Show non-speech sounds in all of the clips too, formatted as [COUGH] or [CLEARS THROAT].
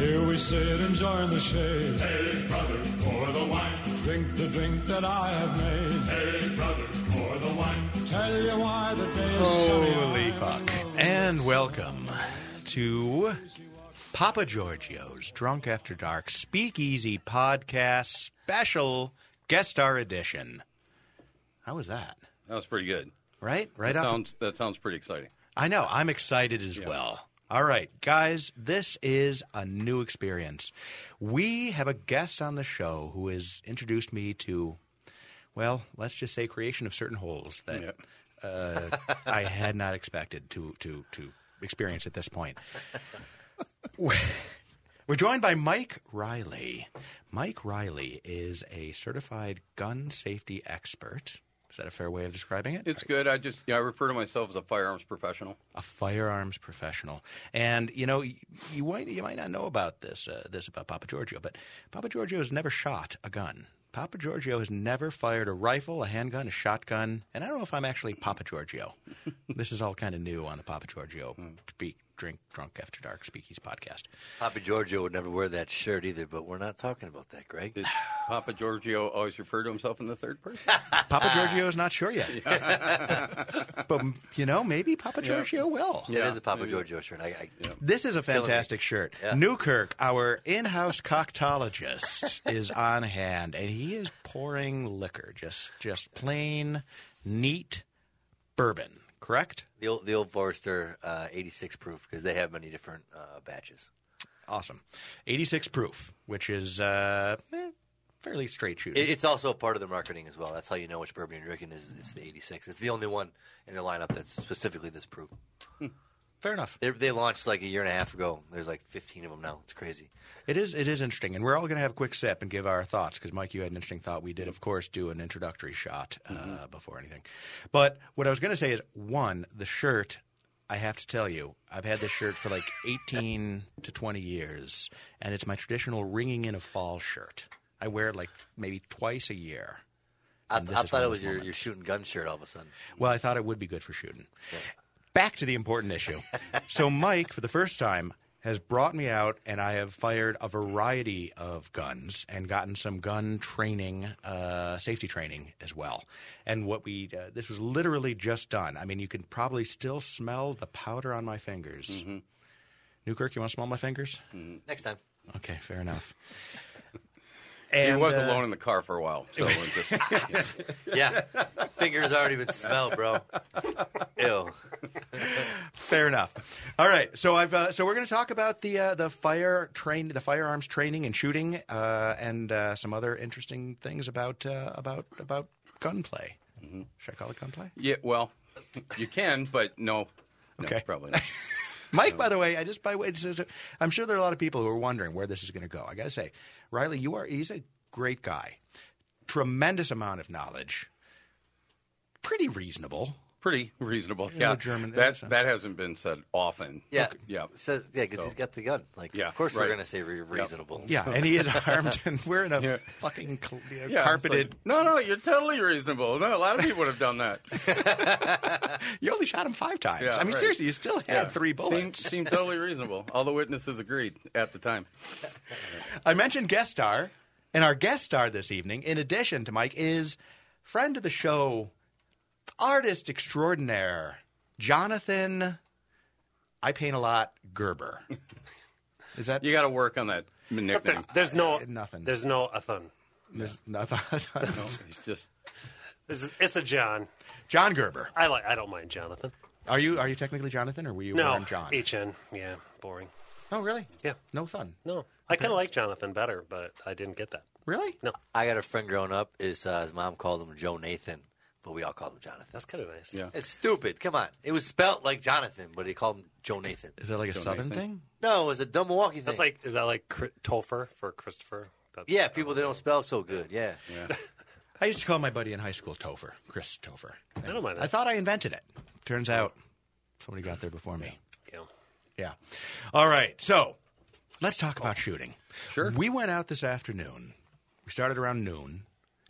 Sit, enjoy in the shade. Hey, brother, pour the wine. Drink the drink that I have made. Hey, brother, pour the wine. Tell you why the day is sunny. Holy I'm fuck. alone. And welcome to Papa Giorgio's Drunk After Dark Speakeasy Podcast Special Guest Star Edition. How was that? That was pretty good. Right? Right That off. sounds that sounds pretty exciting. I know. I'm excited as well. All right, guys, this is a new experience. We have a guest on the show who has introduced me to, well, let's just say creation of certain holes that Yep. uh, [LAUGHS] I had not expected to to to experience at this point. We're we're joined by Mike Riley. Mike Riley is a certified gun safety expert. Is that a fair way of describing it? It's good. I just yeah, I refer to myself as a firearms professional. a firearms professional. And you know, you, you might you might not know about this uh, this about Papa Giorgio, but Papa Giorgio has never shot a gun. Papa Giorgio has never fired a rifle, a handgun, a shotgun, and I don't know if I'm actually Papa Giorgio. this is all kind of new on the Papa Giorgio Speak Drink Drunk After Dark Speakeasy podcast. Papa Giorgio would never wear that shirt either, but we're not talking about that, [SIGHS] Greg. Did Papa Giorgio always refer to himself in the third person? Papa Giorgio is not sure yet, but you know, maybe Papa Giorgio will. It Yeah, is a Papa maybe. Giorgio shirt. I, I, This is a fantastic shirt. Yeah. Newkirk, our in-house cocktailologist, [LAUGHS] is on hand, and he is pouring liquor, just just plain, neat bourbon. Correct? the old the old Forester uh, 86 proof because they have many different uh, batches. Awesome. 86 proof, which is uh, eh, fairly straight shooting. It, it's also part of the marketing as well. That's how you know which bourbon you're drinking is it's the 86. It's the only one in the lineup that's specifically this proof. Fair enough. They, they launched like a year and a half ago. There's like 15 of them now. It's crazy. It is. It is interesting, and we're all going to have a quick sip and give our thoughts because Mike, you had an interesting thought. We did, of course, do an introductory shot uh, before anything. But what I was going to say is, one, the shirt. I have to tell you, I've had this shirt for like eighteen [LAUGHS] to twenty years, and it's my traditional ringing in a fall shirt. I wear it like maybe twice a year. I, And this I is thought one it of was those your, moments. your shooting gun shirt all of a sudden. Well, I thought it would be good for shooting. Back to the important issue. [LAUGHS] so, Mike, for the first time, has brought me out, and I have fired a variety of guns and gotten some gun training, uh, safety training as well. And what we, uh, this was literally just done. I mean, you can probably still smell the powder on my fingers. Mm-hmm. Newkirk, you want to smell my fingers? Mm. Next [LAUGHS] time. Okay, fair enough. he [LAUGHS] And, was uh, alone in the car for a while, so it just, [LAUGHS] yeah. Yeah. Fingers already been smelled, [LAUGHS] bro. Ew. Fair enough. All right, so I've uh, so we're going to talk about the uh, the fire train, the firearms training and shooting, uh, and uh, some other interesting things about uh, about about gunplay. Mm-hmm. Should I call it gunplay? Yeah, well, you can, but no, no Okay. [LAUGHS] probably not. Mike, by the way, I just by way, so- so- I'm sure there are a lot of people who are wondering where this is going to go. I got to say, Riley, you are he's a great guy, tremendous amount of knowledge, pretty reasonable. Pretty reasonable. know, Yeah, German That accents. that hasn't been said often. Yeah. yeah. So, yeah, because he's got the gun. Like, Yeah, of course right. we're going to say re- reasonable. Yeah, and he is [LAUGHS] armed, and we're in a Yeah. fucking cl- you know, Yeah, it's carpeted. like, no, no, you're totally reasonable. No, a lot of people would have done that. You only shot him five times. Yeah, I mean, right. seriously, you still had Yeah. [LAUGHS] three Seemed, bullets. seemed totally reasonable. All the witnesses agreed at the time. I mentioned guest star, and our guest star this evening, in addition to Mike, is friend of the show, artist extraordinaire, Jonathan. I paint a lot. [LAUGHS] Gerber. Is that [LAUGHS] You got to work on that nickname. There's no nothing. There's no Athan. there's no- No, he's just There's, it's a John. John Gerber? I like. I don't mind Jonathan. Are you are you technically Jonathan, or were you No, born John? HN. Yeah, boring. Oh, really? Yeah. No son. No, I kind of like Jonathan better, but I didn't get that. Really? No, I got a friend growing up. His, uh, his mom called him Joe Nathan, but we all called him Jonathan. that's kind of nice. Yeah. It's stupid. Come on. It was spelt like Jonathan, but he called him Joe Nathan. Is that like a southern Nathan. thing? No, it was a dumb Milwaukee thing. that's like. Is that like Cri- Topher for Christopher? That's, yeah, people that don't spell so good. Yeah. I used to call my buddy in high school Topher, Chris Topher. I don't mind that. I thought I invented it. Turns out somebody got there before me. Yeah. Yeah. All right. So let's talk about shooting. Sure. We went out this afternoon. We started around noon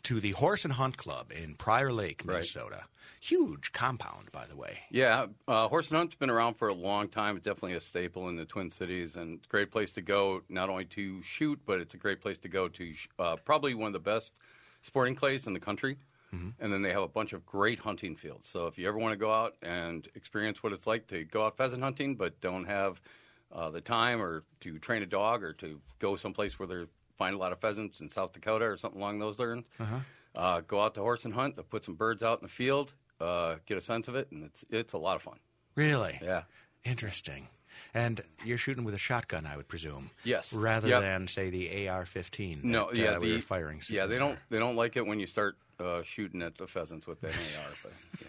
to the Horse and Hunt Club in Prior Lake, Right. Minnesota. Huge compound, by the way. Yeah, uh, Horse and Hunt's been around for a long time. It's definitely a staple in the Twin Cities, and it's a great place to go not only to shoot, but it's a great place to go to sh- uh, probably one of the best sporting clays in the country. And then they have a bunch of great hunting fields. So if you ever want to go out and experience what it's like to go out pheasant hunting, but don't have uh, the time or to train a dog or to go someplace where they find a lot of pheasants in South Dakota or something along those lines, uh, go out to horse and hunt. They'll put some birds out in the field, uh, get a sense of it, and it's it's a lot of fun. Really? Yeah. Interesting. And you're shooting with a shotgun, I would presume. Yes. Rather Yep. than say the AR-15. No, that, yeah, uh, the, we were firing. soon Yeah, they there. don't they don't like it when you start uh, shooting at the pheasants with the [LAUGHS] AR.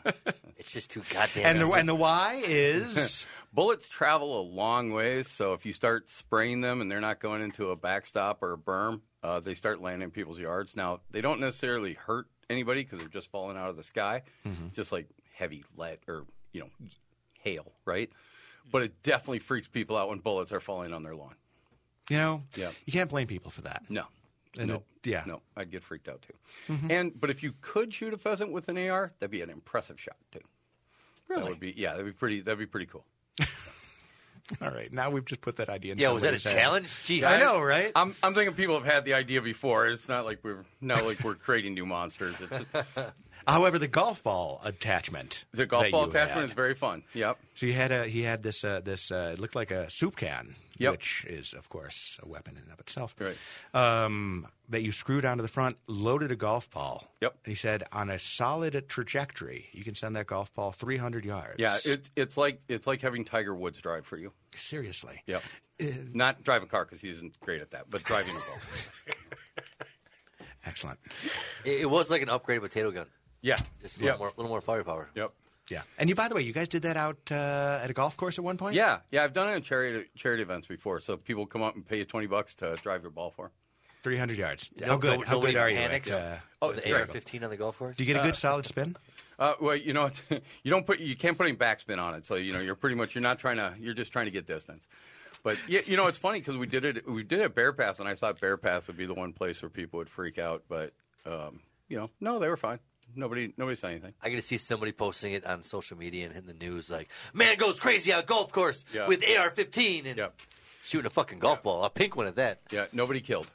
But, yeah. It's just too goddamn. And the easy. and the why [LAUGHS] is Bullets travel a long ways, so if you start spraying them and they're not going into a backstop or a berm, uh, they start landing in people's yards. Now they don't necessarily hurt anybody because they're just falling out of the sky, Mm-hmm. just like heavy lead or you know hail, right? But it definitely freaks people out when bullets are falling on their lawn. you know Yeah. you can't blame people for that. No. And no. it- yeah. Mm-hmm. No, I'd get freaked out too. And but if you could shoot a pheasant with an AR, that'd be an impressive shot too. Really? That would be yeah, that'd be pretty that'd be pretty cool. [LAUGHS] All right. Now we've just put that idea. in yeah, was that a somebody's head. challenge? Jeez. I know, right? I'm I'm thinking people have had the idea before. It's not like we're not like we're creating new monsters. It's However, the golf ball attachment. the golf that ball you attachment had- is very fun. Yep. So he had a he had this uh, this uh, it looked like a soup can, Yep. which is of course a weapon in and of itself. Right. Um, that you screw down to the front, loaded a golf ball. Yep. And he said on a solid trajectory, you can send that golf ball 300 yards. Yeah, it, it's like it's like having Tiger Woods drive for you. seriously. Uh, Yep. Not drive a car because he isn't great at that, but driving a ball. [LAUGHS] Excellent. It, it was like an upgraded potato gun. Yeah. Just a little, Yep. more, little more firepower. Yep. Yeah. And you, by the way, you guys did that out uh, at a golf course at one point. Yeah, yeah, I've done it at charity charity events before. So people come up and pay you twenty bucks to drive your ball for. 300 yards. How good? No, How nobody good are panics. you? At, uh, Oh, With it's the great. AR-15 on the golf course. do you get a good solid spin? Uh, well, you know, [LAUGHS] it's, you don't put you can't put any backspin on it, so you know you're pretty much you're not trying to you're just trying to get distance. But you, you know, it's funny because we did it we did it at Bear Pass, and I thought Bear Pass would be the one place where people would freak out, but um, you know, no, they were fine. Nobody nobody said anything. I get to see somebody posting it on social media and hitting the news like, "Man goes crazy on golf course Yeah. with AR-15 and Yeah, shooting a fucking golf ball, a pink one at that." yeah, nobody killed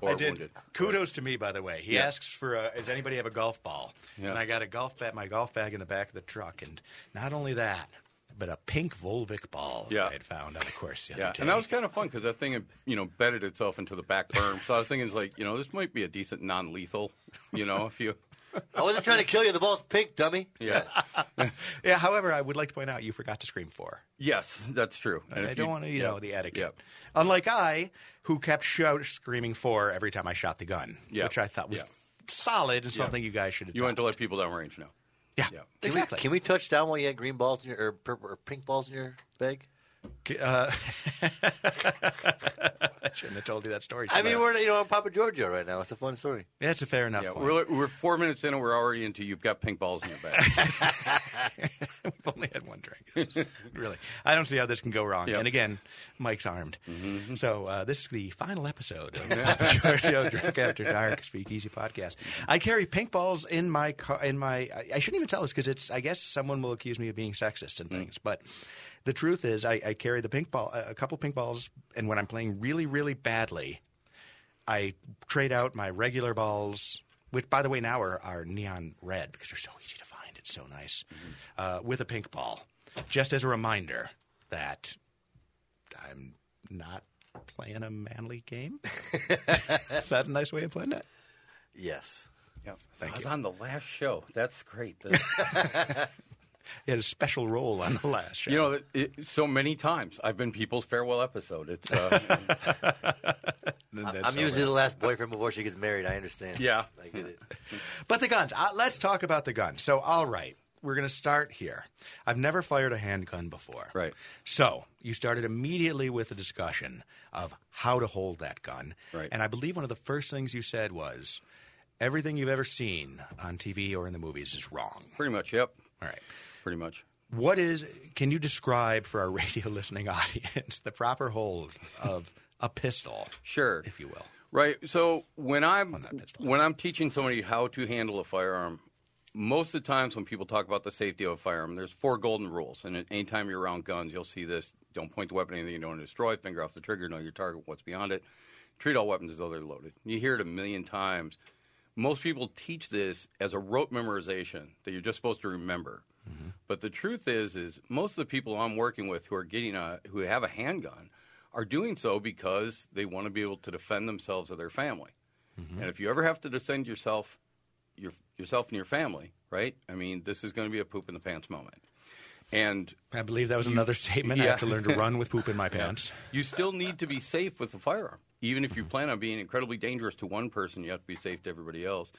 or I did. wounded. Kudos to me, by the way. He Yeah. asks for, uh, "Does anybody have a golf ball?" Yeah. And I got a golf bat, my golf bag in the back of the truck, and not only that, but a pink Volvic ball that Yeah. I had found on the course the other Yeah, day. and that was kind of fun because that thing, you know, bedded itself into the back berm. So I was thinking, it's like, you know, this might be a decent non-lethal, you know, if you, I wasn't trying to kill you. The ball's pink, dummy. yeah, [LAUGHS] yeah. However, I would like to point out you forgot to scream four. yes, that's true. And I if don't you- want to, you yeah. know, the etiquette. Yep. Unlike I, who kept shout screaming four every time I shot the gun, Yeah. which I thought was Yeah. solid and something you guys should have You done. want to let people downrange know. yeah, Yeah. Can we- Can we- exactly. can we touch down while you had green balls in your or, purple, or pink balls in your bag? I shouldn't have told you that story. I mean, tonight. we're you know on Papa Giorgio right now. It's a fun story. that's a fair enough Yeah, point. [LAUGHS] we're, we're four minutes in and we're already into you've got pink balls in your bag. We've only had one drink. This is- really, I don't see how this can go wrong. Yep. Mm-hmm, And again, Mike's armed. So uh, this is the final episode [LAUGHS] of the Giorgio Drink After Dark Speakeasy Podcast. I carry pink balls in my car. In my, I- I shouldn't even tell this because it's. I guess someone will accuse me of being sexist Mm. and things, but. The truth is, I, I carry the pink ball, a a couple pink balls, and when I'm playing really, really badly, I trade out my regular balls, which, by the way, now are, are neon red because they're so easy to find. It's so nice. Mm-hmm. Uh, with a pink ball, just as a reminder that I'm not playing a manly [LAUGHS] game. Is that a nice way of putting it? Yes. yeah. I was on the last show. That's great. It had a special role on the last show. [LAUGHS] you know, it, it- so many times I've been people's farewell episode. It's uh, I'm usually the last boyfriend before she gets married. I understand. Yeah. I get it. But the guns. Uh, let's talk about the guns. So, all right, we're going to start here. I've never fired a handgun before. Right. So, you started immediately with a discussion of how to hold that gun. Right. And I believe one of the first things you said was everything you've ever seen on TV or in the movies is wrong. pretty much. Yep, All right. pretty much. What is, can you describe for [LAUGHS] our radio listening audience the proper hold of a pistol, Sure. if you will? Right. So when I'm that pistol. when I'm teaching somebody how to handle a firearm, most of the times when people talk about the safety of a firearm, there's four golden rules. And at any time you're around guns, you'll see this: don't point the weapon at anything you don't want to destroy, finger off the trigger, know your target, what's beyond it. Treat all weapons as though they're loaded. You hear it a million times. Most people teach this as a rote memorization that you're just supposed to remember. But the truth is, is most of the people I'm working with who are getting a who have a handgun are doing so because they want to be able to defend themselves or their family. And if you ever have to defend yourself, your, yourself and your family, right? I mean, this is going to be a poop in the pants moment. And I believe that was another statement. I yeah. have to learn [LAUGHS] to run with poop in my pants. you still need to be safe with the firearm. Even if you plan on being incredibly dangerous to one person, you have to be safe to everybody else.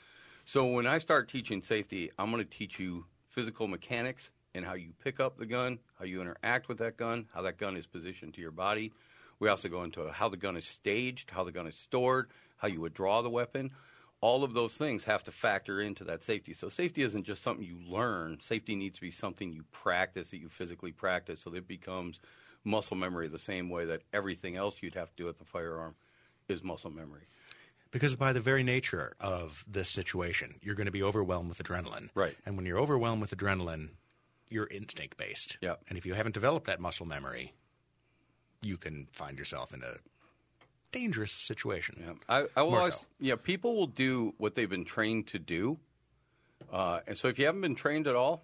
So when I start teaching safety, I'm going to teach you physical mechanics and how you pick up the gun, how you interact with that gun, how that gun is positioned to your body. We also go into how the gun is staged, how the gun is stored, how you would draw the weapon. All of those things have to factor into that safety. So safety isn't just something you learn. Safety needs to be something you practice, that you physically practice, so that it becomes muscle memory the same way that everything else you'd have to do with the firearm is muscle memory. Because by the very nature of this situation, you're going to be overwhelmed with adrenaline. Right. And when you're overwhelmed with adrenaline, you're instinct based. Yeah. And if you haven't developed that muscle memory, you can find yourself in a dangerous situation. Yeah, I, I will. More Always, so. Yeah, people will do what they've been trained to do, uh, and so if you haven't been trained at all,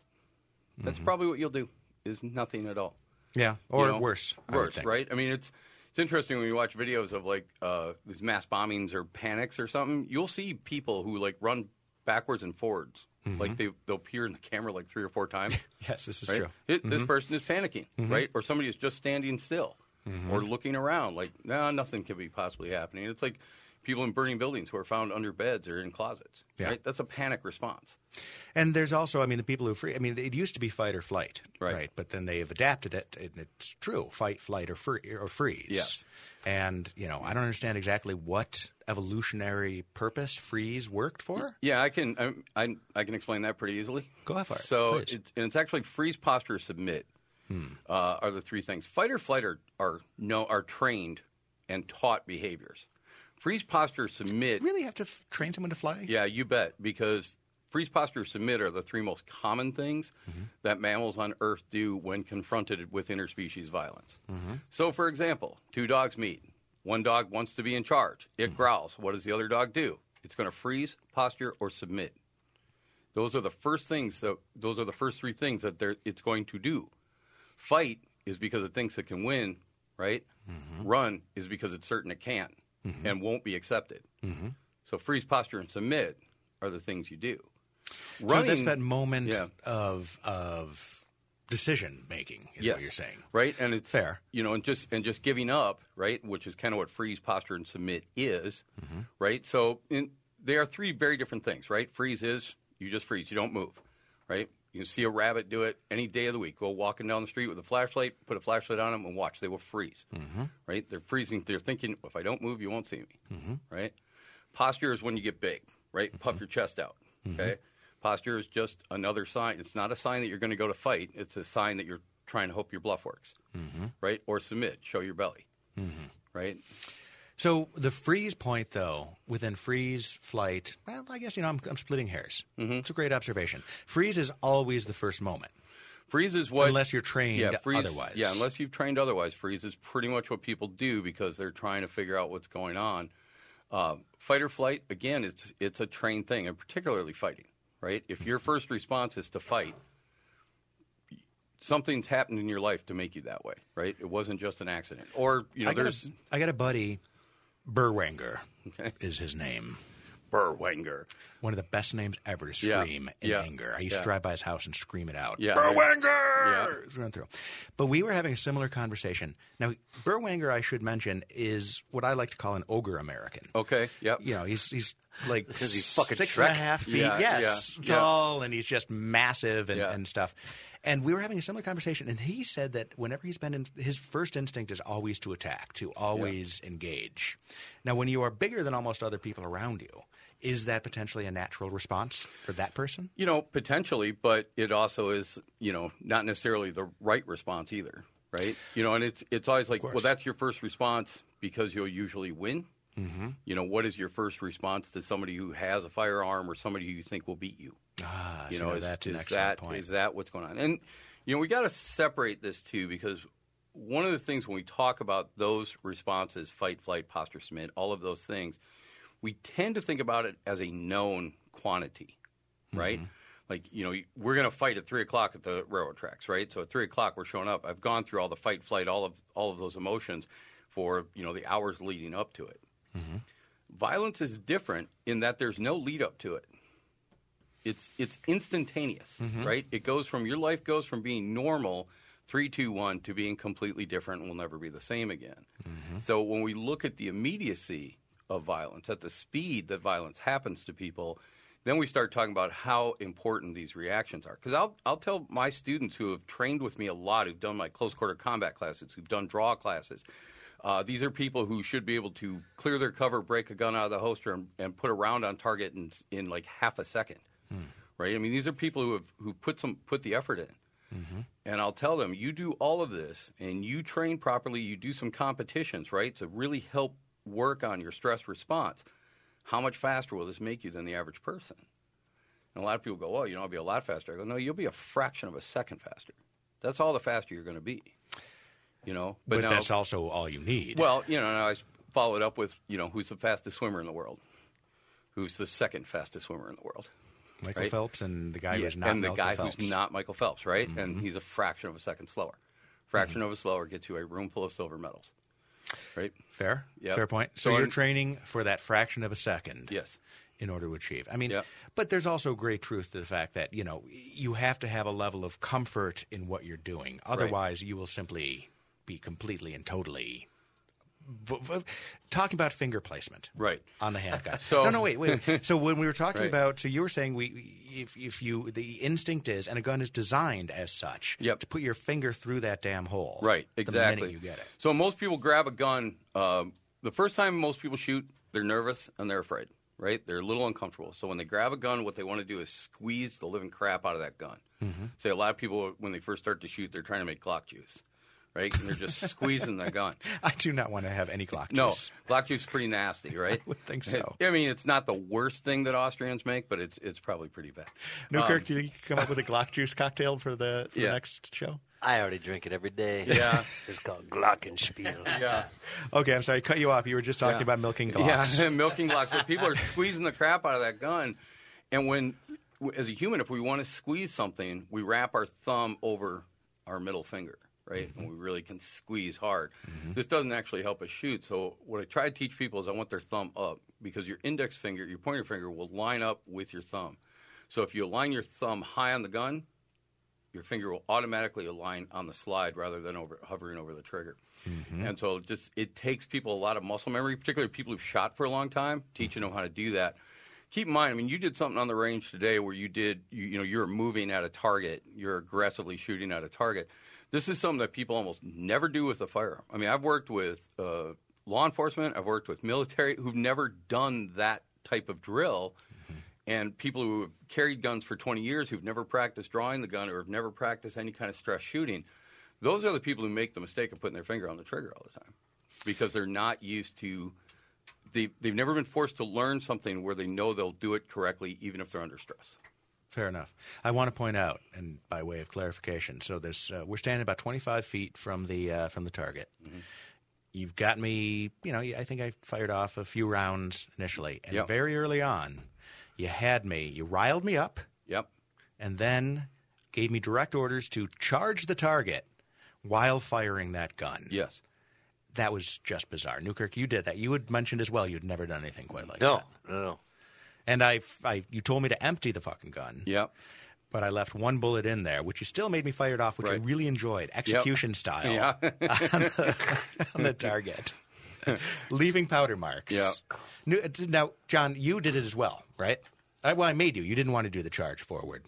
that's probably what you'll do is nothing at all. Yeah, you Or know? worse. I would worse, think. right? I mean, it's it's interesting when you watch videos of like uh, these mass bombings or panics or something. You'll see people who like run backwards and forwards, Mm-hmm. like they they'll appear in the camera like three or four [LAUGHS] times. Yes, this is right? true. Mm-hmm. Th- This person is panicking, right? Or somebody is just standing still Mm-hmm. or looking around like, no, nothing could be possibly happening. It's like people in burning buildings who are found under beds or in closets, Yeah. right? That's a panic response. And there's also, I mean, the people who free. I mean, it used to be fight or flight, Right. But then they've adapted it, and it's true: fight, flight, or free, or freeze. Yes. And you know, I don't understand exactly what evolutionary purpose freeze worked for. Yeah, I can I'm- I, I can explain that pretty easily. Go for it, Hmm. So please. it's, and it's actually freeze, posture, submit uh, are the three things. Fight or flight are, are no are trained and taught behaviors. Freeze, posture, submit Really have to f- train someone to fly? Yeah, you bet. Because freeze posture submit are the three most common things that mammals on Earth do when confronted with interspecies violence. So, for example, two dogs meet. One dog wants to be in charge. It growls. What does the other dog do? It's going to freeze, posture, or submit. Those are the first things. That, those are the first three things that they're, it's going to do. Fight is because it thinks it can win, right? Mm-hmm. Run is because it's certain it can't Mm-hmm. and won't be accepted. So freeze, posture, and submit are the things you do. so that's that moment Yeah. of of decision making is Yes. what you're saying. right? And it's Fair. you know, and just and just giving up, right? Which is kind of what freeze, posture, and submit is, right? So in, they are three very different things, right? Freeze is you just freeze, you don't move, right? You can see a rabbit do it any day of the week. Go walking down the street with a flashlight, put a flashlight on them, and watch. They will freeze, right? They're freezing. They're thinking, if I don't move, you won't see me, right? Posture is when you get big, right? Puff your chest out, okay? Posture is just another sign. It's not a sign that you're going to go to fight. It's a sign that you're trying to hope your bluff works, right? Or submit, show your belly, Mm-hmm. right? So the freeze point, though, within freeze, flight. Well, I guess you know I'm, I'm splitting hairs. Mm-hmm. It's a great observation. Freeze is always the first moment, Freeze is what unless you're trained yeah, freeze, otherwise. Yeah, unless you've trained otherwise, freeze is pretty much what people do because they're trying to figure out what's going on. Uh, fight or flight, again, it's it's a trained thing, and particularly fighting. Right? If your first response is to fight, something's happened in your life to make you that way. Right? It wasn't just an accident, or you know, I got, there's a, I got a buddy, Burwanger [LAUGHS] is his name. Burwanger. One of the best names ever to Yeah, scream in yeah, anger. I used to yeah. drive by his house and scream it out. Yeah, yeah. Burwanger! Yeah. It's Run through. But we were having a similar conversation. Now, Burwanger, I should mention, is what I like to call an ogre American. Okay. Yep. You know, he's he's like Because he's six fucking and a Shrek. half feet, Yeah, yes, yeah, yeah. tall, and he's just massive and, Yeah. and stuff. And we were having a similar conversation, and he said that whenever he's been in, his first instinct is always to attack, to always engage. Now, when you are bigger than almost other people around you, is that potentially a natural response for that person? You know, potentially, but it also is, you know, not necessarily the right response either, right? You know, and it's it's always like, well, that's your first response because you'll usually win, You know, what is your first response to somebody who has a firearm or somebody who you think will beat you? Ah, you so know, is, that's an is excellent that- point. is that what's going on? And you know, we got to separate this too because one of the things when we talk about those responses, fight, flight, posture, submit, all of those things, we tend to think about it as a known quantity, Mm-hmm. right? Like you know, we're going to fight at three o'clock at the railroad tracks, right? So at three o'clock, we're showing up. I've gone through all the fight, flight, all of all of those emotions for you know the hours leading up to it. Mm-hmm. Violence is different in that there's no lead up to it it's it's instantaneous, right? It goes from your life goes from being normal three, two, one to being completely different and will never be the same again. So when we look at the immediacy of violence, at the speed that violence happens to people, then we start talking about how important these reactions are. Because I'll I'll tell my students who have trained with me a lot, who've done my close quarter combat classes, who've done draw classes. Uh, these are people who should be able to clear their cover, break a gun out of the holster, and, and put a round on target in, in like half a second Hmm. right? I mean, these are people who have who put some put the effort in. Mm-hmm. And I'll tell them, you do all of this, and you train properly. You do some competitions, right, to really help work on your stress response. How much faster will this make you than the average person? And a lot of people go, well, you know, I'll be a lot faster. I go, no, you'll be a fraction of a second faster. That's all the faster you're going to be. You know, but now- that's also all you need. well, you know, and I s- followed up with, you know, who's the fastest swimmer in the world? Who's the second fastest swimmer in the world? Michael right? Phelps and the guy Yeah, who's not and the Michael guy Phelps. Mm-hmm. who's not Michael Phelps, right? And he's a fraction of a second slower. Fraction of a slower gets you a room full of silver medals, right? fair. Yep. Fair point. So So you're I'm- training for that fraction of a second. Yes. in order to achieve. I mean, Yeah. but there's also great truth to the fact that you know you have to have a level of comfort in what you're doing. Otherwise, you will simply be completely and totally. v- v- talking about finger placement, Right. on the handgun. [LAUGHS] So- no, no, wait, wait. [LAUGHS] wait. So when we were talking Right. about, so you were saying we, if if you the instinct is, and a gun is designed as such, Yep. to put your finger through that damn hole, Right, the exactly. minute you get it. So most people grab a gun. Um, the first time most people shoot, they're nervous and they're afraid, right? They're a little uncomfortable. So when they grab a gun, what they want to do is squeeze the living crap out of that gun. Mm-hmm. Say a lot of people, when they first start to shoot, they're trying to make Glock juice, right? And they're [LAUGHS] just squeezing the gun. I do not want to have any clock. No, juice. Glock juice is pretty [LAUGHS] nasty, right? would think so. [LAUGHS] I mean, it's not the worst thing that Austrians make, but it's it's probably pretty bad. Um, No, Kirk, do you think you could come up with a Glock juice cocktail for the, for Yeah. the next show? I already drink it every day. Yeah, It's called Glockenspiel. yeah, Okay, I'm sorry, I cut you off. You were just talking Yeah. about milking Glocks. yeah. [LAUGHS] Milking Glocks. So people are squeezing the crap out of that gun, and when, as a human, if we want to squeeze something, we wrap our thumb over our middle finger, right? And we really can squeeze hard. This doesn't actually help us shoot. So what I try to teach people is I want their thumb up because your index finger, your pointer finger, will line up with your thumb. So if you align your thumb high on the gun, your finger will automatically align on the slide rather than over hovering over the trigger. And so just it takes people a lot of muscle memory, particularly people who've shot for a long time, teaching them how to do that. Keep in mind, I mean, you did something on the range today where you did, you, you know, you're moving at a target, you're aggressively shooting at a target. This is something that people almost never do with a firearm. I mean, I've worked with uh, law enforcement, I've worked with military who've never done that type of drill and people who have carried guns for 20 years who've never practiced drawing the gun or have never practiced any kind of stress shooting those are the people who make the mistake of putting their finger on the trigger all the time because they're not used to they, they've never been forced to learn something where they know they'll do it correctly even if they're under stress [LAUGHS] Fair enough. I want to point out, and by way of clarification, so there's uh, we're standing about 25 feet from the uh, from the target. You've got me. You know, I think I fired off a few rounds initially, and Yep. very early on, you had me. You riled me up. yep and then gave me direct orders to charge the target while firing that gun. yes That was just bizarre. Newkirk, you did that. You had mentioned as well you'd never done anything quite like No, that. no, no. And I, I, you told me to empty the fucking gun, yep [LAUGHS] but I left one bullet in there, which you still made me fire it off, which I Right. really enjoyed, execution style yeah [LAUGHS] on the [LAUGHS] target, leaving powder marks. Yeah. New- uh, Now, John, you did it as well, right? I, well, I made you. You didn't want to do the charge forward,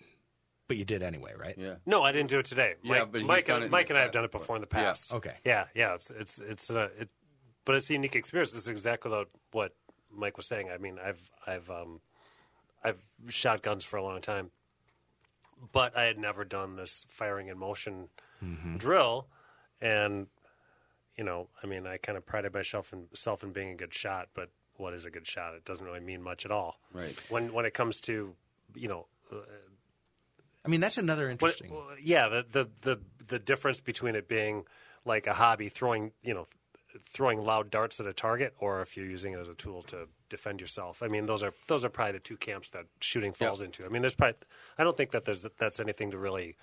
but you did anyway, right? yeah No, I didn't do it today. Yeah, Mike, but he's Mike, done it and, in Mike the and I have past done it before in the past. Okay. Yeah, yeah. It's it's it's uh, it, but it's a unique experience. This is exactly what- what Mike was saying. I mean, I've I've um, I've shot guns for a long time, but I had never done this firing in motion Mm-hmm. drill, and you know, I mean, I kind of prided myself in self in being a good shot, but what is a good shot. It doesn't really mean much at all. Right. When when it comes to you know, uh, I mean, that's another what, interesting. well, yeah, the, the the the difference between it being like a hobby, throwing you know, throwing loud darts at a target, or if you're using it as a tool to defend yourself. I mean, those are those are probably the two camps that shooting falls into. I mean, there's probably I don't think that there's that's anything to really,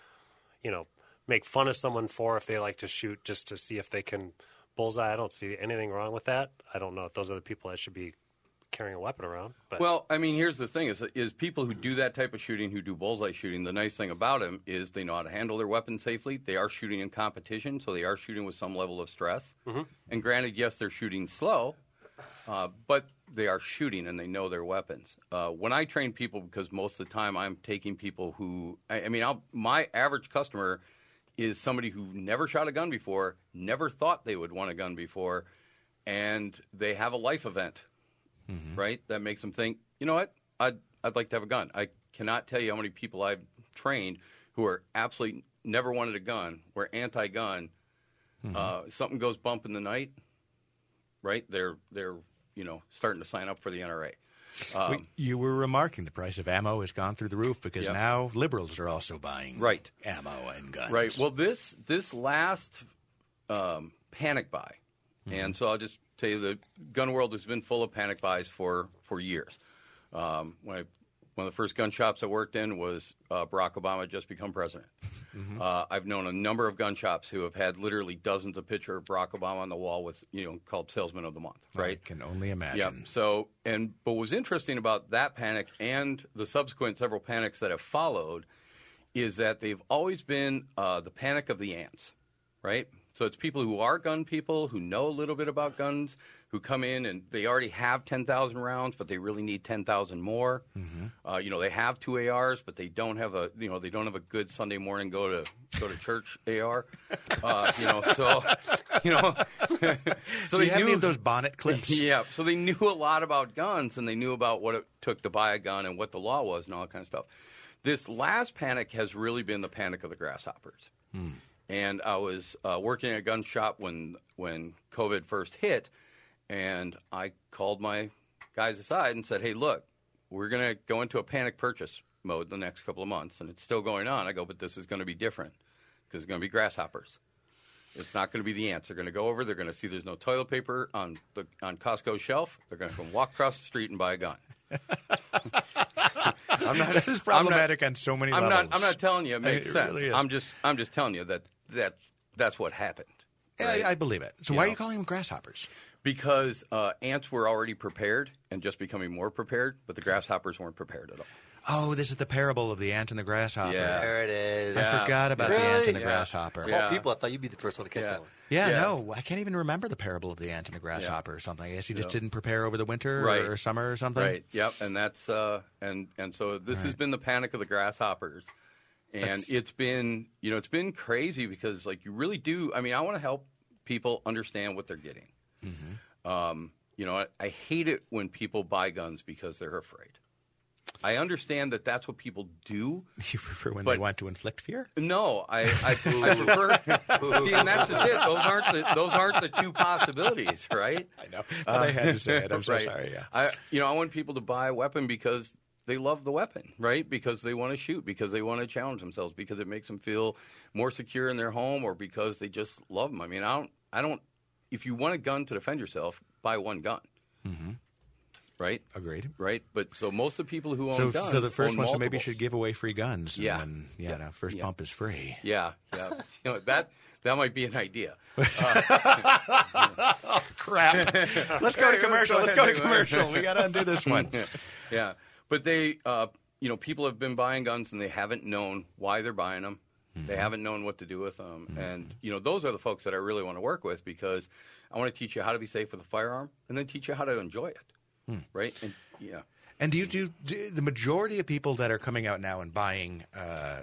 you know, make fun of someone for if they like to shoot just to see if they can bullseye. I don't see anything wrong with that. I don't know if those are the people that should be carrying a weapon around. But Well, I mean, here's the thing: is is people who do that type of shooting, who do bullseye shooting, the nice thing about them is they know how to handle their weapon safely. They are shooting in competition, so they are shooting with some level of stress. And granted, yes, they're shooting slow, uh, but they are shooting and they know their weapons. Uh, when I train people, because most of the time I'm taking people who, I, I mean, I'll, my average customer is somebody who never shot a gun before, never thought they would want a gun before, and they have a life event, right? That makes them think, you know what? I'd, I'd like to have a gun. I cannot tell you how many people I've trained who are absolutely never wanted a gun, were anti gun. Uh, something goes bump in the night, right? They're they're you know starting to sign up for the NRA. We- you were remarking the price of ammo has gone through the roof because Yeah. now liberals are also buying Right. ammo and guns. Right. Well, this this last um, panic buy, and so I'll just tell you the gun world has been full of panic buys for for years. Um, when I, one of the first gun shops I worked in was uh, Barack Obama had just become president. Uh, I've known a number of gun shops who have had literally dozens of pictures of Barack Obama on the wall with you know called salesman of the month. Right. I can only imagine. Yeah. So, and but what was interesting about that panic and the subsequent several panics that have followed is that they've always been uh, the panic of the ants, right? So it's people who are gun people who know a little bit about guns who come in and they already have ten thousand rounds, but they really need ten thousand more. Mm-hmm. Uh, you know, they have two ARs, but they don't have a you know they don't have a good Sunday morning go to go to church [LAUGHS] AR. Uh, you know, so you know, [LAUGHS] so Do you they have knew any of those bonnet clips? [LAUGHS] yeah, so they knew a lot about guns and they knew about what it took to buy a gun and what the law was and all that kind of stuff. This last panic has really been the panic of the grasshoppers. And I was uh, working at a gun shop when when COVID first hit, and I called my guys aside and said, "Hey, look, we're going to go into a panic purchase mode the next couple of months, and it's still going on." I go, "But this is going to be different because it's going to be grasshoppers." It's not going to be the ants. They're going to go over. They're going to see there's no toilet paper on the on Costco's shelf. They're going to come walk across the street and buy a gun. [LAUGHS] I'm not, [LAUGHS] that is problematic on so many I'm levels. not. I'm not telling you it makes It sense. really is. I'm just. I'm just telling you that that's that's what happened. I, I believe it. So why are you know. calling them grasshoppers? Because uh, ants were already prepared and just becoming more prepared, but the grasshoppers weren't prepared at all. Oh, this is the parable of the ant and the grasshopper. Yeah. There it is. I forgot about the ant Really? and the Yeah. grasshopper. Of all Yeah. people, I thought you'd be the first one to catch Yeah. that one. Yeah, Yeah. no, I can't even remember the parable of the ant and the grasshopper or something. I guess he just didn't prepare over the winter Right. or, or summer or something. Right. Yep. And that's uh, and and so this has been the panic of the grasshoppers, and it's been you know it's been crazy because like you really do. I mean, I want to help people understand what they're getting. Um, you know, I, I hate it when people buy guns because they're afraid. I understand that that's what people do. [LAUGHS] You prefer when they But- want to inflict fear? No, I, I, I prefer. see, and that's just it. Those aren't the, those aren't the two possibilities, right? [LAUGHS] I know. [LAUGHS] But I had to say it. I'm so right. sorry. Yeah. I, you know, I want people to buy a weapon because they love the weapon, right? Because they want to shoot, because they want to challenge themselves, because it makes them feel more secure in their home, or because they just love them. I mean, I don't, I don't. If you want a gun to defend yourself, buy one gun, Mm-hmm. right? Agreed. Right. But so most of the people who own So, guns, so the first own one, so maybe you multiples. should give away free guns. Yeah. And then, yeah, no, first pump is [LAUGHS] free. Yeah, yeah. you know, that that might be an idea. Crap. Let's go to commercial. Let's go to commercial. We got to undo this one. [LAUGHS] yeah, but they, uh, you know, people have been buying guns and they haven't known why they're buying them. They haven't known what to do with them, and you know, those are the folks that I really want to work with because I want to teach you how to be safe with a firearm, and then teach you how to enjoy it, right? And yeah. And do you do, do the majority of people that are coming out now and buying uh,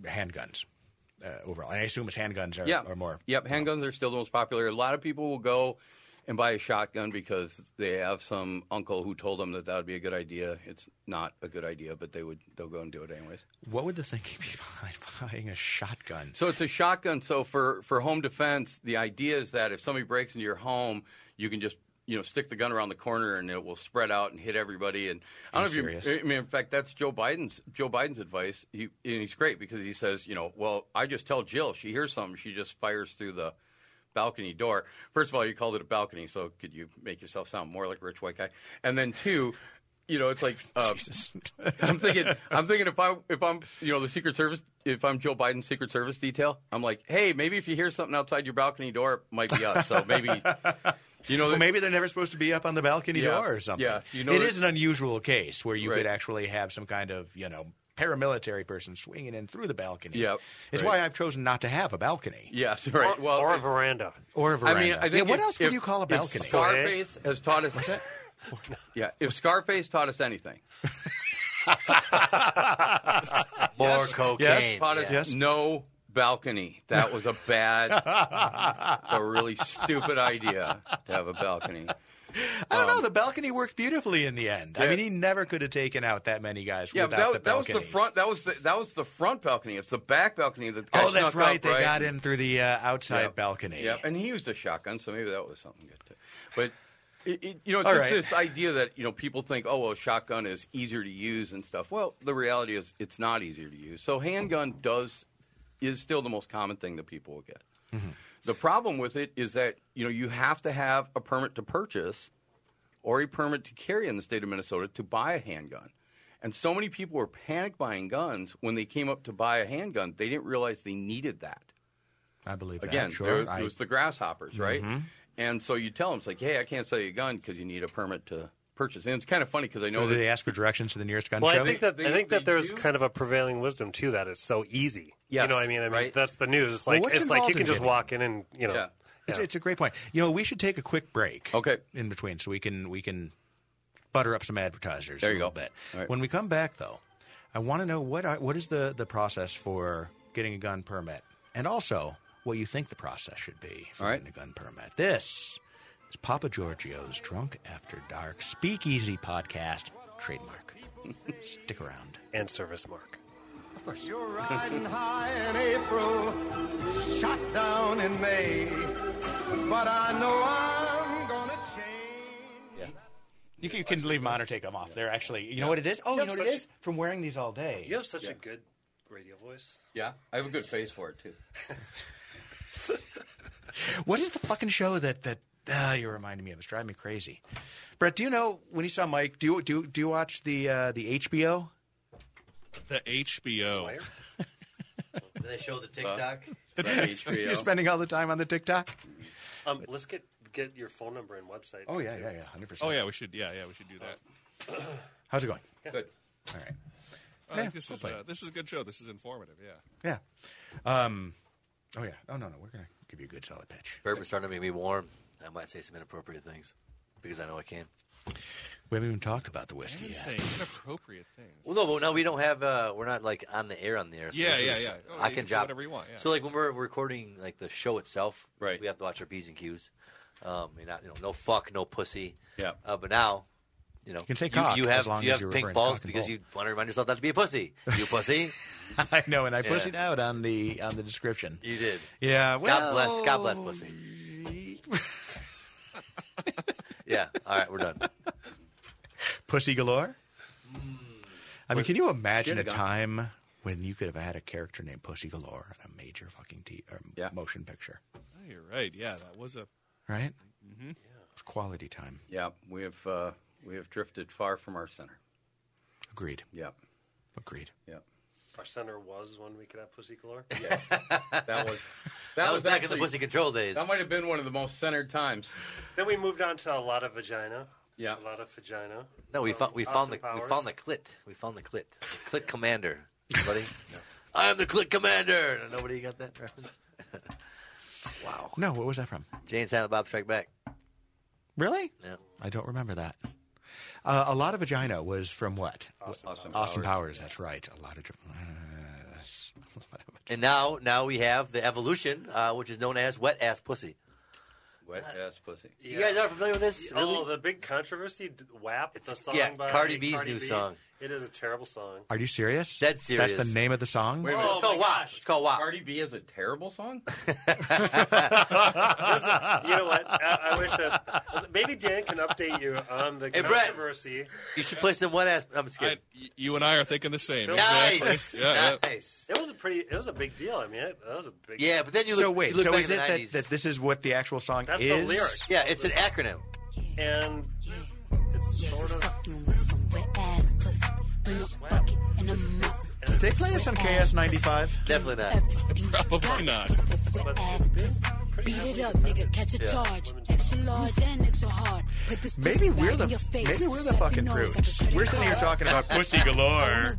handguns uh, overall? I assume it's handguns are, yeah. are more. Yep, handguns are still the most popular. A lot of people will go and buy a shotgun because they have some uncle who told them that that would be a good idea. It's not a good idea, but they would they'll go and do it anyways. What would the thinking be [LAUGHS] behind buying a [LAUGHS] shotgun? So it's a shotgun. So for for home defense, the idea is that if somebody breaks into your home, you can just you know stick the gun around the corner and it will spread out and hit everybody. And I don't Are you know if serious? you. I mean, in fact, that's Joe Biden's Joe Biden's advice. He, and he's great because he says, you know, well, I just tell Jill if she hears something, she just fires through the balcony door. First of all, you called it a balcony, so could you make yourself sound more like a rich white guy? And then two. You know, it's like [LAUGHS] uh, I'm thinking. I'm thinking if I if I'm you know the Secret Service if I'm Joe Biden's Secret Service detail, I'm like, hey, maybe if you hear something outside your balcony door, it might be us. So maybe [LAUGHS] you know Well, maybe they're never supposed to be up on the balcony Yeah. door or something. Yeah. You know it that- is an unusual case where you Right. could actually have some kind of you know paramilitary person swinging in through the balcony. Yeah, it's right. why I've chosen not to have a balcony yes, right. or, well, or a it- veranda. or a I veranda. mean, I think yeah, what if- else would if- you call a if balcony? Scarface has [LAUGHS] taught us. yeah, if Scarface taught us anything, More cocaine. yes, taught us Yeah. Yes. no balcony. That was a [LAUGHS] bad, a really stupid idea to have a balcony. I don't know. The balcony worked beautifully in the end. I Um, yeah. mean, he never could have taken out that many guys Yeah, without the that, that was balcony. the front. That was the that was the front balcony. It's the back balcony that. The guy Oh, that's snuck right. Up, they right? got in through the uh, outside Yeah. balcony. Yeah, and he used a shotgun, so maybe that was something good. Too. But it, it, you know, it's All just right. this idea that you know people think, oh, well, a shotgun is easier to use and stuff. Well, the reality is it's not easier to use. So handgun does is still the most common thing that people will get. Mm-hmm. The problem with it is that you know you have to have a permit to purchase or a permit to carry in the state of Minnesota to buy a handgun. And so many people were panic buying guns when they came up to buy a handgun, they didn't realize they needed that. I believe that. Again, sure. there, I- Mm-hmm. it was the grasshoppers, right? And so you tell them, it's like, hey, I can't sell you a gun because you need a permit to purchase. And it's kind of funny because I know so that did they ask for directions to the nearest gun Well, show? I think that They- I think they that there's do? kind of a prevailing wisdom too that it's so easy. Yes, you know what I mean? I mean right. that's the news. It's Well, like what's it's like involved you in can just getting walk in and you know. Yeah. It's, yeah. it's a great point. You know, we should take a quick break. Okay. In between, so we can we can butter up some advertisers. There a you little go. Bit. All right. When we come back, though, I want to know what are, what is the the process for getting a gun permit, and also what you think the process should be for All right. getting a gun permit. This is Papa Giorgio's Drunk After Dark Speakeasy Podcast trademark. [LAUGHS] Stick around. and service mark. You're riding high in April, shot down in May. But I know I'm gonna change. You can, you can leave them on or take them off. They're actually, you know what it is? Oh, you know what it such- is? From wearing these all day. You have such a good radio voice. yeah, I have a good face for it too. [LAUGHS] What is the fucking show that that uh, you're reminding me of? It's driving me crazy. Brett, do you know when you saw Mike? Do you do you- do you watch the uh, the HBO? The HBO. Did they show the TikTok? [LAUGHS] That's HBO. You're spending all the time on the TikTok. Um, let's get get your phone number and website. too. yeah, hundred percent. Oh yeah, we should. Yeah, yeah, we should do that. How's it going? Good. All right. I think this is uh, this is a good show. This is informative. Yeah. Yeah. Um. Oh yeah. Oh no no. We're gonna give you a good solid pitch. Bourbon's starting to make me warm. I might say some inappropriate things because I know I can. We haven't even talked about the whiskey Can't yet. say inappropriate things. Well, no, but no, we don't have. Uh, we're not like on the air on the air. So Yeah, this yeah, is- yeah. Oh, I you can can say drop whatever you want, yeah. So like when we're recording like the show itself, Right. We have to watch our p's and q's. Um, and not, you know, no fuck, no pussy. Yeah. Uh, but now, you know, you can say cock You, as have long you as have you're referring pink to balls cock and because ball. you want to remind yourself not to be a pussy. You pussy. [LAUGHS] I know, and I Yeah. pussied out on the on the description. You did. Yeah. Well, God bless. God bless pussy. yeah. All right. We're done. Pussy galore. I mean, can you imagine a Should've gone. time when you could have had a character named Pussy Galore in a major fucking t- or Yeah. motion picture? Oh, you're right. Yeah, that was a. Right? Mm-hmm. It's quality time. Yeah, we have uh, we have drifted far from our center. Agreed. Yeah, Agreed. yeah. Our center was when we could have pussy galore. That [LAUGHS] was that, That was back in the actually- pussy control days. That might have been one of the most centered times. then we moved on to a lot of vagina. Yeah. a lot of vagina. No, we found we found the Austin Powers. we found the clit. We found the clit. Clit commander, buddy. I am the clit commander. Nobody got that reference. wow. No, what was that from? Jane Silent Bob Strike Back. Really? Yeah. I don't remember that. Uh, a lot of vagina was from what? Awesome, Austin Powers. That's right. A lot of. Uh, that's- And now now we have the evolution, uh, which is known as wet ass pussy. Wet ass pussy. You guys are familiar with this? Really? Oh, the big controversy, d- WAP, the song yeah, by Cardi B's new song. It is a terrible song. [LAUGHS] Oh Are you serious? Dead serious. That's the name of the song. Wait a minute. It's called WAP. It's called WAP. Cardi B is a terrible song. You know what? I, I wish that maybe Dan can update you on the Hey, Brett. controversy. You should play some wet ass. I'm just I, kidding. y- you and I are thinking the same. Nice, Exactly. Yeah, yeah. nice. It was a pretty. It was a big deal. I mean, it, that was a big. Yeah, but then you look. so wait, you look so back is in it the that, 90s. that this is what the actual song That's is? the lyrics. Yeah, it's an acronym. and it's sort of. Did they play this on KS ninety five? Definitely not. [LAUGHS] Probably not. Beat it up, nigga. Catch a charge. Extra large and extra hard. Put this Maybe pussy we're right the in your face. maybe we're the Suck fucking your nose like a prudes. credit We're sitting here card. talking [LAUGHS] about pussy galore.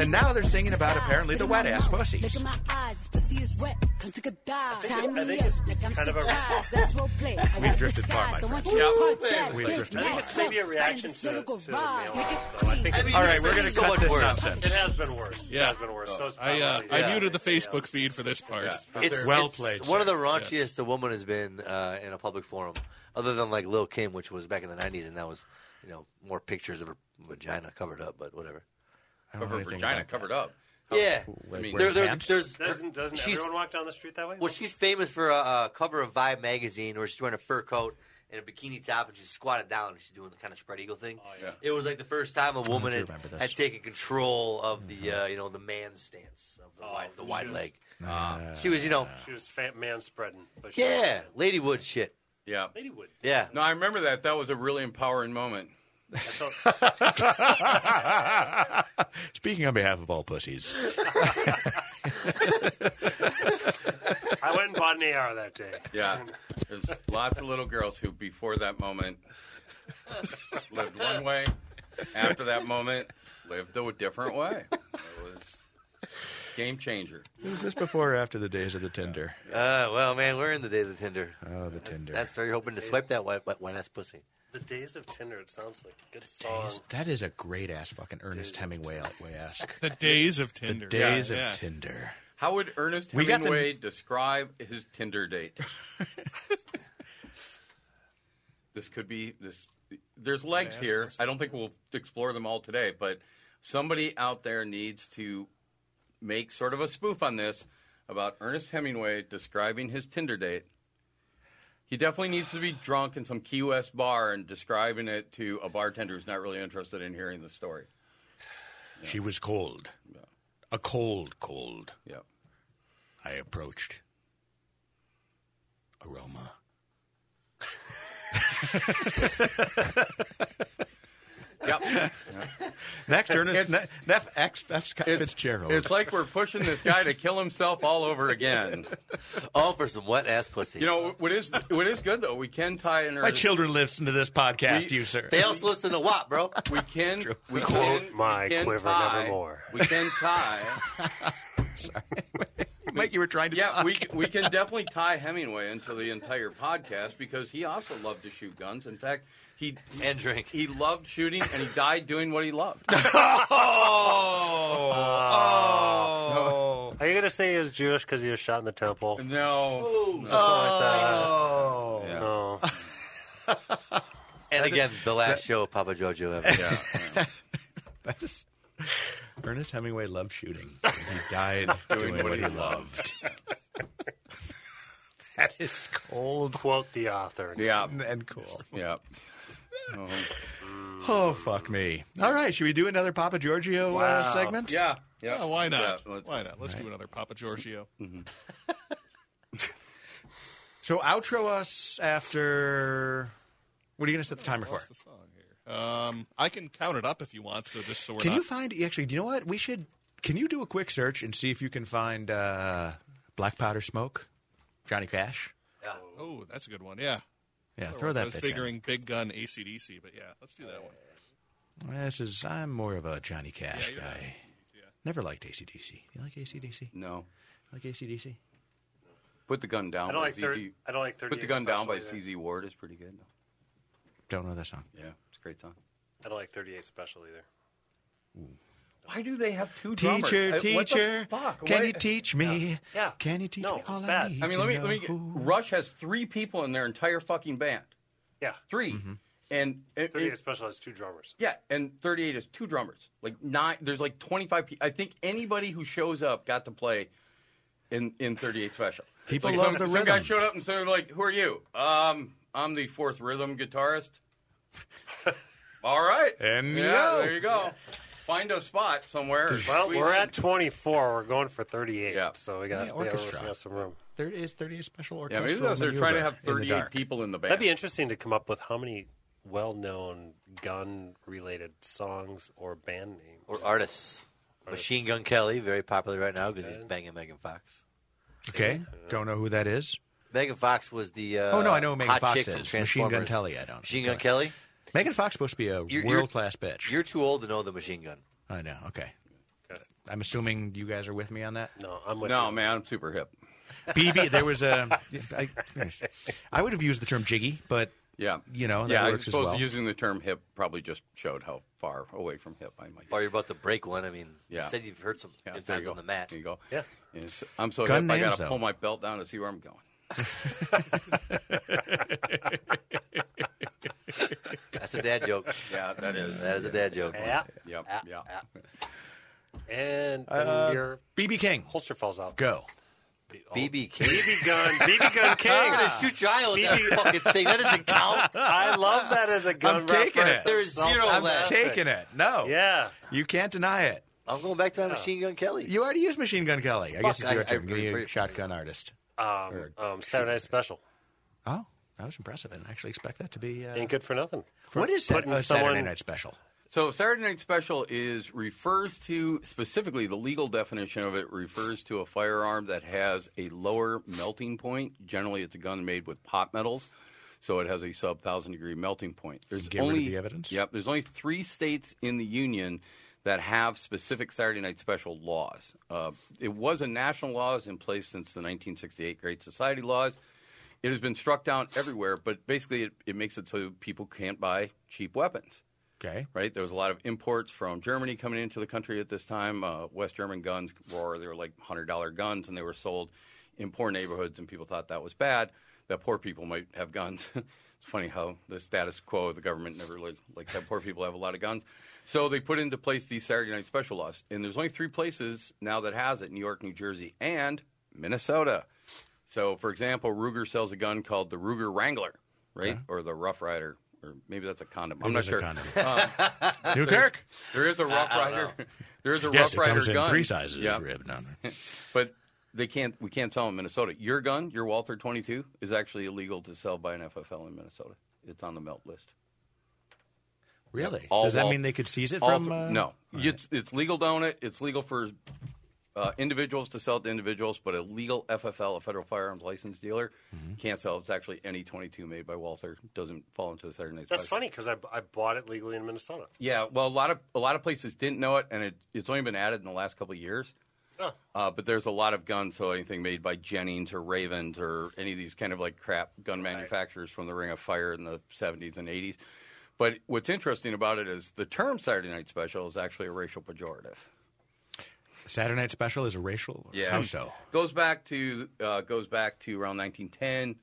And now they're singing about apparently the wet ass pussies. I think it's kind of a- We've drifted far, my friend. Yeah, We've drifted I think it's maybe a reaction to, to the male anthem, though. I think it's, All right, we're gonna So cut much this worse. it nonsense. has been worse. It Yeah. has been worse. So it's I, uh, probably- I muted the Facebook feed for this part. It's Well it's played, One of the sir. raunchiest a woman has been uh, in a public forum, other than like Lil Kim, which was back in the '90s, and that was, you know, more pictures of her vagina covered up, but whatever. I don't Of know her anything vagina about that. covered up. yeah, I mean, there, wearing there's, pants? there's, Doesn't doesn't she's- everyone walk down the street that way? Well, she's famous for a, a cover of Vibe magazine where she's wearing a fur coat and a bikini top, and she's squatted down and she's doing the kind of spread eagle thing. Oh, yeah. It was like the first time a woman had, remember this. Mm-hmm. had taken control of the uh, you know the man stance of the Oh, wide the she wide was- leg. Uh, she was you know she was fat man spreading. But she yeah Lady Wood shit Yeah. Lady Wood. yeah. No, I remember that. That was a really empowering moment. I felt- Speaking on behalf of all pussies, I went and bought an AR that day. Yeah. There's lots of little girls who, before that moment, lived one way. After that moment, lived a different way. It was game changer. was this before or after the days of the Tinder? Uh, well, man, we're in the day of the Tinder. Oh, the Tinder. That's where you're hoping to swipe that white, white, white ass pussy. The days of Tinder. It sounds like a good song. that is a great ass fucking Ernest Hemingway way [LAUGHS] esque. The days of Tinder. Days yeah, of yeah. Tinder. How would Ernest We got the- Hemingway describe his [LAUGHS] Tinder date? this could be this. There's legs here. I don't think we'll explore them all today, but somebody out there needs to make sort of a spoof on this about Ernest Hemingway describing his Tinder date. He definitely needs to be drunk in some Key West bar and describing it to a bartender who's not really interested in hearing the story. She was cold. A cold, cold. Yeah. I approached. Aroma. Yep. Next, Ernest. ne- Neff X, F, Fitzgerald. It's like we're pushing this guy to kill himself all over again. All Oh, for some wet ass pussy. You know what is what is good though. We can tie in My Ernest. children listen to this podcast, We- you sir. they also listen to WAP, [LAUGHS] bro. We can we Quote can, my we can quiver tie, nevermore. We can [LAUGHS] tie. Mike, you were trying to Yeah, talk. [LAUGHS] we we can definitely tie Hemingway into the entire podcast because he also loved to shoot guns. In fact, he and drink. he loved shooting and he died doing what he loved. [LAUGHS] Are you gonna say he was Jewish because he was shot in the temple? No. Oh. No. And again, the last show of Papa Jojo ever. Yeah. yeah. That is- Ernest Hemingway loved shooting. He [LAUGHS] died doing, what, he loved. that is cold Quote the author. Yeah. and cool. Yeah. Oh. Oh, fuck me. All right, should we do another Papa Giorgio uh, Wow. segment? Yeah. Yeah. Yeah, Oh, why not? Yeah, let's- why not? Let's do another Papa Giorgio. [LAUGHS] So outro us after. What are you going to set the timer for? What's the song here? Um, I can count it up if you want. So just so we're Can not. you find actually? Do you know what we should? Can you do a quick search and see if you can find uh, Black Powder Smoke, Johnny Cash? oh, that's a good one. Yeah. Yeah, Oh, Otherwise, throw I that was bitch. figuring Big Gun ACDC, but yeah, let's do that one. in. This is I'm more of a Johnny Cash Yeah, you're guy. Never liked ACDC. You like ACDC? No. Like ACDC? Put the gun down. I don't by like thirty. ZZ I don't like thirty. Put the gun down by CZ Ward is pretty good. Don't know that song. Yeah, it's a great song. I don't like thirty-eight special either. Why do they have two Teacher, drummers? I- what the teacher, fuck? can Why- you teach me? Yeah. Can you teach No, me it's all I bad. need I mean, to let me know let me. who- Rush has three people in their entire fucking band. Yeah. 3 And it- Thirty it- Eight Special has two drummers. yeah, and 38 is two drummers. Like nine, there's like 25. pe- I think anybody who shows up got to play in in 38 [LAUGHS] special. People like love some, the some rhythm. guy showed up and said, "Like, who are you? Um, I'm the fourth rhythm [LAUGHS] guitarist." All right, And yeah, yo. there you go. Find a spot somewhere. or Well, squeeze we're in. at twenty four. We're going for thirty eight. Yeah. So we got Yeah, we got- orchestra. we got some room. There is 30 special Yeah, orchestra. maybe those are trying to have 38 people in the band. That'd be interesting to come up with how many well known gun related songs or band names. Or artists. Machine Gun Kelly, very popular right now because he's banging Megan Fox. Okay, don't know who that is. Megan Fox was the uh, oh no, I know who Megan hot Fox chick is. from Machine Transformers. Gun Kelly. I don't. Machine Gun Kelly. Megan Fox supposed to be a You're- you're- world class bitch. You're too old to know the Machine Gun. I know. Okay. I'm assuming you guys are with me on that. [LAUGHS] No, I'm with no, you. man, I'm super hip. BB, there was a. I, I would have used the term jiggy, but Yeah, you know that yeah. I works as suppose well. using the term hip probably just showed how far away from hip I might. be. Or you're about to break one. I mean, you Yeah. said you've heard some Yeah, good there you times go. on the mat. There you go. Yeah. And it's- I'm so Gun hip, I names, got to though. pull my belt down to see where I'm going. That's a dad joke. Yeah, that is. That is a dad joke. Yeah. Yep, Ah, yeah. ah. And then your BB King, holster [LAUGHS] falls out. go. BB King. [LAUGHS] BB gun, BB gun I'm gonna [LAUGHS] king. shoot your eye with that BB fucking thing. That doesn't count. I love that as a gun. I'm taking reference. it. There is zero Something. I'm left. taking it. No, Yeah. you can't deny it. I'm going back to my Machine Gun Kelly. You already used Machine Gun Kelly. I guess it's Fuck, your I- I turn. Give me agree. a shotgun artist. Um, um, Saturday Night Special. Oh, that was impressive. I didn't actually expect that to be. Uh, Ain't good for nothing. For what is that? putting A Saturday someone- Night Special. So Saturday Night Special is refers to specifically the legal definition of it refers to a firearm that has a lower melting point. Generally, it's a gun made with pot metals, so it has a sub thousand degree melting point. There's Get rid of only the evidence? Yep. There's only three states in the union that have specific Saturday Night Special laws. Uh, it was a national law, it's in place since the 1968 Great Society laws. It has been struck down everywhere, but basically it, it makes it so people can't buy cheap weapons Okay. right? There was a lot of imports from Germany coming into the country at this time. Uh, West German guns, Roar, they were like $100 guns, and they were sold in poor neighborhoods, and people thought that was bad, that poor people might have guns. [LAUGHS] it's funny how the status quo, the government never really likes that poor people have a lot of guns. So they put into place these Saturday night special laws, and there's only three places now that has it, New York, New Jersey, and Minnesota. So, for example, Ruger sells a gun called the Ruger Wrangler, right? Or the Rough Rider, or maybe that's a condom. I'm It not is a sure. [LAUGHS] condom. [LAUGHS] Newkirk. There is a Rough Rider. [LAUGHS] There is a Yes, it Rough Rider comes in gun. three sizes. Yeah, Ribbed on [LAUGHS] there. but they can't. We can't sell in Minnesota. Your gun, your Walther 22, is actually illegal to sell by an FFL in Minnesota. It's on the melt list. Really? All Does that wall- mean they could seize it All from? th- uh, no, it's it's legal to own it. It's legal for uh, individuals to sell it to individuals, but a legal FFL, a federal firearms license dealer, Mm-hmm. can't sell. It's actually any 22 made by Walther doesn't fall into the Saturday Night That's Special. funny because I, I bought it legally in Minnesota. Yeah, well, a lot of a lot of places didn't know it, and it, it's only been added in the last couple of years. Oh. Uh, but there's a lot of guns, so anything made by Jennings or Ravens or any of these kind of like crap gun manufacturers from the Ring of Fire in the 70s and 80s. But what's interesting about it is the term Saturday Night Special is actually a racial pejorative. Saturday Night Special is a racial. How so? Goes back to uh, goes back to around 1910,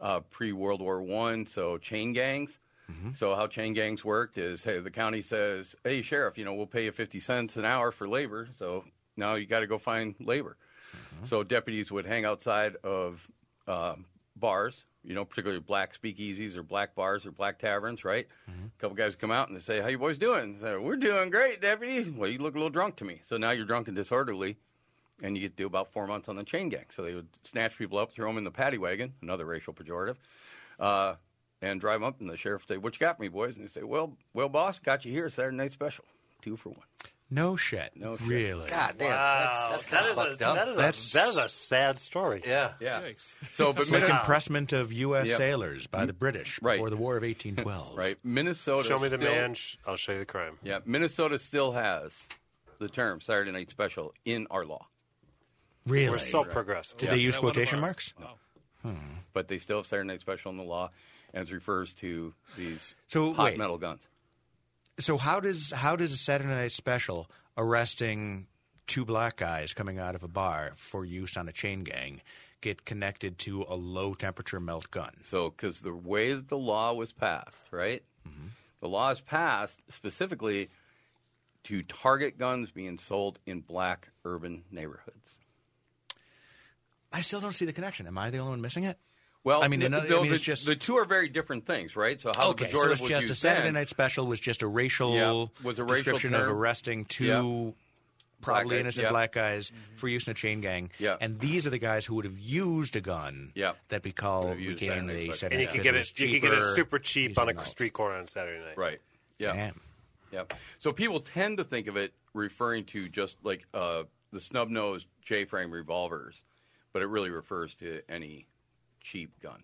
uh, pre World War One. So chain gangs. Mm-hmm. So how chain gangs worked is, hey, the county says, hey, sheriff, you know, we'll pay you 50 cents an hour for labor. So now you got to go find labor. Mm-hmm. So deputies would hang outside of um bars, you know, particularly black speakeasies or black bars or black taverns, right? Mm-hmm. A couple guys come out and they say, "How you boys doing?" So we're doing great, deputy. Well, you look a little drunk to me. So now you're drunk and disorderly, and you get to do about four months on the chain gang. So they would snatch people up, throw them in the paddy wagon, another racial pejorative, uh, and drive 'em up. And the sheriff would say, "What you got for me, boys?" And they say, "Well, well, boss, got you here Saturday night special, two for one." No shit. No shit. Really? God damn, Wow. that's, that's Oh, That kind of is a, fucked up. that is That's- a that is a sad story. yeah. Yeah. Yikes. [LAUGHS] So, but It's like Minne- impressment of U.S. Yep. Mm-hmm. sailors by the British Right. before the War of 1812. [LAUGHS] right, Minnesota. Show me the still- man. sh- I'll show you the crime. Yeah, Minnesota still has the term Saturday Night Special in our law, Really? We're so progressive. Did Yes, they use that one of quotation our- marks? but they still have Saturday Night Special in the law, and it refers to these So, hot wait. metal guns. So how does how does a Saturday Night Special arresting two black guys coming out of a bar for use on a chain gang get connected to a low temperature melt gun? So, because the way that the law was passed, right? Mm-hmm. The laws passed specifically to target guns being sold in black urban neighborhoods. I still don't see the connection. Am I the only one missing it? Well, I mean, the, another- I the- mean, it's the- just- the two are very different things, right? So how the okay, so pejorative it's was just a used Saturday then- Night Special was just a racial Yeah, was a racial description of term. arresting two Yeah. probably guy- Mm-hmm. innocent yeah. black guys for use in a chain gang. Yeah. and these are the guys who would have used a gun. Yeah. that become Would have used became Saturday the Night Saturday and you Night could Special get was it. You could get it cheaper, super cheap on easier a than street corner on Saturday night. Right. Yeah. all. Damn. Yeah. So people tend to think of it referring to just like uh, the snub nosed J frame revolvers, but it really refers to any cheap gun.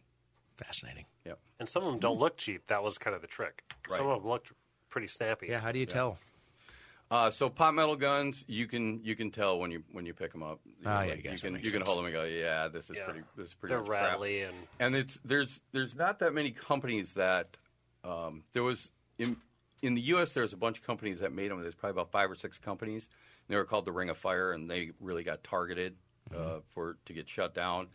fascinating. Yeah. And some of them don't look cheap. That was kind of the trick. Some Right. of them looked pretty snappy. Yeah, how do you tell? Uh, so pot metal guns, you can you can tell when you when you pick them up. You Ah, yeah, I you guess that can makes you can sense. hold them and go, yeah, this is Yeah. pretty this is pretty. They're much crap." rattly and and it's there's there's not that many companies that um, there was in in the U.S. There's a bunch of companies that made them. There's probably about five or six companies. And they were called the Ring of Fire, and they really got targeted uh, for to get shut down.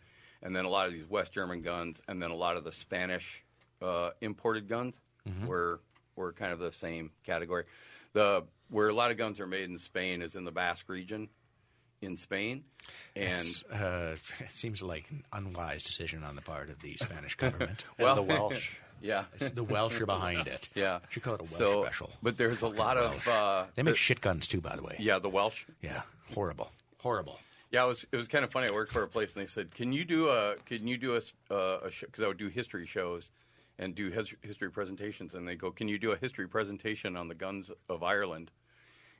And then a lot of these West German guns, and then a lot of the Spanish uh, imported guns were were kind of the same category. The where a lot of guns are made in Spain is in the Basque region in Spain, and It's, uh, it seems like an unwise decision on the part of the [LAUGHS] Spanish government. Well- the [LAUGHS] Welsh. yeah. the Welsh are behind it. Yeah, Should call it a Welsh So- special. But there's a lot of uh, They make the- shit guns too, by the way. yeah the Welsh. Yeah. Horrible. Horrible. Yeah, it was it was kind of funny. I worked for a place and they said, "Can you do a can you do a s- uh, a because I would do history shows and do his, history presentations?" And they go, "Can you do a history presentation on the guns of Ireland?"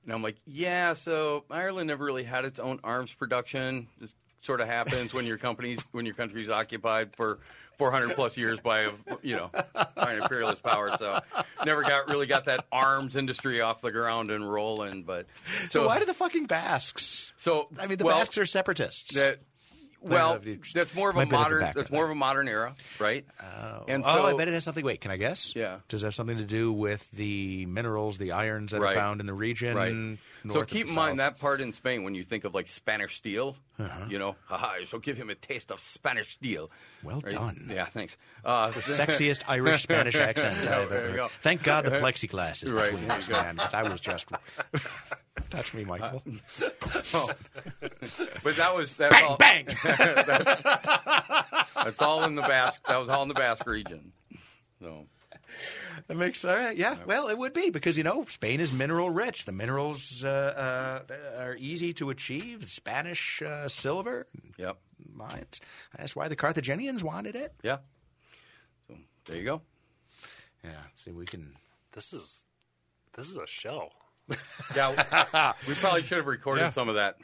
And I'm like, "Yeah, so Ireland never really had its own arms production. This sort of happens when your companies when your country's occupied for 400 plus years by you know by an imperialist power. So never got really got that arms industry off the ground and rolling. But So, why do the fucking Basques? so I mean, the well, Basques are separatists. that well, have you- that's more of might a be looking modern back at that's more that. of a modern era, right? and so oh, I bet it has something. Wait, can I guess? Yeah. Does it have something to do with the minerals, the irons that Right. are found in the region? right. north So of keep the in mind south? Uh-huh. that part in Spain when you think of like Spanish steel, you know, haha, so give him a taste of Spanish steel. Well done. Yeah, thanks. [LAUGHS] Uh, Sexiest Irish [LAUGHS] Spanish accent I've there ever you heard. go. Thank [LAUGHS] God the plexiglass is Right, between there us, you go. man. 'cause I was [LAUGHS] just. [LAUGHS] Touch me, Michael. but that was that's all, bang, bang! that's all in the Basque. That was all in the Basque region. So That makes all right. Yeah. Well, it would be because you know Spain is mineral rich. The minerals uh, uh, are easy to achieve. Spanish uh, silver yep, mines. That's why the Carthaginians wanted it. yeah. So there you go. Yeah. See, we can. this is this is a show. [LAUGHS] Yeah, we probably should have recorded Yeah. some of that.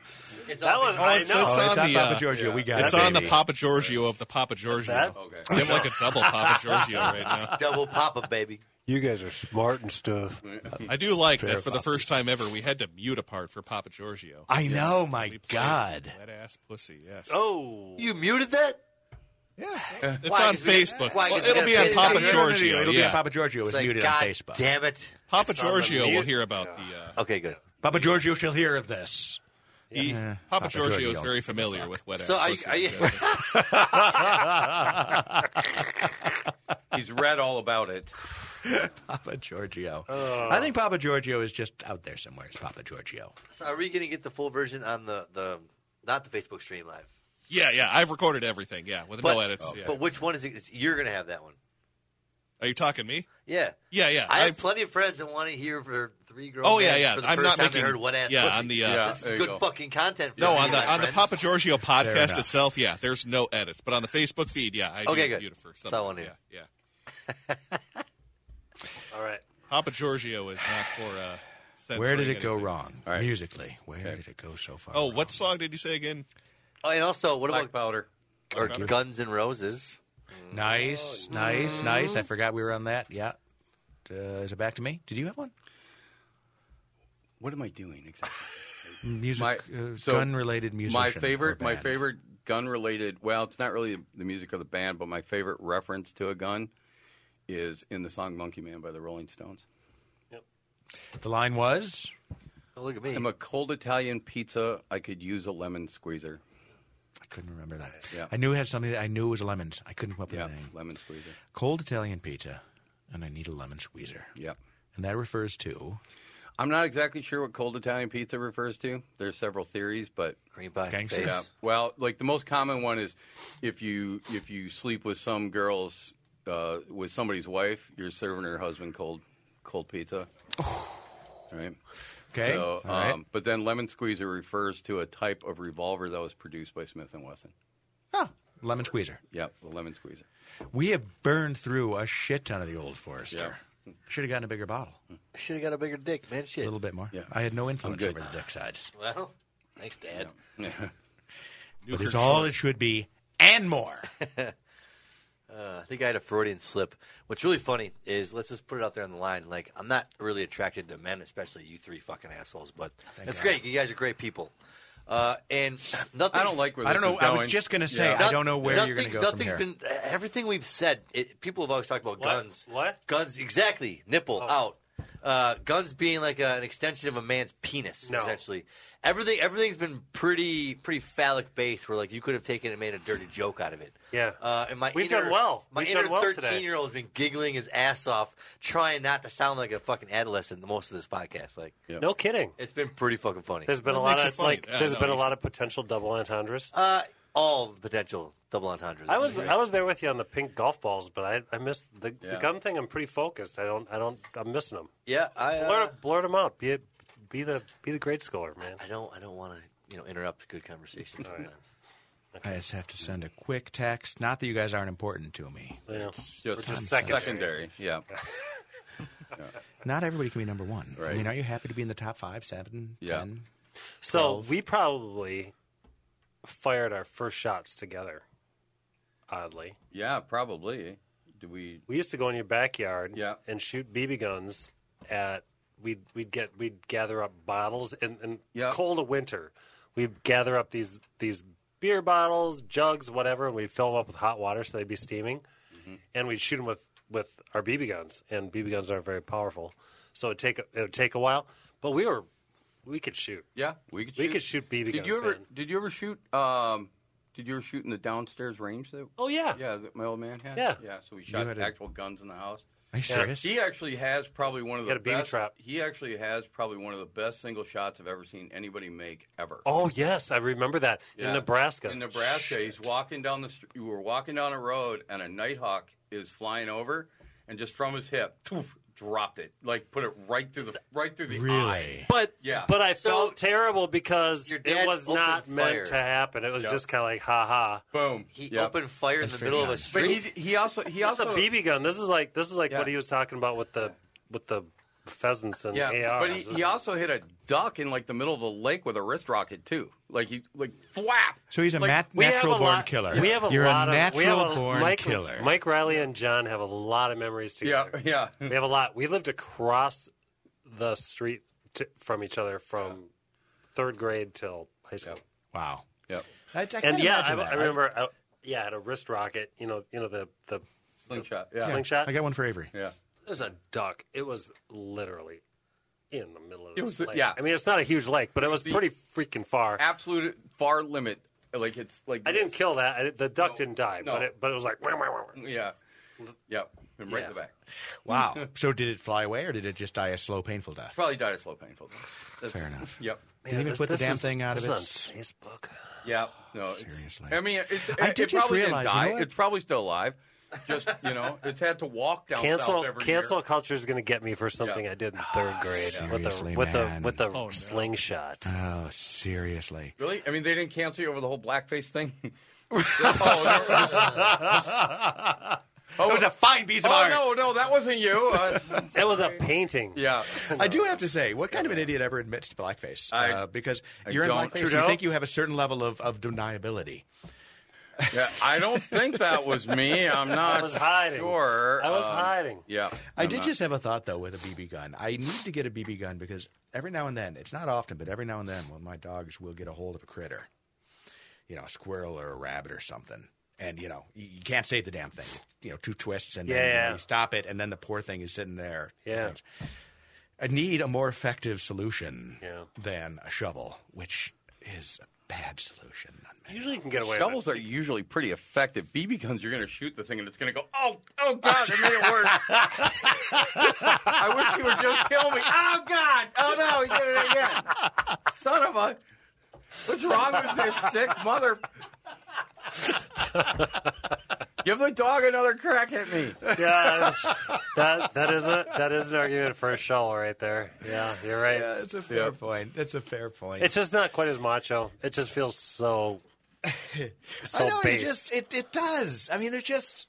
It's That all was because- Oh, I it's- it's know. on it's not the, Papa uh, Giorgio. We got It's it. on the baby. Papa Giorgio of the Papa Giorgio. That- Okay. Give him like a double [LAUGHS] Papa Giorgio right now. double pop up, baby. You guys are smart and stuff. I do like that for the Papas. first time ever we had to mute a part for Papa Giorgio. I know, my We played God. Wet ass pussy. Yes. Oh, You muted that? it's Why? on 'Cause we got- Facebook. why? Well, 'Cause we it'll got be on Facebook. Papa No, no, no, Giorgio. It'll yeah. be on Papa Giorgio. It's It's, like, muted God on Facebook. damn it. Papa on the Giorgio will mute. hear about the. Uh, Okay, good. Papa Giorgio shall hear of this. he, Papa, Papa Giorgio, is Giorgio. very familiar with wet ass So are you- pussy. are you- [LAUGHS] He's read all about it. Papa Giorgio. I think Papa Giorgio is just out there somewhere. It's Papa Giorgio. So are we going to get the full version on the, the not the Facebook stream live? yeah, yeah. I've recorded everything. Yeah, with no edits. yeah. But which one is it? is- You're going to have that one. Are you talking me? Yeah. Yeah, yeah. I have I've- plenty of friends that want to hear for three girls. Oh, yeah, yeah. For the I'm first not time making- they heard what ass yeah, pussy. on the, uh, Yeah, this is there you good go. fucking content. for No, me, my on the on the friends. Papa Giorgio podcast enough. itself, yeah, there's no edits. But on the Facebook feed, yeah, I Okay, do good. mute it for That's all I something. wanted. Yeah, yeah. all right. Papa Giorgio is not for. Uh, Where censoring did it go anything. wrong right. musically? Where did it go so far? Oh, wrong? what song did you say again? Oh, and also, what Black about powder. or Guns and Roses? Nice, nice, nice. I forgot we were on that. Yeah. Uh, is it back to me? Did you have one? What am I doing exactly? Music, My- uh, so gun-related music. my favorite, my favorite gun-related. Well, it's not really the music of the band, but my favorite reference to a gun is in the song "Monkey Man" by the Rolling Stones. The line was. Oh, look at me. I'm a cold Italian pizza. I could use a lemon squeezer. I couldn't remember that. Yeah. I knew it had something. That I knew it was lemons. I couldn't come up with Yeah, a name. lemon squeezer. Cold Italian pizza. and I need a lemon squeezer. Yep. And that refers to I'm not exactly sure what cold Italian pizza refers to. There's several theories, but Green pie. Gangsta. face. Yeah. well, like the most common one is if you if you sleep with some girls uh, with somebody's wife, you're serving her husband cold cold [SIGHS] pizza. Right. okay. So, all right. um, but then lemon squeezer refers to a type of revolver that was produced by Smith and Wesson. Oh, lemon squeezer. Yeah, the lemon squeezer. [LAUGHS] We have burned through a shit ton of the old Forester. Should have gotten a bigger bottle, Should have got a bigger dick, man. Shit. a little bit more. Yeah. I had no influence good. over the dick sides, Well, thanks, Dad. but it's all it should be and more. I think I had a Freudian slip. What's really funny is let's just put it out there on the line. Like I'm not really attracted to men, especially you three fucking assholes. But that's great. You guys are great people. Uh, and [COUGHS] nothing. I don't like where I this don't know. is I was going. just gonna say, Yeah. I don't know where you're nothing- gonna go from nothing's here. Been, everything we've said, it, people have always talked about What? guns. What? Oh. Guns, exactly. Nipple, out. Uh, guns being like a, an extension of a man's penis, No. essentially. Everything, everything's been pretty, pretty phallic based. Where like you could have taken and made a dirty joke out of it. Yeah. Uh, and my We've inner, done well. My We've inner done well today. thirteen-year-old has been giggling his ass off, trying not to sound like a fucking adolescent. Most of this podcast, like, No kidding. it's been pretty fucking funny. There's been a What lot makes of it funny? like. Yeah, there's no, been a you- lot of potential double entendres. uh, all the potential double entendres. I It's was great. I was there with you on the pink golf balls, but I, I missed the, the Yeah. gun thing. I'm pretty focused. I don't I don't I'm missing them. yeah. I uh, Blur, blurt them out. Be a, be the be the grade scorer, man. I don't. I don't want to, you know, interrupt good conversations sometimes. I just have to send a quick text. Not that you guys aren't important to me. Yeah. Just, just secondary. secondary. Yeah. Not everybody can be number one. I Right. mean, aren't you happy to be in the top five, seven, Yeah. ten? So we probably fired our first shots together. Oddly, Yeah, probably. Do we? we used to go in your backyard Yeah. and shoot BB guns at. We'd we'd get we'd gather up bottles in, in Yeah. cold of winter. We'd gather up these these beer bottles, jugs, whatever, and we'd fill them up with hot water so they'd be steaming, Mm-hmm. and we'd shoot them with with our BB guns. And BB guns aren't very powerful, so it take it would take a while. But we were we could shoot. Yeah, we could. We could shoot BB did guns, You ever, man. did you ever shoot? Um, did you ever shoot in the downstairs range? That, Oh yeah, yeah, that my old man had. Yeah. yeah. So we shot had a- actual guns in the house. Are you serious? He actually has probably one of the had a beam best. trap. He actually has probably one of the best single shots I've ever seen anybody make ever. Oh yes, I remember that Yeah. in Nebraska. In Nebraska, he's walking down the. Str- you were walking down a road, and a Nighthawk is flying over, and just from his hip, toof, dropped it. Like put it right through the right through the eye. Really? But Yeah. but I So- felt terrible because Your it dad was opened not fire. meant to happen. It was Yeah. just kind of like, ha ha. Boom. He Yep. opened fire in the That's middle of a pretty But street. he's, he also he This is a also BB gun. This is like this is like Yeah. what he was talking about with the with the pheasants and yeah, ARs. but he, This he is- also hit a duck in like the middle of the lake with a wrist rocket too. Like he like flap. So he's a Like, mat- we have natural a born lot- killer. We have a You're lot a of we have natural a- born Mike, killer. Mike Riley and John have a lot of memories Yeah, together. yeah. we have a lot. We lived across the street t- from each other from third grade till high school. Wow. Yep. I, I can't and yeah, I, imagine that. I remember. I, yeah, I had a wrist rocket. You know, you know the the Slingshot. Yeah. slingshot. I got one for [LAUGHS] Avery. Yeah. It was a duck. It was literally in the middle of It this was- lake. yeah. I mean, it's not a huge lake, but it was the- pretty freaking far. Absolute far limit. Like it's like I didn't kill that. I, did- the duck No, didn't die, no. but it but it was like. "Wah, wah, wah, wah." Yeah. Yep. And right in Yeah. the back. Wow. so did it fly away, or did it just die a slow, painful death? Probably died a slow painful. That's- Fair enough. Yep. Did you even this- put the this damn is- thing out of this its is on Facebook. Yeah. No. it's- Seriously. I mean, it's, I it, did it just probably realize, you didn't know die. what? it's probably still alive. Just you know, it's had to walk down Cancel south every cancel year. culture is going to get me for something Yeah. I did in third grade with seriously, a with man. a with a slingshot. Oh, seriously. Really? I mean, they didn't cancel you over the whole blackface [LAUGHS] thing. oh, that was, Oh, it was a fine piece of oh art. no, no, that wasn't you. Uh, It was a painting. [LAUGHS] yeah. I do have to say, what kind of an idiot ever admits to blackface? I- uh, because you're in don't- blackface, Trudeau? you think you have a certain level of, of deniability. Yeah, I don't think that was me. I'm not I was hiding. sure. I was Um, hiding. Yeah. I I'm did not- just have a thought though with a BB gun. I need to get a BB gun because every now and then, it's not often, but every now and then, when my dogs will get a hold of a critter, you know, a squirrel or a rabbit or something, and you know, you, you can't save the damn thing. You know, two twists and then you Yeah. you stop it, and then the poor thing is sitting there. Yeah. I need a more effective solution Yeah. than a shovel, which is bad solution. on many Usually you can get away Shovels with are usually pretty effective. BB guns, you're going to shoot the thing and it's going to go, oh, [LAUGHS] oh, God, it made it worse. I wish you would just kill me. Oh, God. Oh, no, he did it again. Son of a. What's wrong with this sick mother? Give the dog another crack at me. it. Yeah, that's- that that is a that is an argument for a shovel right there. Yeah, you're right. Yeah, that's a fair point. That's a fair point. It's just not quite as macho. It just feels [LAUGHS] so so I know, base. It just it, it does. I mean, there's just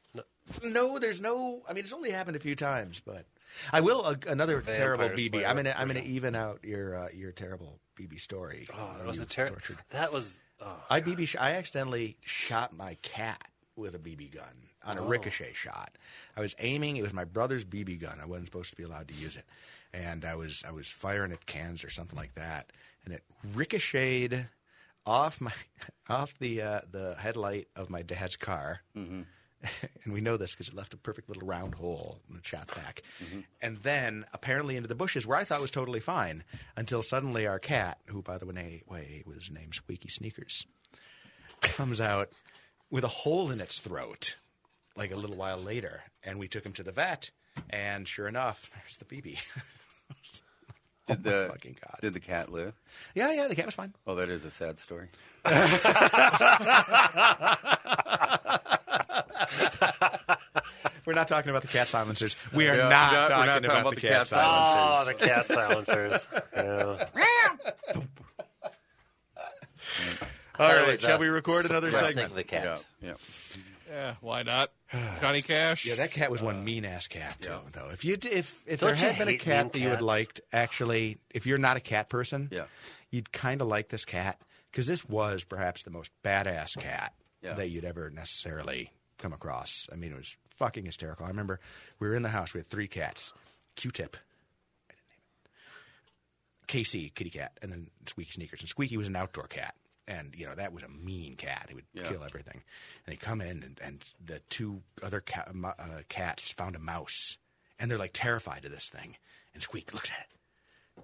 no. There's no. I mean, it's only happened a few times, but I will a, another terrible BB. Slayer, I'm gonna I'm gonna even out your uh, your terrible BB story. oh, that that was a ter- That was oh, I BB. Sh- I accidentally shot my cat with a BB gun on a ricochet shot. I was aiming. It was my brother's BB gun. I wasn't supposed to be allowed to use it, and I was I was firing at cans or something like that, and it ricocheted off my [LAUGHS] off the uh, the headlight of my dad's car. [LAUGHS] And we know this because it left a perfect little round hole in the shot back. And then apparently into the bushes where I thought was totally fine until suddenly our cat, who by the way way was named Squeaky Sneakers, comes out with a hole in its throat like a little while later. And we took him to the vet, and sure enough, there's the [LAUGHS] BB. Did my the, fucking God. Did the cat live? yeah, yeah, the cat was fine. Oh, that is a sad story. We're not talking about the cat [LAUGHS] silencers. We are not, Yeah, we're not- we're talking, not about the cat, silencers. oh silencers. the cat silencers. [LAUGHS] Yeah. All That right, was shall us we record another suppressing segment? The cat. Yeah, yeah. Yeah, why not? [SIGHS] Johnny Cash. Yeah, that cat was one mean ass cat too. Though, if you d- if if there Don't you had been a hate mean cat that you cats? had liked, actually, if you're not a cat person, Yeah. you'd kind of like this cat because this was perhaps the most badass cat Yeah. that you'd ever necessarily come across. I mean, it was fucking hysterical. I remember we were in the house. We had three cats: Q-Tip, Casey, kitty cat, and then Squeaky Sneakers. And Squeaky was an outdoor cat. And, you know, that was a mean cat. He would Yeah. kill everything. And they come in, and, and the two other ca- mu- uh, cats found a mouse. And they're like terrified of this thing. And Squeak looks at it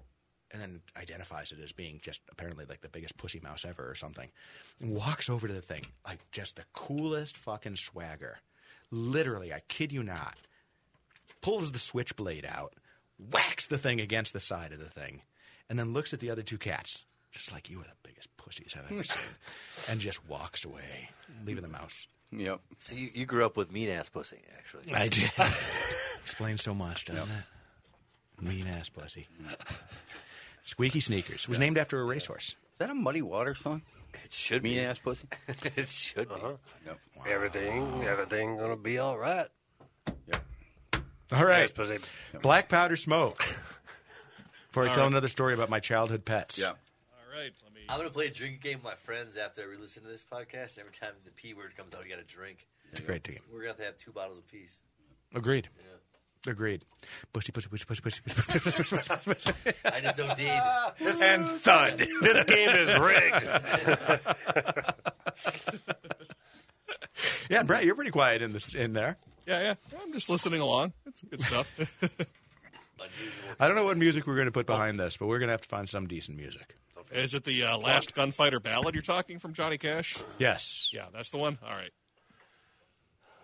and then identifies it as being just apparently like the biggest pussy mouse ever or something. And walks over to the thing, like just the coolest fucking swagger. Literally, I kid you not pulls the switchblade out, whacks the thing against the side of the thing, and then looks at the other two cats, just like you are the biggest pussies I've ever [LAUGHS] seen, and just walks away, leaving the mouse. Yep. So you, you grew up with mean ass pussy, actually. I did. [LAUGHS] Explains so much, doesn't it? Mean ass pussy. Squeaky Sneakers was named after a racehorse. Is that a Muddy Water song? It should Mean be. ass pussy? [LAUGHS] it should be. Everything everything gonna be all right. All I right, suppose they- black powder smoke. Before I tell another story about my childhood pets. Yeah. All right, let me. I'm gonna play a drink game with my friends after we listen to this podcast. And every time the p word comes out, you got to drink. it's a great team. We're gonna have to have two bottles apiece. Agreed. Agreed. Pussy, pussy, pussy, pussy, pussy, pussy, pussy, pussy, pussy. I just OD'd. and thud. This game is rigged. Yeah, Brett, you're pretty quiet in this in there. Yeah, yeah. I'm just listening along. It's good [LAUGHS] stuff. I don't know what music we're going to put behind this, but we're going to have to find some decent music. Is it the uh, last gunfighter ballad you're talking from Johnny Cash? Yes. Yeah, that's the one. All right,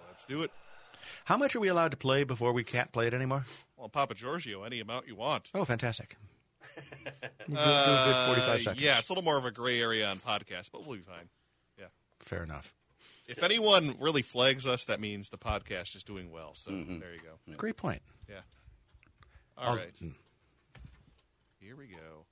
let's do it. How much are we allowed to play before we can't play it anymore? Well, Papa Giorgio, any amount you want. Oh, fantastic. We'll do a good 45 Uh, seconds. yeah, it's a little more of a gray area on podcast, but we'll be fine. Fair enough. If anyone really flags us, that means the podcast is doing well. So Mm-hmm. there you go. Great point. Um, Yeah. All I'll- right. Here we go.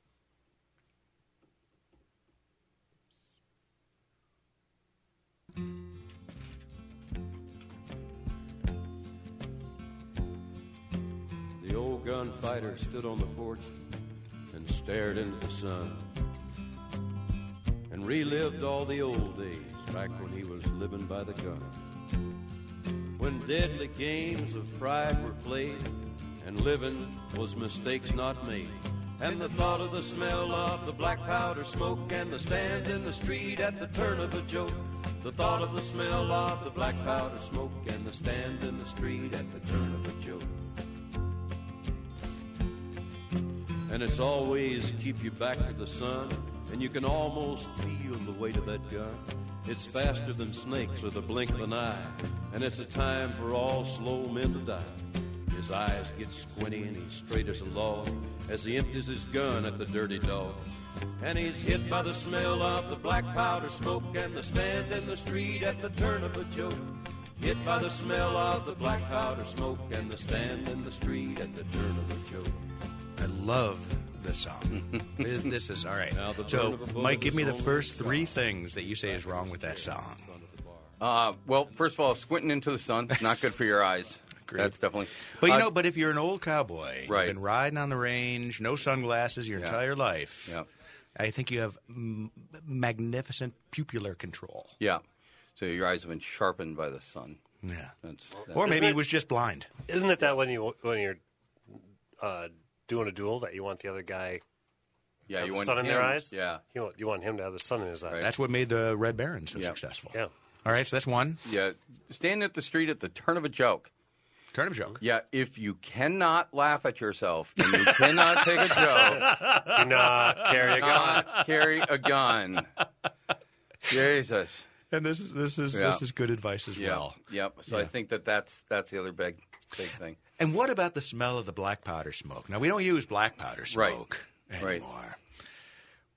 The old gunfighter stood on the porch and stared into the sun and relived all the old days back when he was living by the gun. When deadly games of pride were played and living was mistakes not made. And the thought of the smell of the black powder smoke and the stand in the street at the turn of a joke. The thought of the smell of the black powder smoke and the stand in the street at the turn of a joke. and it's always keep you back to the sun and you can almost feel the weight of that gun. It's faster than snakes or the blink of an eye, and it's a time for all slow men to die. His eyes get squinty and he's straight as a log as he empties his gun at the dirty dog. And he's hit by the smell of the black powder smoke and the stand in the street at the turn of a joke. Hit by the smell of the black powder smoke and the stand in the street at the turn of a joke. I love this [LAUGHS] song. this, this is all right. the So, burn of a bullet Mike, give is me the only first the three song. things that you say is wrong with that song. Uh, well, first of all, squinting into the sun not good for your [LAUGHS] eyes. That's definitely. But you Uh, know, but if you're an old cowboy, Right. you've been riding on the range, no sunglasses your Yeah. entire life. Yeah. I think you have m- magnificent pupillar control. yeah. So your eyes have been sharpened by the sun. Yeah. That's, that's Or maybe it- he was just blind. Isn't it that when you when you're uh, doing a duel that you want the other guy to yeah. have You the want sun in their him- eyes? Yeah. You want, you want him to have the sun in his eyes. That's what made the Red Baron so Yeah. successful. Yeah. All right, so that's one. Yeah. Standing at the street at the turn of a joke. Turnip joke. Yeah. If you cannot laugh at yourself, and you cannot take a [LAUGHS] joke. Do [LAUGHS] not [LAUGHS] carry a do gun. Not carry a gun. Jesus. And this is this is Yeah. this is good advice as Yeah. well. Yep. So I Yeah. think that that's that's the other big big thing. And what about the smell of the black powder smoke? Now we don't use black powder Right. smoke Right. anymore.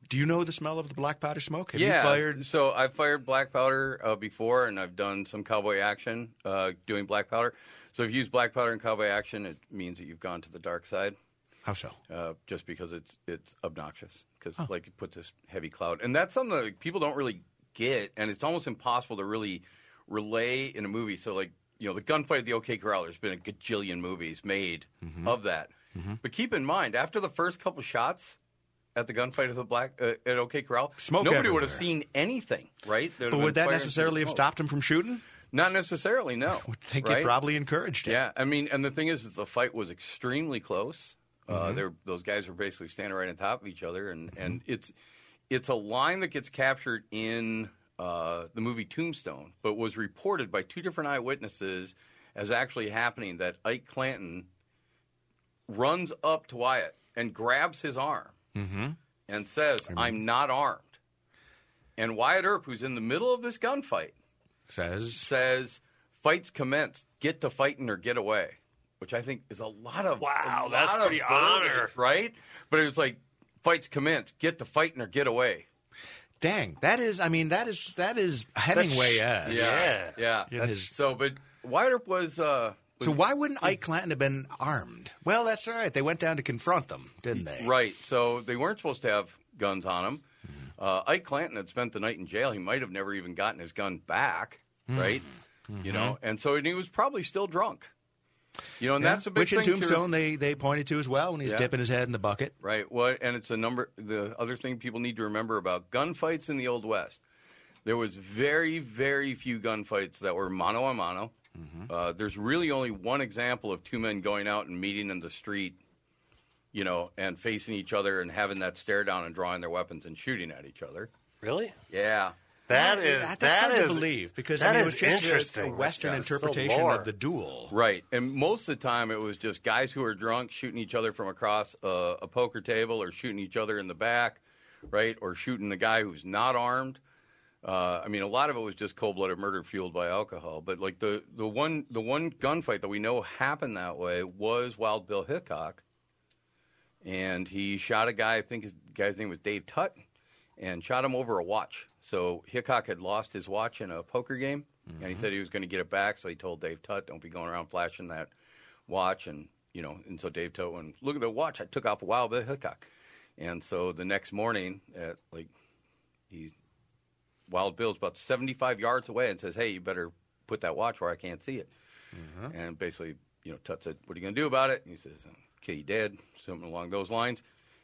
Do you know the smell of the black powder smoke? Have yeah. you fired? So I've fired black powder uh, before, and I've done some cowboy action uh, doing black powder. So if you use black powder in cowboy action, it means that you've gone to the dark side. How so? Uh, just because it's it's obnoxious because Oh. like it puts this heavy cloud, and that's something that like, people don't really get, and it's almost impossible to really relay in a movie. So like you know, the gunfight at the OK Corral. There's been a gajillion movies made Mm-hmm. of that, but keep in mind after the first couple shots. At the gunfight at the black uh, at OK Corral, Smoke nobody everywhere. would have seen anything, right? There But have would been that fire and necessarily have smoke. stopped him from shooting? Not necessarily, no. I [LAUGHS] would think right? it probably encouraged him. Yeah, I mean, and the thing is, is the fight was extremely close. Uh, they those guys were basically standing right on top of each other, and, and it's it's a line that gets captured in uh, the movie Tombstone, but was reported by two different eyewitnesses as actually happening. That Ike Clanton runs up to Wyatt and grabs his arm and says, "I'm not armed." And Wyatt Earp, who's in the middle of this gunfight, Says says fights commence get to fighting or get away which i think is a lot of Wow, a that's lot of pretty verbiage, honor. right but it was like fights commence get to fighting or get away Dang, that is. I mean, that is that is Hemingway esque. Yeah. yeah It is. so but Wyatt Earp was uh So why wouldn't Ike Clanton have been armed? Well, that's all right. They went down to confront them, didn't they? right so they weren't supposed to have guns on him Mm-hmm. uh, ike clanton had spent the night in jail he might have never even gotten his gun back Mm-hmm. right you know and so and he was probably still drunk you know and Yeah. that's a big Which in thing to- Tombstone they, they pointed to as well when he's Yeah. dipping his head in the bucket. Right. What? And it's a number. The other thing people need to remember about gunfights in the Old West, there was very, very few gunfights that were mano a mano. Uh, there's really only one example of two men going out and meeting in the street, you know, and facing each other and having that stare down and drawing their weapons and shooting at each other. Really? Yeah. That is that's that hard is- to believe because I that mean, it is was just a- interesting. a, Western Yeah, so interpretation lore. of the duel. Right. And most of the time, it was just guys who were drunk shooting each other from across a, a poker table or shooting each other in the back, right? Or shooting the guy who's not armed. Uh, I mean, a lot of it was just cold-blooded murder fueled by alcohol. But like the, the one the one gunfight that we know happened that way was Wild Bill Hickok, and he shot a guy. I think his guy's name was Dave Tutt, and shot him over a watch. So Hickok had lost his watch in a poker game, and he said he was going to get it back. So he told Dave Tutt, "Don't be going around flashing that watch." And you know, and so Dave Tutt went, "Look at the watch! I took off a Wild Bill Hickok." And so the next morning, at like he's Wild Bill's about 75 yards away and says, "Hey, you better put that watch where I can't see it." Mm-hmm. And basically, you know, Tut said, "What are you going to do about it?" And he says, "Kill you dead," something along those lines.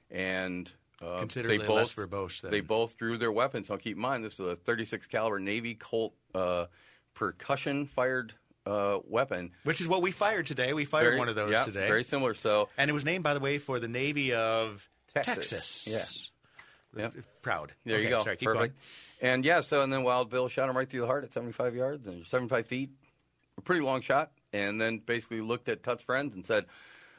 And uh, Considerably they both less verbose than- they both drew their weapons. Now, keep in mind, this is a 36 caliber Navy Colt uh, percussion fired uh, weapon. Which is what we fired today. We fired Very- one of those yeah, today. Very similar. So And it was named, by the way, for the Navy of Texas. Texas. yeah. Proud. There Okay, you go. Sorry, keep Perfect. And yeah, so and then Wild Bill shot him right through the heart at 75 yards and 75 feet, a pretty long shot. And then basically looked at Tut's friends and said,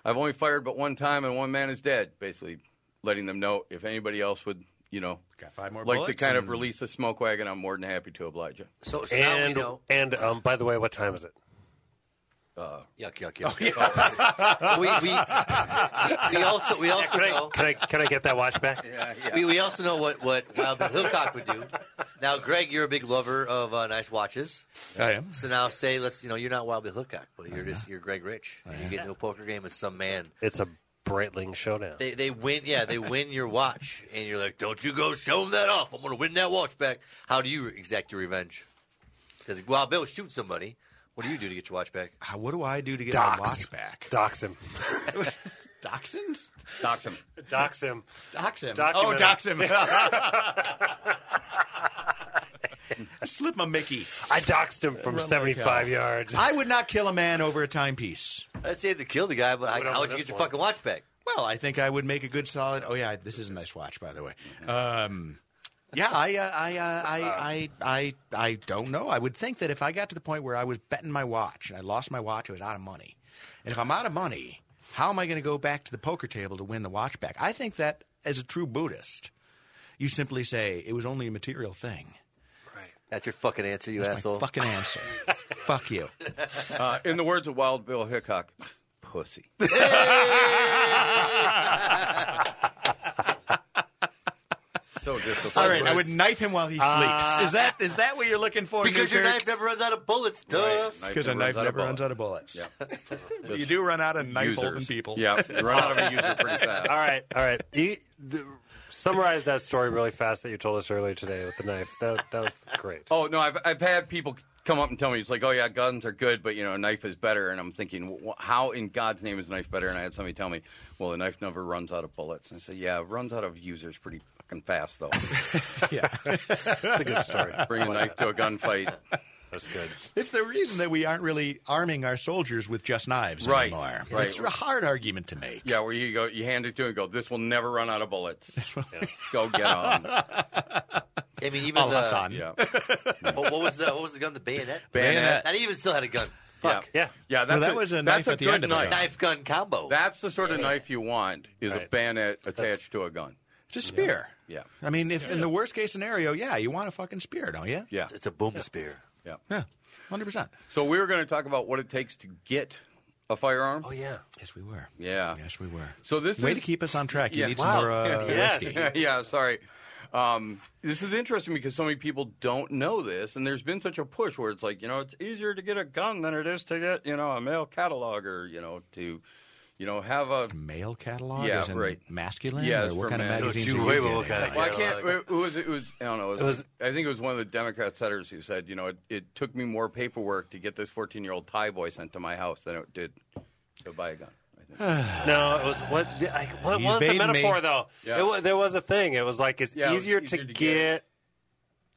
"I've only fired but one time, and one man is dead." Basically, letting them know if anybody else would you know, Got five more like to bullets kind of and- release the smoke wagon. I'm more than happy to oblige you. So, so now we And know. and um, by the way, what time is it? Yuck, yuck, yuck. Oh, we, we, we also we also Can I, know can I can I get that watch back? we, we also know what what Wild Bill Hillcock would do. Now, Greg, you're a big lover of uh, nice watches. I am. So now say let's you know you're not Wild Bill Hillcock, but you're just you're Greg Rich. And you get into a poker game with some man. It's a Breitling showdown. They they win yeah they win your watch and you're like don't you go show them that off I'm gonna win that watch back. How do you exact your revenge? Because Wild Bill shoots somebody. What do you do to get your watch back? How, what do I do to get my Dox. watch back? Dox him. [LAUGHS] Dachshund? Dox him. Dox him. Dox him. Oh, Document dox [LAUGHS] [LAUGHS] him. I slipped my Mickey. I doxed him from Run like hell. 75 yards. I would not kill a man over a timepiece. I say to kill the guy, but We I, don't how know would you this get your one. fucking watch back? Well, I think I would make a good solid. Oh yeah, this is a nice watch, by the way. Um, yeah, I, uh, I, uh, I, I, I, I don't know. I would think that if I got to the point where I was betting my watch and I lost my watch, I was out of money. And if I'm out of money, how am I going to go back to the poker table to win the watch back? I think that as a true Buddhist, you simply say it was only a material thing. That's your fucking answer, you That's asshole. my fucking [LAUGHS] answer. Fuck you. Uh, in the words of Wild Bill Hickok, [LAUGHS] pussy. so disappointed. All right, I would knife him while he sleeps. Ah. is that is that what you're looking for? because your Newkirk? knife never runs out of bullets, duh. Because a knife never runs out of bullets. But you do run out of knife holding people. [LAUGHS] Yeah, you run out of a user pretty fast. all right, all right. You, the, summarize that story really fast that you told us earlier today with the knife. That, that was great. Oh no, I've I've had people come up and tell me it's like, oh yeah, guns are good, but you know, a knife is better. And I'm thinking, wh- how in God's name is a knife better? And I had somebody tell me, well, a knife never runs out of bullets. And I said, yeah, it runs out of users pretty fucking fast though. That's a good story. Bring a knife to a gunfight, That's good. It's the reason that we aren't really arming our soldiers with just knives Right, anymore. right. It's a hard argument to make. yeah, where you go, you hand it to him, and go, this will never run out of bullets. Go get on. I mean, even Al the Oh, Hassan. Yeah, what, Oh, what was the what was the gun? The bayonet. bayonet. That even still had a gun. Fuck. Yeah. Yeah, that's No, that was a that's knife at the good end of the knife. gun. Knife gun combo. That's the sort of knife you want is a Right. bayonet attached That's- to a gun. It's a spear. Yeah. I mean, if in the worst case scenario, yeah, you want a fucking spear, don't you? Yeah, it's a boom spear. yeah. Yeah. 100%. So we were going to talk about what it takes to get a firearm. Oh, yeah. Yes, we were. Yeah. Yes, we were. So this Way is to keep us on track. You Yeah. need Wow. some more uh, Yes. whiskey. [LAUGHS] yeah, sorry. Um, this is interesting because so many people don't know this, and there's been such a push where it's like, you know, it's easier to get a gun than it is to get, you know, a mail catalog or, you know, to, you know, have a. Male catalog? Yeah, as in right. masculine? Yeah, it's or what for kind men. of Don't magazines you are worry getting? what kind of Well, I catalog. can't. It was. It was. I don't know. It was, was- I think it was one of the Democrat senators who said, you know, it, it took me more paperwork to get this 14 year old Thai boy sent to my house than it did to buy a gun. I think. No, it was what? I, what You was the baited me. metaphor though? Yeah. It wa- there was a thing. It was like it's Yeah, it was easier, easier to, to get, get.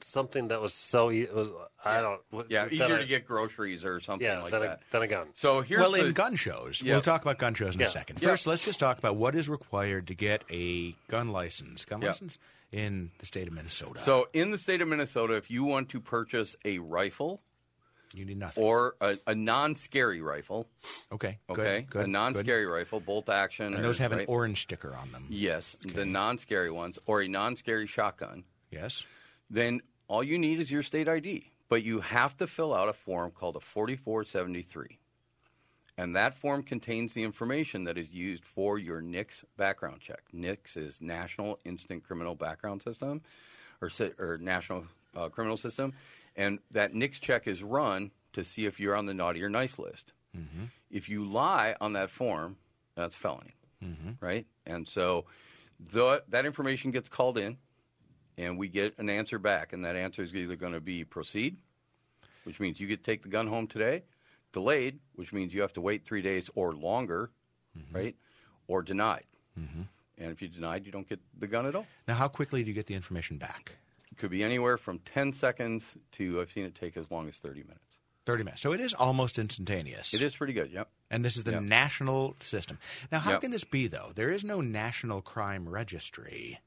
something that was so. E- it was I don't. what- yeah, than easier a- to get groceries or something Yeah, like than, that. A, than a gun. So here's well, the in gun shows, Yeah. we'll talk about gun shows in Yeah. a second. Yeah. First, let's just talk about what is required to get a gun license. Gun Yeah. license in the state of Minnesota. So, in the state of Minnesota, if you want to purchase a rifle you need nothing. or a, a non-scary rifle, okay, good, okay, good, a good. non-scary rifle, bolt action, And those or- have an right? orange sticker on them. Yes, the non-scary ones or a non-scary shotgun. Yes. Then all you need is your state ID, but you have to fill out a form called a 4473. And that form contains the information that is used for your NICS background check. NICS is National Instant Criminal Background System or, si- or National uh, Criminal System. And that NICS check is run to see if you're on the naughty or nice list. If you lie on that form, that's felony, right? And so the, that information gets called in and we get an answer back, and that answer is either going to be proceed, which means you get to take the gun home today, delayed, which means you have to wait three days or longer, right? Or denied. And if you denied, you don't get the gun at all. Now, how quickly do you get the information back? It could be anywhere from 10 seconds to I've seen it take as long as 30 minutes. 30 minutes. So it is almost instantaneous. It is pretty good, yep. And this is the national system. Now, how Yep. can this be, though? There is no national crime registry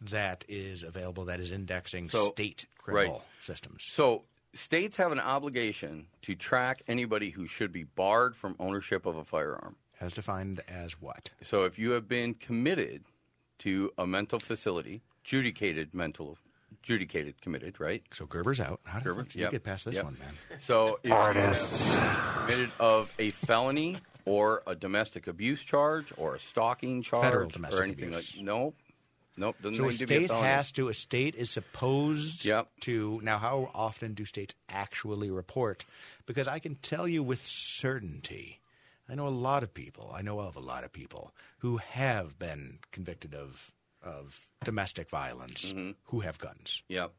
that is available that is indexing So- state right. criminal systems. So states have an obligation to track anybody who should be barred from ownership of a firearm. As defined as what? So if you have been committed to a mental facility adjudicated mental, adjudicated committed, right? So Gerber's out. How did Gerber, you yep, get past this yep. one, man? So if artists committed of a felony or a domestic abuse charge or a stalking charge Federal domestic or anything abuse. like nope, nope. Doesn't So a need to be a state felony. has to. A state is supposed Yep. to. Now, how often do states actually report? Because I can tell you with certainty. I know a lot of people. I know of a lot of people who have been convicted of of domestic violence Mm-hmm. who have guns. Yep.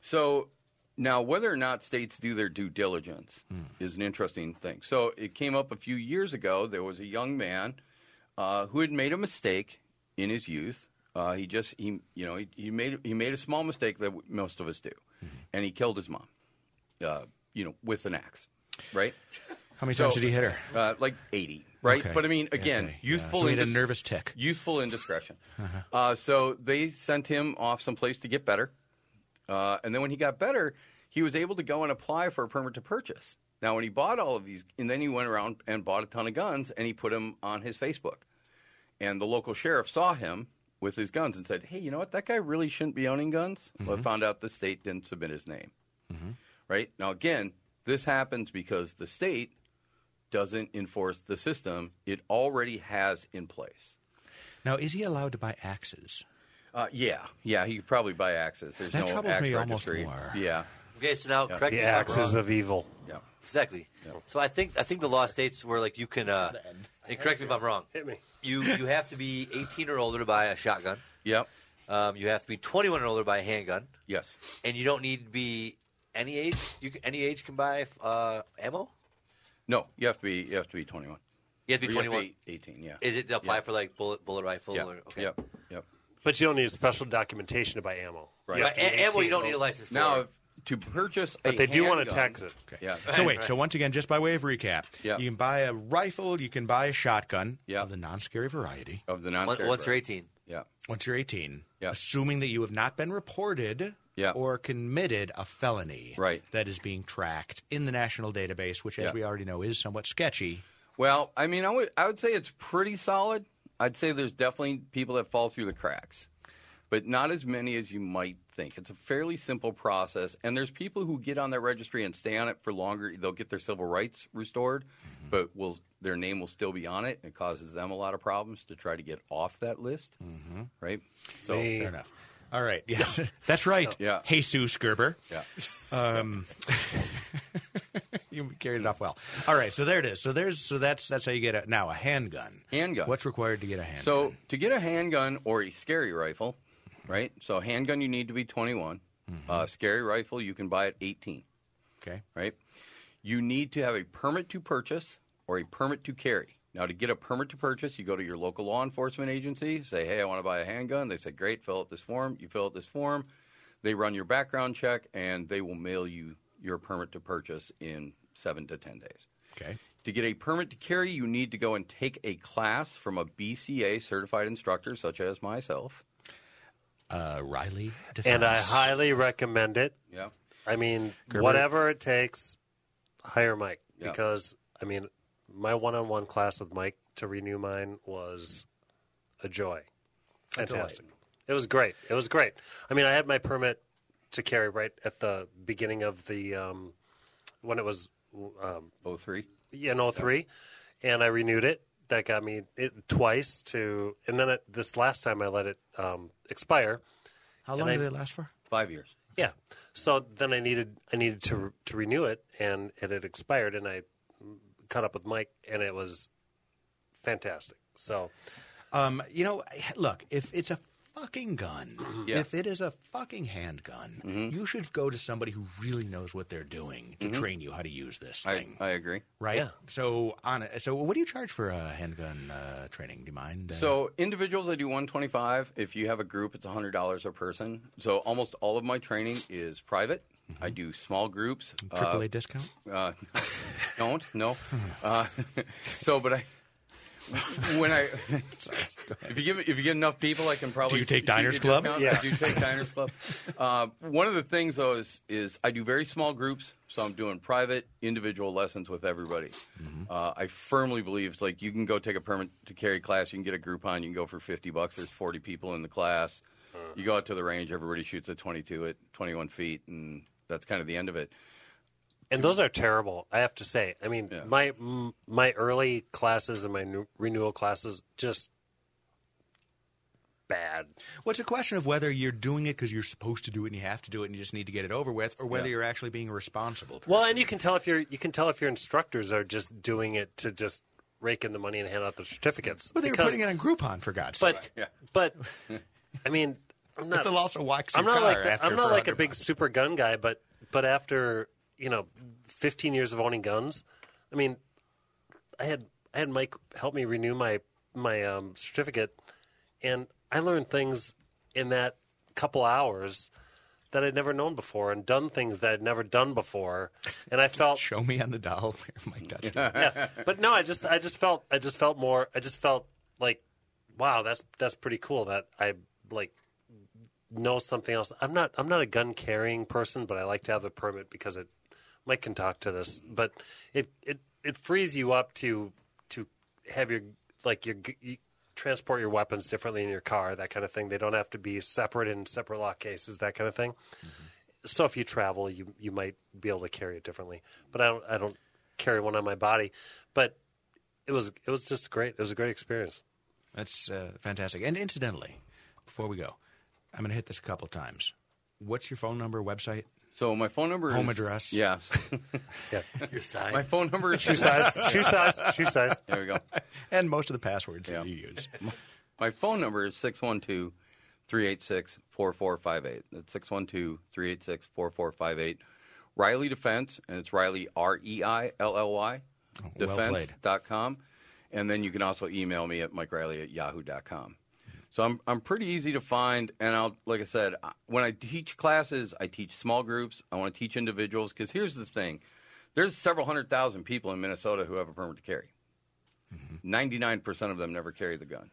So now, whether or not states do their due diligence Hmm. is an interesting thing. So it came up a few years ago. There was a young man uh, who had made a mistake in his youth. Uh, he just he you know he, he made he made a small mistake that w- most of us do, Mm-hmm. and he killed his mom. Uh, you know, with an axe, right? How many So- times did he hit her? Uh, like eighty, right? Okay. But I mean, again, Okay. Yeah. youthful. So he had a indis- nervous tick. Youthful indiscretion. uh, so they sent him off someplace to get better. Uh, and then when he got better, he was able to go and apply for a permit to purchase. Now, when he bought all of these, and then he went around and bought a ton of guns and he put them on his Facebook. And the local sheriff saw him with his guns and said, Hey, you know what? That guy really shouldn't be owning guns. Well, I found out the state didn't submit his name. Right? Now, again, this happens because the state doesn't enforce the system it already has in place. Now, is he allowed to buy axes? Uh, yeah, yeah, he could probably buy axes. There's That no troubles axe me almost registry. more. Yeah, Okay, so now correct me The if I'm axes wrong. of evil. yeah. Exactly. So I think I think the law states where like you can. Uh, and correct me if I'm wrong. Hit me. You you have to be 18 or older to buy a shotgun. Yep. Um, you have to be 21 and older to buy a handgun, Yes. and you don't need to be any age. You can- any age can buy uh, ammo. No, you have to be you have to be 21. You have to Or be you have to 21. be 18, yeah. Is it to apply Yeah. for like bullet bullet rifle? yeah. Or, okay. Yep. Yep. But you don't need special documentation to buy ammo. Right. You have But to be a- ammo 18. you don't need a license for. Now, if, to purchase But a they do want to handgun- tax it. Okay. Yeah. So wait. So once again, just by way of recap, Yeah. you can buy a rifle, you can buy a shotgun Yeah. of the non-scary variety. Of the Once- non once you're 18. Yeah. once you're 18, Yeah. assuming that you have not been reported Yeah. or committed a felony Right. that is being tracked in the national database, which, as Yeah. we already know, is somewhat sketchy. Well, I mean, I would I would say it's pretty solid. I'd say there's definitely people that fall through the cracks, but not as many as you might think. It's a fairly simple process, and there's people who get on that registry and stay on it for longer. They'll get their civil rights restored, but will their name will still be on it. and It causes them a lot of problems to try to get off that list, mm-hmm. right? So, Fair enough. All right. Yes. [LAUGHS] That's right. Yeah. Jesus Gerber. yeah, You carried it off well. All right. So there it is. So there's so that's that's how you get a now a handgun. Handgun. What's required to get a handgun? So to get a handgun or a scary rifle, right? So handgun you need to be 21. Uh, scary rifle you can buy at 18. okay. right? You need to have a permit to purchase or a permit to carry. Now, to get a permit to purchase, you go to your local law enforcement agency, say, hey, I want to buy a handgun. They say, great, fill out this form. You fill out this form. They run your background check, and they will mail you your permit to purchase in seven to 10 days. Okay. To get a permit to carry, you need to go and take a class from a BCA certified instructor, such as myself. Uh, Riley. Defense. And uh, I highly recommend it. Yeah. I mean, whatever it takes, hire Mike Yeah. because I mean, my one-on-one class with Mike to renew mine was a joy. Fantastic. It was great. It was great. I mean, I had my permit to carry right at the beginning of the um, when it was um, 03. in 03 and i renewed it that got me it twice to and then it, this last time i let it um, expire How long I- did it last for? Five years. yeah so then i needed i needed to re- to renew it and it had expired and i caught up with mike and it was fantastic so Um, you know, look, if it's a fucking gun, Yeah. if it is a fucking handgun, you should go to somebody who really knows what they're doing to train you how to use this I, thing. I agree. right? Yeah. So on it. So what do you charge for a handgun uh, training? Do you mind? Uh, So individuals, I do one twenty five. If you have a group, it's hundred dollars a person. So almost all of my training is private. I do small groups. triple A discount. Uh, don't no. Uh, [LAUGHS] so, but I when I if you give if you get enough people, I can probably Do you take a Diners Club? discount. Yeah. I do take Diners Club. Uh, one of the things though is is I do very small groups, so I'm doing private individual lessons with everybody. Mm-hmm. Uh, I firmly believe it's like you can go take a permit to carry class, you can get a Groupon, you can go for fifty bucks. There's forty people in the class. You go out to the range, everybody shoots at 22 at 21 feet, and that's kind of the end of it. And those are terrible. I have to say. I mean, Yeah. my m- my early classes and my new, renewal classes just bad. Well, it's a question of whether you're doing it because you're supposed to do it and you have to do it and you just need to get it over with, or whether you're actually being a responsible. person. Well, and you can tell if your you can tell if your instructors are just doing it to just rake in the money and hand out the certificates. But they were Because- putting it on Groupon for God's sake. But Yeah. [LAUGHS] but I mean, I'm not. they'll also wax I'm your not car like the, after I'm not for like a 100 big bucks. super gun guy, but but after you know 15 years of owning guns, I mean, I had I had Mike help me renew my my um, certificate, and I learned things in that couple hours that I'd never known before, and done things that I'd never done before, and [LAUGHS] I felt Show me on the doll where Mike touched it. yeah. But no, I just I just felt I just felt more I just felt like wow, that's that's pretty cool that I like know something else. I'm not I'm not a gun carrying person, but I like to have the permit because it Mike can talk to this, but it it it frees you up to to have your like your g- you transport your weapons differently in your car, that kind of thing. They don't have to be separate in separate lock cases, that kind of thing so if you travel, you you might be able to carry it differently. But I don't I don't carry one on my body. But it was it was just great. It was a great experience. That's uh, fantastic. And incidentally, before we go, I'm going to hit this a couple times. What's your phone number, website? So my phone number Home is, address. Yes. [LAUGHS] Your side. my phone number is Shoe size, shoe size, shoe [LAUGHS] size. There we go. And most of the passwords Yeah. that you [LAUGHS] use. My phone number is 612 386 4458. That's 612 386 4458. Riley Defense, and it's Riley, R E I L L Y, Oh, well played. defense.com. And then you can also email me at Mike Riley at yahoo.com. So I'm, I'm pretty easy to find. And I'll, like I said, I- when I teach classes, I teach small groups, I want to teach individuals, because here's the thing there's several hundred thousand people in Minnesota who have a permit to carry. Mm-hmm. 99% of them never carry the gun,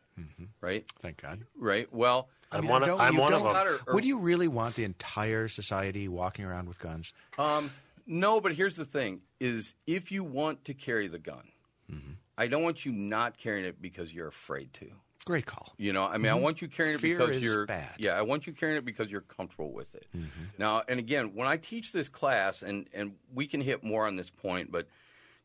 right? Thank God. Right. Well, I'm mean, one. I Of, don't- I'm you one of don't them. matter- or- Would you really want the entire society walking around with guns? um, no, but here's the thing: is if you want to carry the gun, Mm-hmm. I don't want you not carrying it because you're afraid to. Great [LAUGHS] call. You know, I mean, I want you carrying it Mm-hmm. Fear because is you're bad. Mm-hmm. yeah, I want you carrying it because you're comfortable with it. Now, and again, when I teach this class, and and we can hit more on this point, but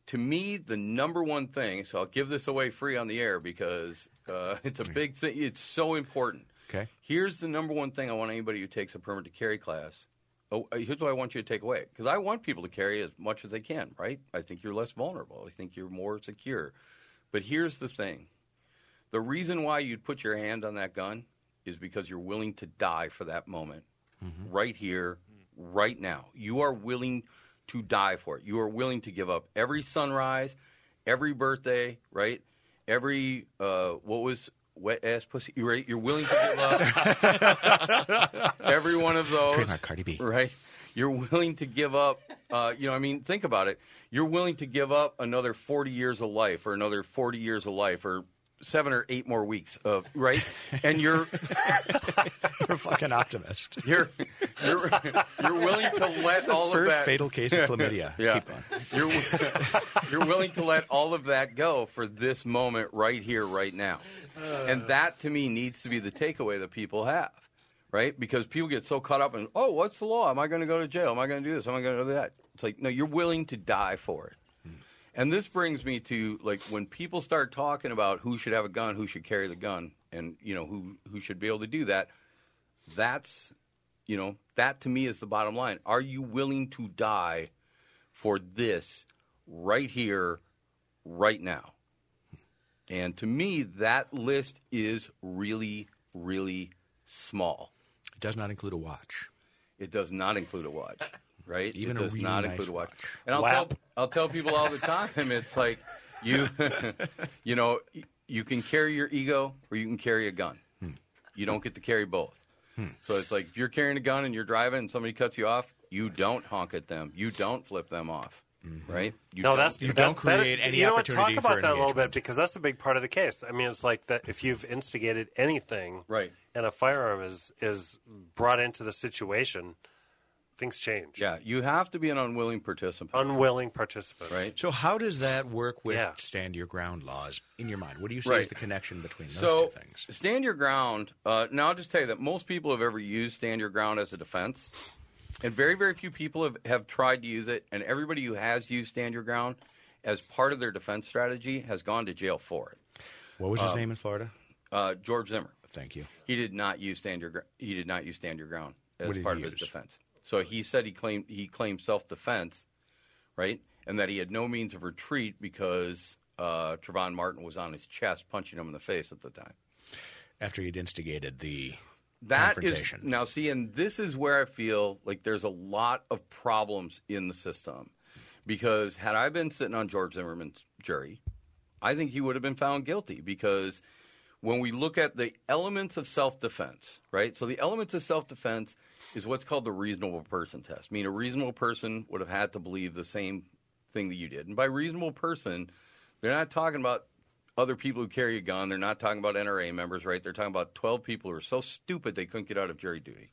to me, the number one thing. So I'll give this away free on the air because uh, [LAUGHS] it's a big thing. It's so important. Okay. Here's the number one thing I want anybody who takes a permit to carry class. Oh, uh, here's what I want you to take away because I want people to carry as much as they can, right? I think you're less vulnerable. I think you're more secure. But here's the thing the reason why you'd put your hand on that gun is because you're willing to die for that moment, Mm-hmm. right here, right now. You are willing to die for it. You are willing to give up every sunrise, every birthday, right? Every uh, what was wet ass pussy? You're, right? you're willing to give up [LAUGHS] every one of those. Trademark Cardi B. Right. You're willing to give up, uh, you know, I mean, think about it. You're willing to give up another 40 years of life or another 40 years of life or seven or eight more weeks of, right? And you're, You're a fucking optimist. you're, you're, you're willing to let all of First that. fatal case [LAUGHS] of chlamydia. Yeah. Keep going. You're, [LAUGHS] you're willing to let all of that go for this moment right here, right now. and that to me needs to be the takeaway that people have, right? Because people get so caught up in, oh, what's the law? Am I going to go to jail? Am I going to do this? Am I going to do that? It's like, no, you're willing to die for it. And this brings me to like when people start talking about who should have a gun, who should carry the gun, and you know who who should be able to do that. That's you know that to me is the bottom line. Are you willing to die for this right here, right now? And to me, that list is really, really small. It does not include a watch. It does not include [LAUGHS] a watch, right? Even it a does really not nice include a watch. watch. And I'll tell Lap. I'll tell [LAUGHS] people all the time. It's like you, [LAUGHS] you know, y- you can carry your ego or you can carry a gun. Hmm. You don't get to carry both. So it's like if you're carrying a gun and you're driving and somebody cuts you off, you don't honk at them. You don't flip them off, Mm-hmm. right? You No, don't. that's You that- don't that- create any You know opportunity what? Talk for about that a little engagement. bit because that's a big part of the case. I mean, it's like that if you've instigated anything, Right. and a firearm is is brought into the situation, things change. Yeah, you have to be an unwilling participant. Unwilling participant. Right. So how does that work with Yeah. stand your ground laws in your mind? What do you see is Right. the connection between those So two things? stand your ground. Uh, now I'll just tell you that most people have ever used stand your ground as a defense, and very very few people have, have tried to use it. And everybody who has used stand your ground as part of their defense strategy has gone to jail for it. What was his um, name in Florida? Uh, George Zimmer. Thank you. He did not use stand your gr- he did not use stand your ground as What did part he of his use? defense. So he said he claimed he claimed self defense, right, and that he had no means of retreat because uh, Trevon Martin was on his chest punching him in the face at the time. After you'd instigated the That is confrontation. now see, and this is where I feel like there's a lot of problems in the system because had I been sitting on George Zimmerman's jury, I think he would have been found guilty because when we look at the elements of self-defense, right? So the elements of self-defense is what's called the reasonable person test. I mean, a reasonable person would have had to believe the same thing that you did, and by reasonable person, they're not talking about other people who carry a gun. They're not talking about NRA members, right? They're talking about 12 people who are so stupid they couldn't get out of jury duty,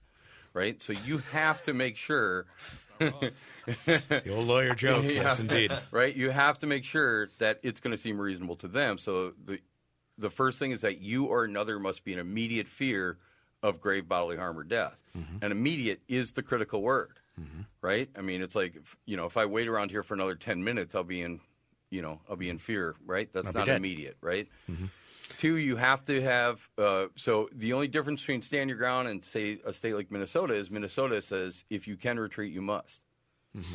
right? So you have to make sure, the old Uh, lawyer joke. Yes, [LAUGHS] indeed. right? You have to make sure that it's going to seem reasonable to them. So the the first thing is that you or another must be in immediate fear of grave bodily harm or death. Mm-hmm. And immediate is the critical word, right? I mean, it's like if- you know, if I wait around here for another 10 minutes, I'll be in, you know, I'll be in fear, right? That's Mm-hmm. I'll be not dead. Mm-hmm. immediate, right? Two, you have to have. Uh, so the only difference between stand your ground and say a state like Minnesota is Minnesota says if you can retreat, you must.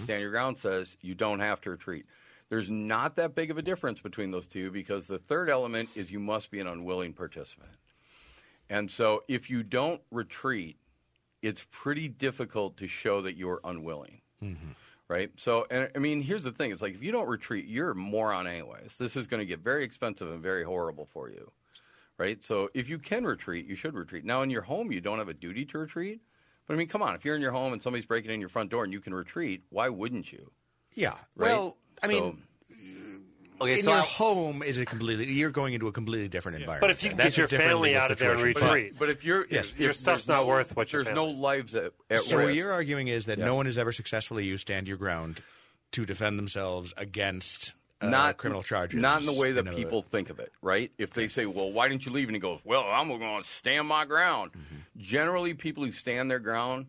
Stand your ground says you don't have to retreat. There's not that big of a difference between those two because the third element is you must be an unwilling participant. And so if you don't retreat, it's pretty difficult to show that you're unwilling. Right? So, and I mean, here's the thing it's like if you don't retreat, you're a moron, anyways. This is going to get very expensive and very horrible for you. Right? So, if you can retreat, you should retreat. Now, in your home, you don't have a duty to retreat. But I mean, come on, if you're in your home and somebody's breaking in your front door and you can retreat, why wouldn't you? Yeah. Right? Well, I mean, So- Okay, in so your I- home is a completely. You're going into a completely different environment. But if you can That's get a your different family legal out of there and situation. retreat. But, but if you're Yes. if, Your if stuff's there's not no- worth what your there's no family's- lives at, at So what risk. you're arguing is that Yeah. no one has ever successfully used stand your ground to defend themselves against uh, not criminal charges. Not in the way that a- people think of it, right? If they say, "Well, why didn't you leave?" and he goes, "Well, I'm going to stand my ground." Mm-hmm. Generally, people who stand their ground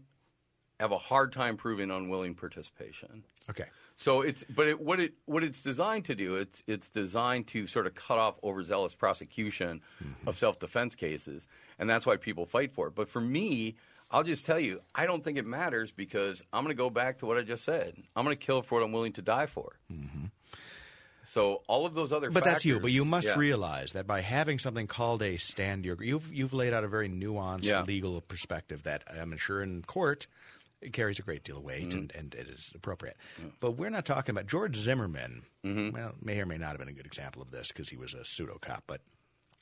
have a hard time proving unwilling participation. Okay. So it's but it, what it what it's designed to do it's it's designed to sort of cut off overzealous prosecution Mm-hmm. of self defense cases, and that's why people fight for it. But for me, I'll just tell you, I don't think it matters because I'm going to go back to what I just said. I'm going to kill for what I'm willing to die for. So all of those other Mm-hmm. But that's you. factors- But you must Yeah. realize that by having something called a stand your you've you've laid out a very nuanced Yeah. legal perspective that um, I'm sure in court it carries a great deal of weight Mm-hmm. and, and it is appropriate. But we're not talking about George Zimmerman. Mm-hmm. Well, may or may not have been a good example of this because he was a pseudo cop, but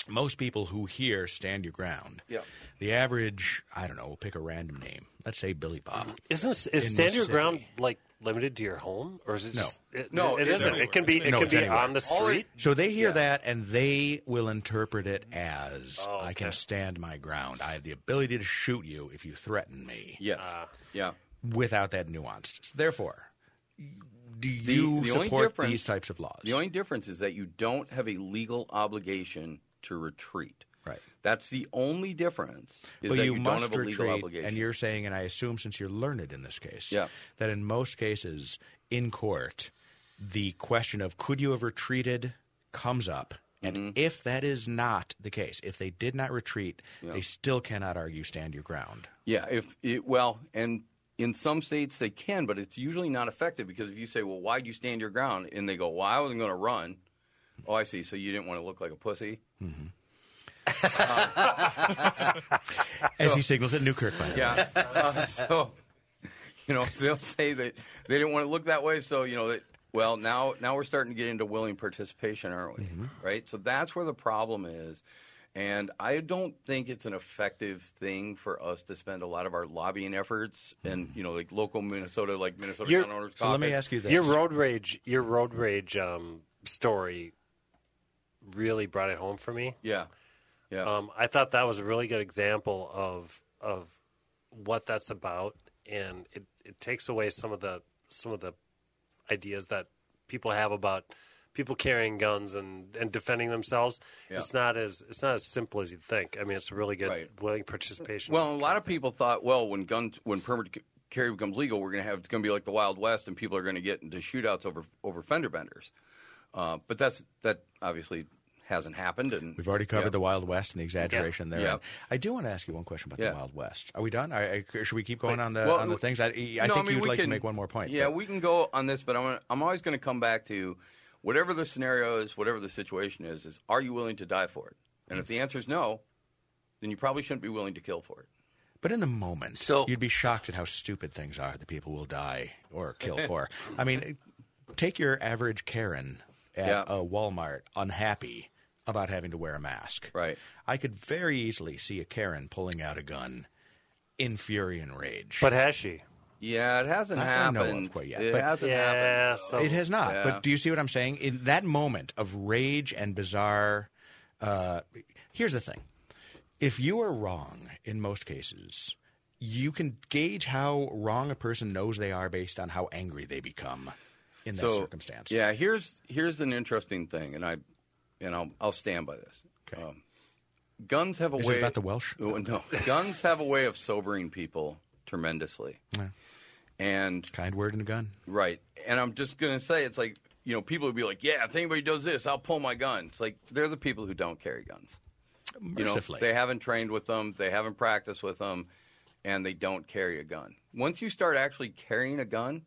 most people who hear stand your ground, Yeah. the average, I don't know, we'll pick a random name. Let's say Billy Mm-hmm. Bob. Isn't is stand your Mississippi. ground like limited to your home, or is it No. just it, No, It it's isn't. It can be. It No, can it's be anywhere. on the All it- street. So they hear that and they will interpret it as Oh, I can okay. stand my ground. I have the ability to shoot you if you threaten me Yes. yeah. without that nuance. Therefore, do The- you the only support difference- these types of laws? The only difference is that you don't have a legal obligation to retreat. Right. That's the only difference. Is but that you, you, don't must have a legal retreat, obligation. and you're saying, and I assume since you're learned in this case, Yeah. that in most cases in court, the question of could you have retreated comes up, and Mm-hmm. if that is not the case, if they did not retreat, they still cannot argue stand your ground. Yeah, if it, well, and in some states they can, but it's usually not effective because if you say, "Well, why'd you stand your ground?" and they go, "Well, I wasn't going to run." Oh, I see. So you didn't want to look like a pussy. As he signals at Newkirk, by the way. Yeah. [LAUGHS] Uh, so you know they'll say that they didn't want to look that way. So you know that. Well, now now we're starting to get into willing participation, aren't we? Mm-hmm. Right. So that's where the problem is. And I don't think it's an effective thing for us to spend a lot of our lobbying efforts and you know like local Minnesota, like Minnesota You're- Gun Owners Mm-hmm. So let me Caucus. ask you this. Your road rage. Your road rage um, story really brought it home for me. Yeah. Yeah. Um, I thought that was a really good example of of what that's about and it, it takes away some of the some of the ideas that people have about people carrying guns and, and defending themselves. Yeah. It's not as it's not as simple as you think. I mean, it's a really good Right. willing participation. Well, a lot of people thought, well, when gun when permit c- carry becomes legal, we're going to have it's going to be like the Wild West, and people are going to get into shootouts over over fender benders. Uh, but that's that obviously hasn't happened, and We've already covered Yeah. the Wild West and the exaggeration there. Yeah. I do want to ask you one question about Yeah. the Wild West. Are we done? I, I- should we keep going on the Well, on the we- things? I, I No, think mean, you'd we like to can- make one more point. Yeah, but- we can go on this, but I'm, gonna- I'm always going to come back to whatever the scenario is, whatever the situation is, is are you willing to die for it? And if the answer is no, then you probably shouldn't be willing to kill for it. But in the moment, So- you'd be shocked at how stupid things are that people will die or [LAUGHS] kill for. I mean, take your average Karen at Yeah. a Walmart unhappy about having to wear a mask. Right. I could very easily see a Karen pulling out a gun in fury and rage. but has she? Yeah, it hasn't Not that I know of happened quite yet, It but- hasn't Yeah, happened. so it has not. Yeah. But do you see what I'm saying? In that moment of rage and bizarre, uh, here's the thing: if you are wrong in most cases, you can gauge how wrong a person knows they are based on how angry they become in that circumstance. Yeah, here's here's an interesting thing, and I and I'll I'll stand by this. Um, Okay. guns have a Is it way about the Welsh? Oh, [LAUGHS] no, guns have a way of sobering people tremendously. And Kind word and a gun. right, and I'm just gonna say it's like you know people would be like, yeah, if anybody does this, I'll pull my gun. It's like they're the people who don't carry guns. You know, Mercifully. they haven't trained with them, they haven't practiced with them, and they don't carry a gun. Once you start actually carrying a gun,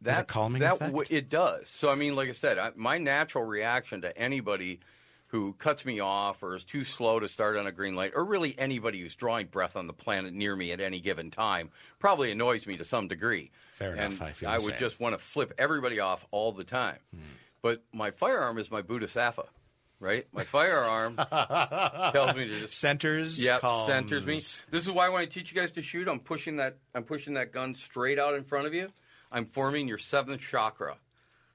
that it calming that effect? w- it does. So I mean, like I said, I, my natural reaction to anybody who cuts me off or is too slow to start on a green light, or really anybody who's drawing breath on the planet near me at any given time, probably annoys me to some degree. Fair And enough, I feel the would same. Hmm. just want to flip everybody off all the time. But my firearm is my Buddhasafa, right? [LAUGHS] My firearm tells me to just Centers. yeah, calms. centers me. This is why when I teach you guys to shoot, I'm pushing that I'm pushing that gun straight out in front of you. I'm forming your seventh chakra,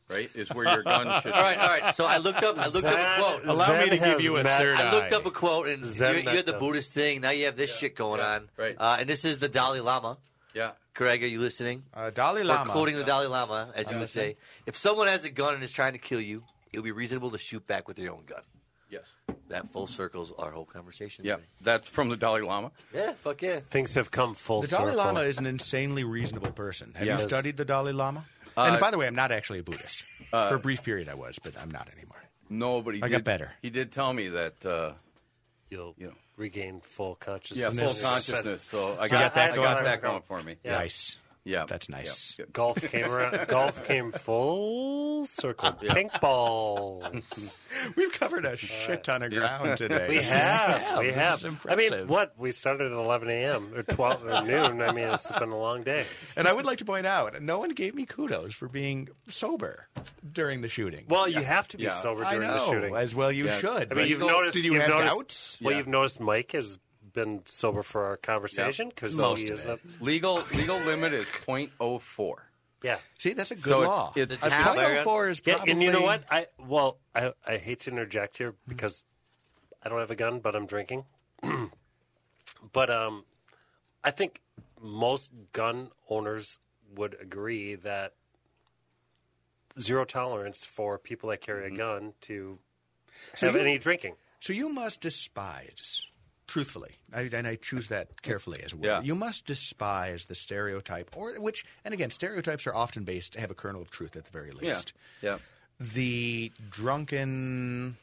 right? Is where your gun should. All right, all right. So I looked up. I looked up That- a quote. Allow me Zen to give has you a met- third I looked eye. up a quote, and you, Zen you had the method. Buddhist thing. Now you have this shit going yeah, on, right. Uh, and this is the Dalai Lama. Yeah. Greg, are you listening? Uh, Dalai We're Lama. quoting the Dalai Lama, as you would say. If someone has a gun and is trying to kill you, it would be reasonable to shoot back with your own gun. Yes. That full circles our whole conversation. Yeah. today. That's from the Dalai Lama. Yeah, fuck yeah. Things have come full The Dalai circle. Lama is an insanely reasonable person. Have Yes. you studied the Dalai Lama? Uh, and by the way, I'm not actually a Buddhist. For a brief period, I was, but I'm not anymore. No, but he I did, got better. He did tell me that. Uh, You'll you know. regain full yeah, consciousness. full consciousness. So I got you got that I going got for that you. going for me. Yeah. Nice. Yeah. That's nice. Yeah. Golf came around. golf came full circle. Pink balls. We've covered a shit ton of ground [LAUGHS] today. We have. We this have. is I mean, impressive. what? We started at 11 a.m. or 12 or noon. I mean, it's been a long day. And I would like to point out, no one gave me kudos for being sober during the shooting. Well, you have to be Yeah. sober I during know, the shooting. as well you Yeah. should. I mean, but- you've noticed. Did you have have noticed, doubts? Well, Yeah. you've noticed Mike has been sober for our conversation because Most he of is it. a Legal legal limit is .04. yeah. See, that's a good So it's- law. it's a half- 0.04 is Yeah, probably. and you know what? I well, I I hate to interject here because I don't have a gun, but I'm drinking. [CLEARS THROAT] but um, I think most gun owners would agree that zero tolerance for people that carry a gun to have Mm-hmm. you- any drinking. So you must despise, truthfully, I, and I choose that carefully as well. Yeah. You must despise the stereotype, or which, and again, stereotypes are often based have a kernel of truth at the very Yeah. least. Yeah. the drunken,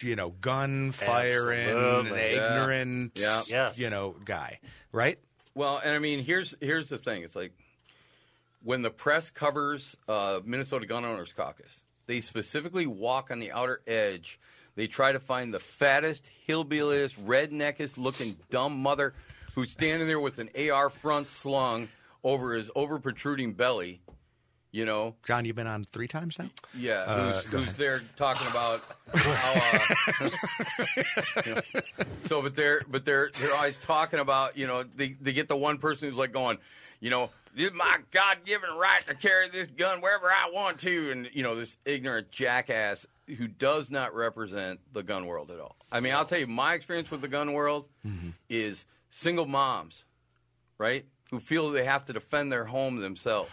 you know, gun firing, Absolutely. Yeah. ignorant, Yeah. Yes. you know, guy, right? Well, and I mean, here's here's the thing. It's like when the press covers uh, Minnesota Gun Owners Caucus, they specifically walk on the outer edge. They try to find the fattest, hillbilliest, redneckest looking dumb mother who's standing there with an AR front slung over his over protruding belly. You know, John, you've been on three times now. yeah, Uh, who's, who's there talking about how? Uh, you know, [LAUGHS] so, but they're but they're they're always talking about you know they they get the one person who's like going, you know, this is my God given right to carry this gun wherever I want to, and you know this ignorant jackass who does not represent the gun Mm-hmm. world at all. I mean, I'll tell you, my experience with the gun world is single moms right? Who feel they have to defend their home themselves.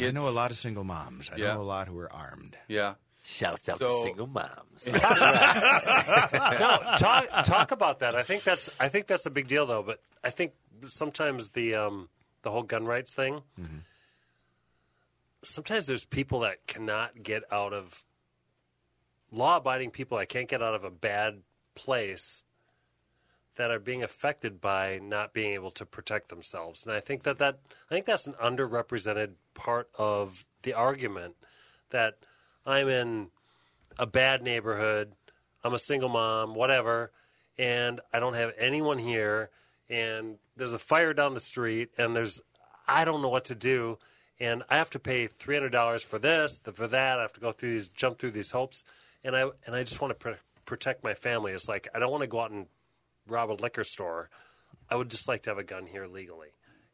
I know a lot of single moms. I Yeah. know a lot who are armed. Yeah. Shouts out So- to single moms. no, talk talk about that. I think that's I think that's a big deal though. But I think sometimes the um, the whole gun rights thing. Sometimes there's people that cannot get out of law abiding people that can't get out of a bad place that are being affected by not being able to protect themselves. And I think that, that I think that's an underrepresented part of the argument that I'm in a bad neighborhood, I'm a single mom, whatever, and I don't have anyone here and there's a fire down the street and there's I don't know what to do and I have to pay three hundred dollars for this, th- for that, I have to go through these jump through these hopes and I and I just want to pr- protect my family. It's like I don't want to go out and rob a liquor store, I would just like to have a gun here legally.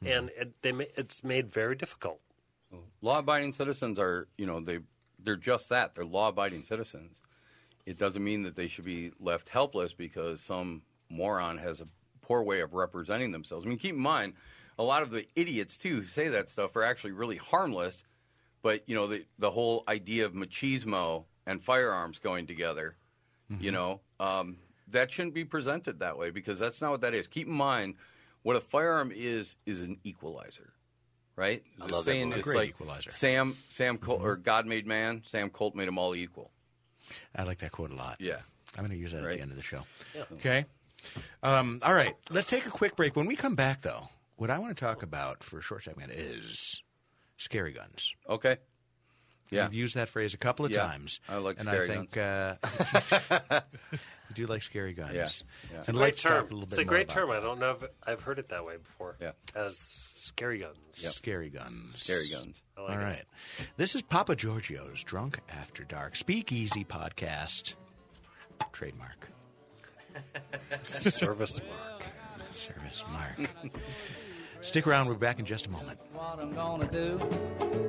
And it, they, ma- it's made very difficult. law-abiding citizens are, you know, they they're just that. They're law-abiding citizens. It doesn't mean that they should be left helpless because some moron has a poor way of representing themselves. I mean, keep in mind, a lot of the idiots too who say that stuff are actually really harmless. But you know, the the whole idea of machismo and firearms going together, you know, um, that shouldn't be presented that way because that's not what that is. Keep in mind, what a firearm is is an equalizer right? I love that movie. It's Great like equalizer. Sam, Sam Colt, or God made man. Sam Colt made them all equal. I like that quote a lot. Yeah. I'm going to use that at Right. the end of the show. Okay. Um, all right. Let's take a quick break. When we come back, though, what I want to talk about for a short segment is scary guns. Okay. Yeah. You've used that phrase a couple of Yeah. times. I like and scary I think, Uh, [LAUGHS] [LAUGHS] you do like scary guns. Yeah. Yeah. And Great let's talk term. A little It's bit a great more term. about I don't know if I've heard it that way before. Yeah. As scary guns. Scary guns. Scary guns. I like All it. right. This is Papa Giorgio's Drunk After Dark Speakeasy Podcast. Trademark. Service mark. Service [LAUGHS] mark. Stick around. We'll be back in just a moment. what I'm gonna do.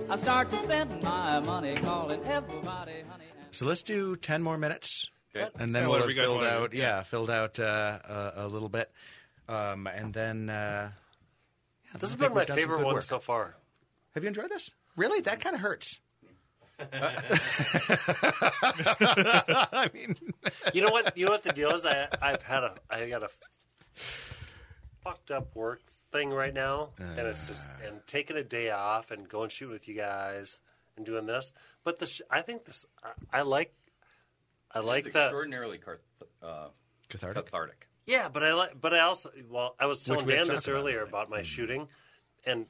I start to spend my money calling everybody honey. And- So let's do 10 more minutes. Okay. And then Yeah, we'll whatever have you guys filled wanna do. out, yeah, filled out uh, a, a little bit. Um, and then. Uh, yeah, This I has think been my we've done some favorite good one work. so far. Have you enjoyed this? Really? That kind of hurts. I mean, You know what? You know what the deal is? I I've had a I got a fucked up work thing right now, and it's just Ah. and taking a day off and going shooting with you guys and doing this. But the sh- I think this I, I like I like it's that. extraordinarily carth- uh, cathartic. cathartic. Yeah, but I like, but I also well, I was telling we have Dan to this talk about Mm-hmm. earlier about my shooting, and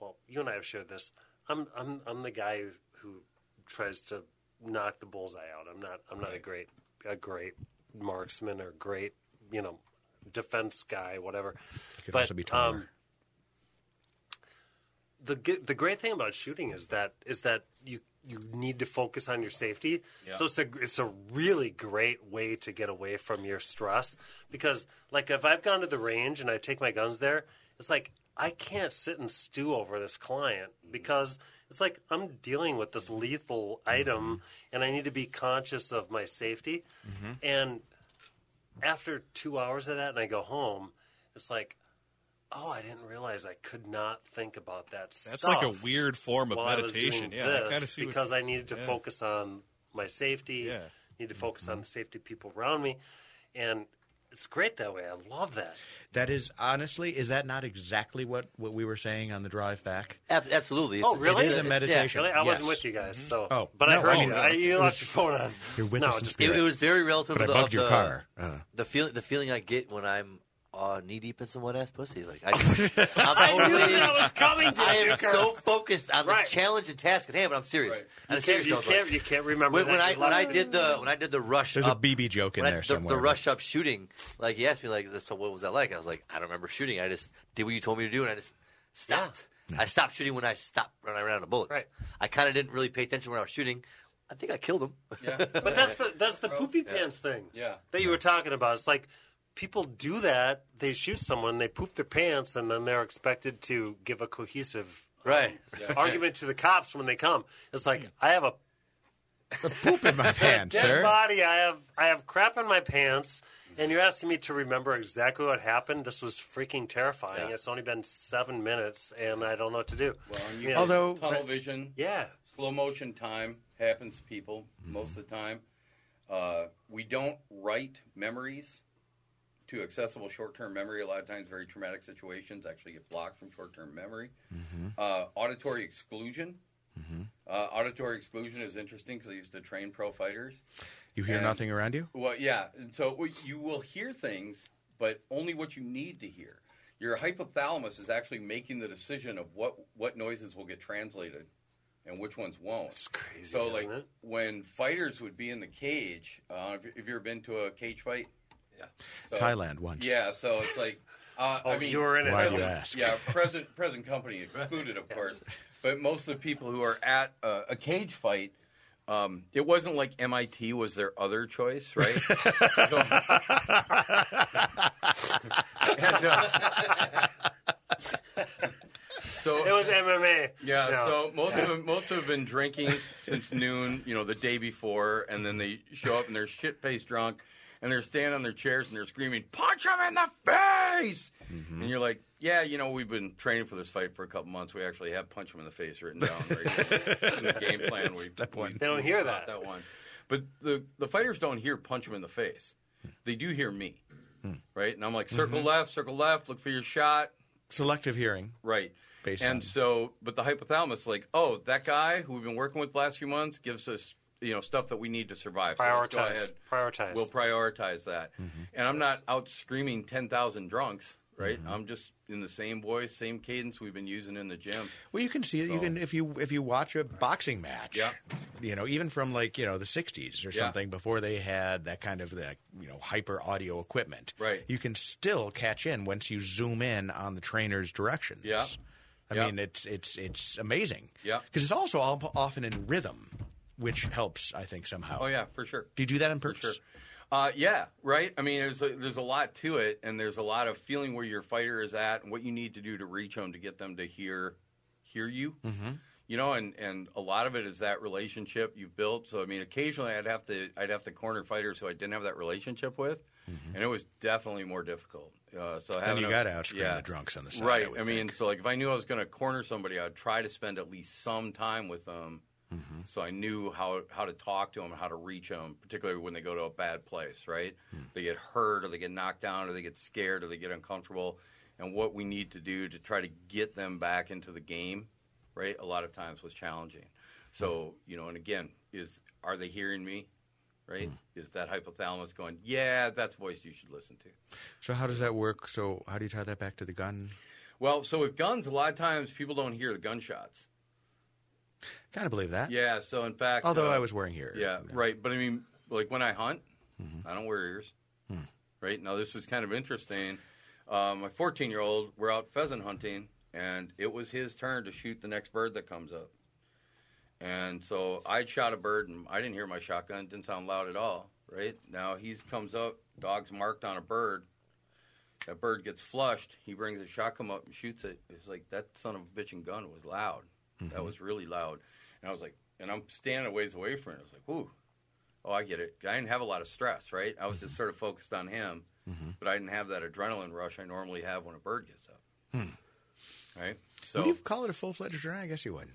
well, you and I have shared this. I'm I'm I'm the guy who tries to knock the bullseye out. I'm not I'm not a great a great marksman or great you know defense guy whatever. Could but also be taller. um, the g- the great thing about shooting is that is that you you need to focus on your safety. So it's a it's a really great way to get away from your stress because like if I've gone to the range and I take my guns there, it's like I can't sit and stew over this client because it's like I'm dealing with this lethal item and I need to be conscious of my safety. And after 2 hours of that and I go home, it's like Oh, I didn't realize I could not think about that That's stuff like a weird form of while I was meditation. doing Yeah, I this kinda see what because you- I needed to yeah. focus on my safety, Yeah. Mm-hmm. need to focus on the safety of people around me, and it's great that way. I love that. That is honestly, is that not exactly what, what we were saying on the drive back? Ab- Absolutely. It's, oh, really? it is a It's- meditation, Really? I wasn't yes. with you guys, Mm-hmm. so. Oh, but I no, heard oh, you. no. I, It you was- left your phone on. You're with no, us in just [LAUGHS] It, spirit. it was very relative But I to the, bugged of your the- car. Uh. the feel, the feeling I get when I'm uh, knee deep in some wet ass pussy. [LAUGHS] Like I, just, I'm totally- knew that was coming to I you, am girl. so focused on Right. the challenge and task at hand. But I'm serious. Right. I'm You can't, serious. you though, can't, like, you can't remember when, that. when I You when left I it. did the when I did the rush There's a up, BB joke in when I- there the, somewhere. the rush up shooting, like you asked me like so what was that like? I was like I don't remember shooting. I just did what you told me to do, and I just stopped. I stopped shooting when I stopped when I ran out of bullets. Right. I kind of didn't really pay attention when I was shooting. I think I killed him. But that's the that's the poopy pants thing. Yeah. That you were talking about. It's like people do that. They shoot someone, they poop their pants, and then they're expected to give a cohesive [LAUGHS] right. [LAUGHS] argument to the cops when they come. It's like I have a poop [LAUGHS] in my pants, [LAUGHS] dead sir. body. I have I have crap in my pants, And you're asking me to remember exactly what happened. This was freaking terrifying. Yeah. It's only been seven minutes, and I don't know what to do. Well, You know, tunnel vision, yeah, slow motion time happens to people most of the time. Uh, we don't write memories to accessible short-term memory. A lot of times, very traumatic situations actually get blocked from short-term memory. Uh, auditory exclusion. Uh, auditory exclusion is interesting because I used to train pro fighters. You hear And- nothing around you? Well, yeah. And so well, you will hear things, but only what you need to hear. Your hypothalamus is actually making the decision of what what noises will get translated and which ones won't. It's crazy. So, isn't like it? when fighters would be in the cage, uh, have you- have you ever been to a cage fight? Yeah. Uh, Thailand once. Yeah. So it's like. Uh, Oh, I mean, you were in it. Why do you present- ask? Yeah, present present company excluded, [LAUGHS] of course. But most of the people who are at uh, a cage fight, um, it wasn't like MIT was their other choice, [LAUGHS] right? So- And, uh, [LAUGHS] so it was MMA. yeah, No. so most of them most of them have been drinking since noon, you know, the day before, and then they show up and they're shit faced drunk, and they're standing on their chairs and they're screaming, "Punch him in the face!" Mm-hmm. And you're like, "Yeah, you know, we've been training for this fight for a couple months. We actually have punch him in the face written down [LAUGHS] right here in the game plan. We, Step one. we- They don't we hear thought that. that one, but the the fighters don't hear punch him in the face. Hmm. They do hear me, right? And I'm Mm-hmm. like, circle left, circle left, look for your shot. Selective hearing. Right. Based and on- so, but the hypothalamus, like, oh, that guy who we've been working with the last few months gives us, you know, stuff that we need to survive. So let's go Prioritize. ahead. Prioritize. We'll prioritize that. Mm-hmm. And I'm not out screaming 10,000 drunks, right? Mm-hmm. I'm just in the same voice, same cadence we've been using in the gym. Well, you can see it. You So- can if you if you watch a boxing match. Yeah. You know, even from like you know the '60s or Yeah. something before they had that kind of that you know hyper audio equipment. Right. You can still catch in once you zoom in on the trainer's directions. Yeah. I Yeah. mean, it's it's it's amazing. Yeah. Because it's also all, often in rhythm, which helps, I think, somehow. Oh, yeah, for sure. Do you do that in perks? Sure. Uh, yeah, right. I mean, there's a, there's a lot to it, and there's a lot of feeling where your fighter is at and what you need to do to reach them to get them to hear hear you. Mm-hmm. You know, and, and a lot of it is that relationship you've built. So I mean, occasionally I'd have to I'd have to corner fighters who I didn't have that relationship with, and it was definitely more difficult. Uh, Mm-hmm. so Then having you a- got to outscream yeah. the drunks on the side. Right. I, would I, mean, think. so like if I knew I was going to corner somebody, I'd try to spend at least some time with them, so I knew how how to talk to them, how to reach them, particularly when they go to a bad place. Right? Hmm. They get hurt, or they get knocked down, or they get scared, or they get uncomfortable, and what we need to do to try to get them back into the game. Right? A lot of times was challenging. So Hmm. you know, and again, is are they hearing me? Right? Hmm. Is that hypothalamus going? Yeah, that's a voice you should listen to. so how does that work? So how do you tie that back to the gun? Well, so with guns, a lot of times people don't hear the gunshots. Kind of believe that. Yeah. So in fact, Although uh, I was wearing here. yeah, right. But I mean, like when I hunt, I don't wear ears. Right now, this is kind of interesting. Uh, my 14 year old, we're out pheasant hunting, and it was his turn to shoot the next bird that comes up. And so I shot a bird, and I didn't hear my shotgun. It didn't sound loud at all. Right now, he comes up. Dog's marked on a bird. That bird gets flushed. He brings his shotgun up and shoots it. It's like that son of a bitch and gun was loud. That was really loud. And I was like, and I'm standing a ways away from it. I was like, whoo, oh, I get it. I didn't have a lot of stress, right? I was just sort of focused on him, but I didn't have that adrenaline rush I normally have when a bird gets up. Right? So would you call it a full fledged adrenaline? I guess you would. it's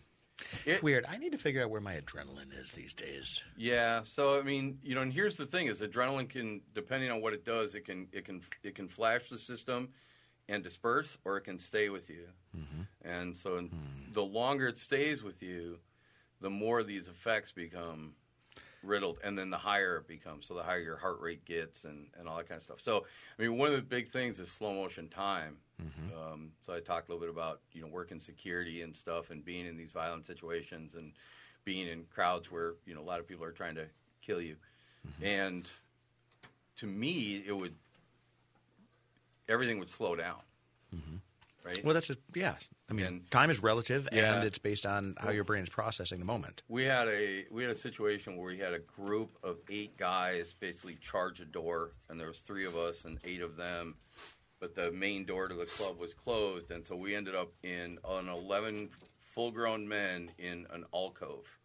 Oh. It- weird. I need to figure out where my adrenaline is these days. Yeah, so I mean, you know, and here's the thing: is adrenaline can, depending on what it does, it can it can it can flash the system and disperse, or it can stay with you. And so, in, the longer it stays with you, the more these effects become riddled, and then the higher it becomes. So the higher your heart rate gets, and and all that kind of stuff. So I mean, one of the big things is slow motion time. Um, so I talked a little bit about you know working security and stuff, and being in these violent situations, and being in crowds where you know a lot of people are trying to kill you. And to me, it would everything would slow down, right? Well, that's a yeah. I mean, And- time is relative, Yeah. and it's based on how your brain is processing the moment. we had a we had a situation where we had a group of eight guys basically charge a door, and there was three of us and eight of them, but the main door to the club was closed, and so we ended up in an eleven full grown men in an alcove.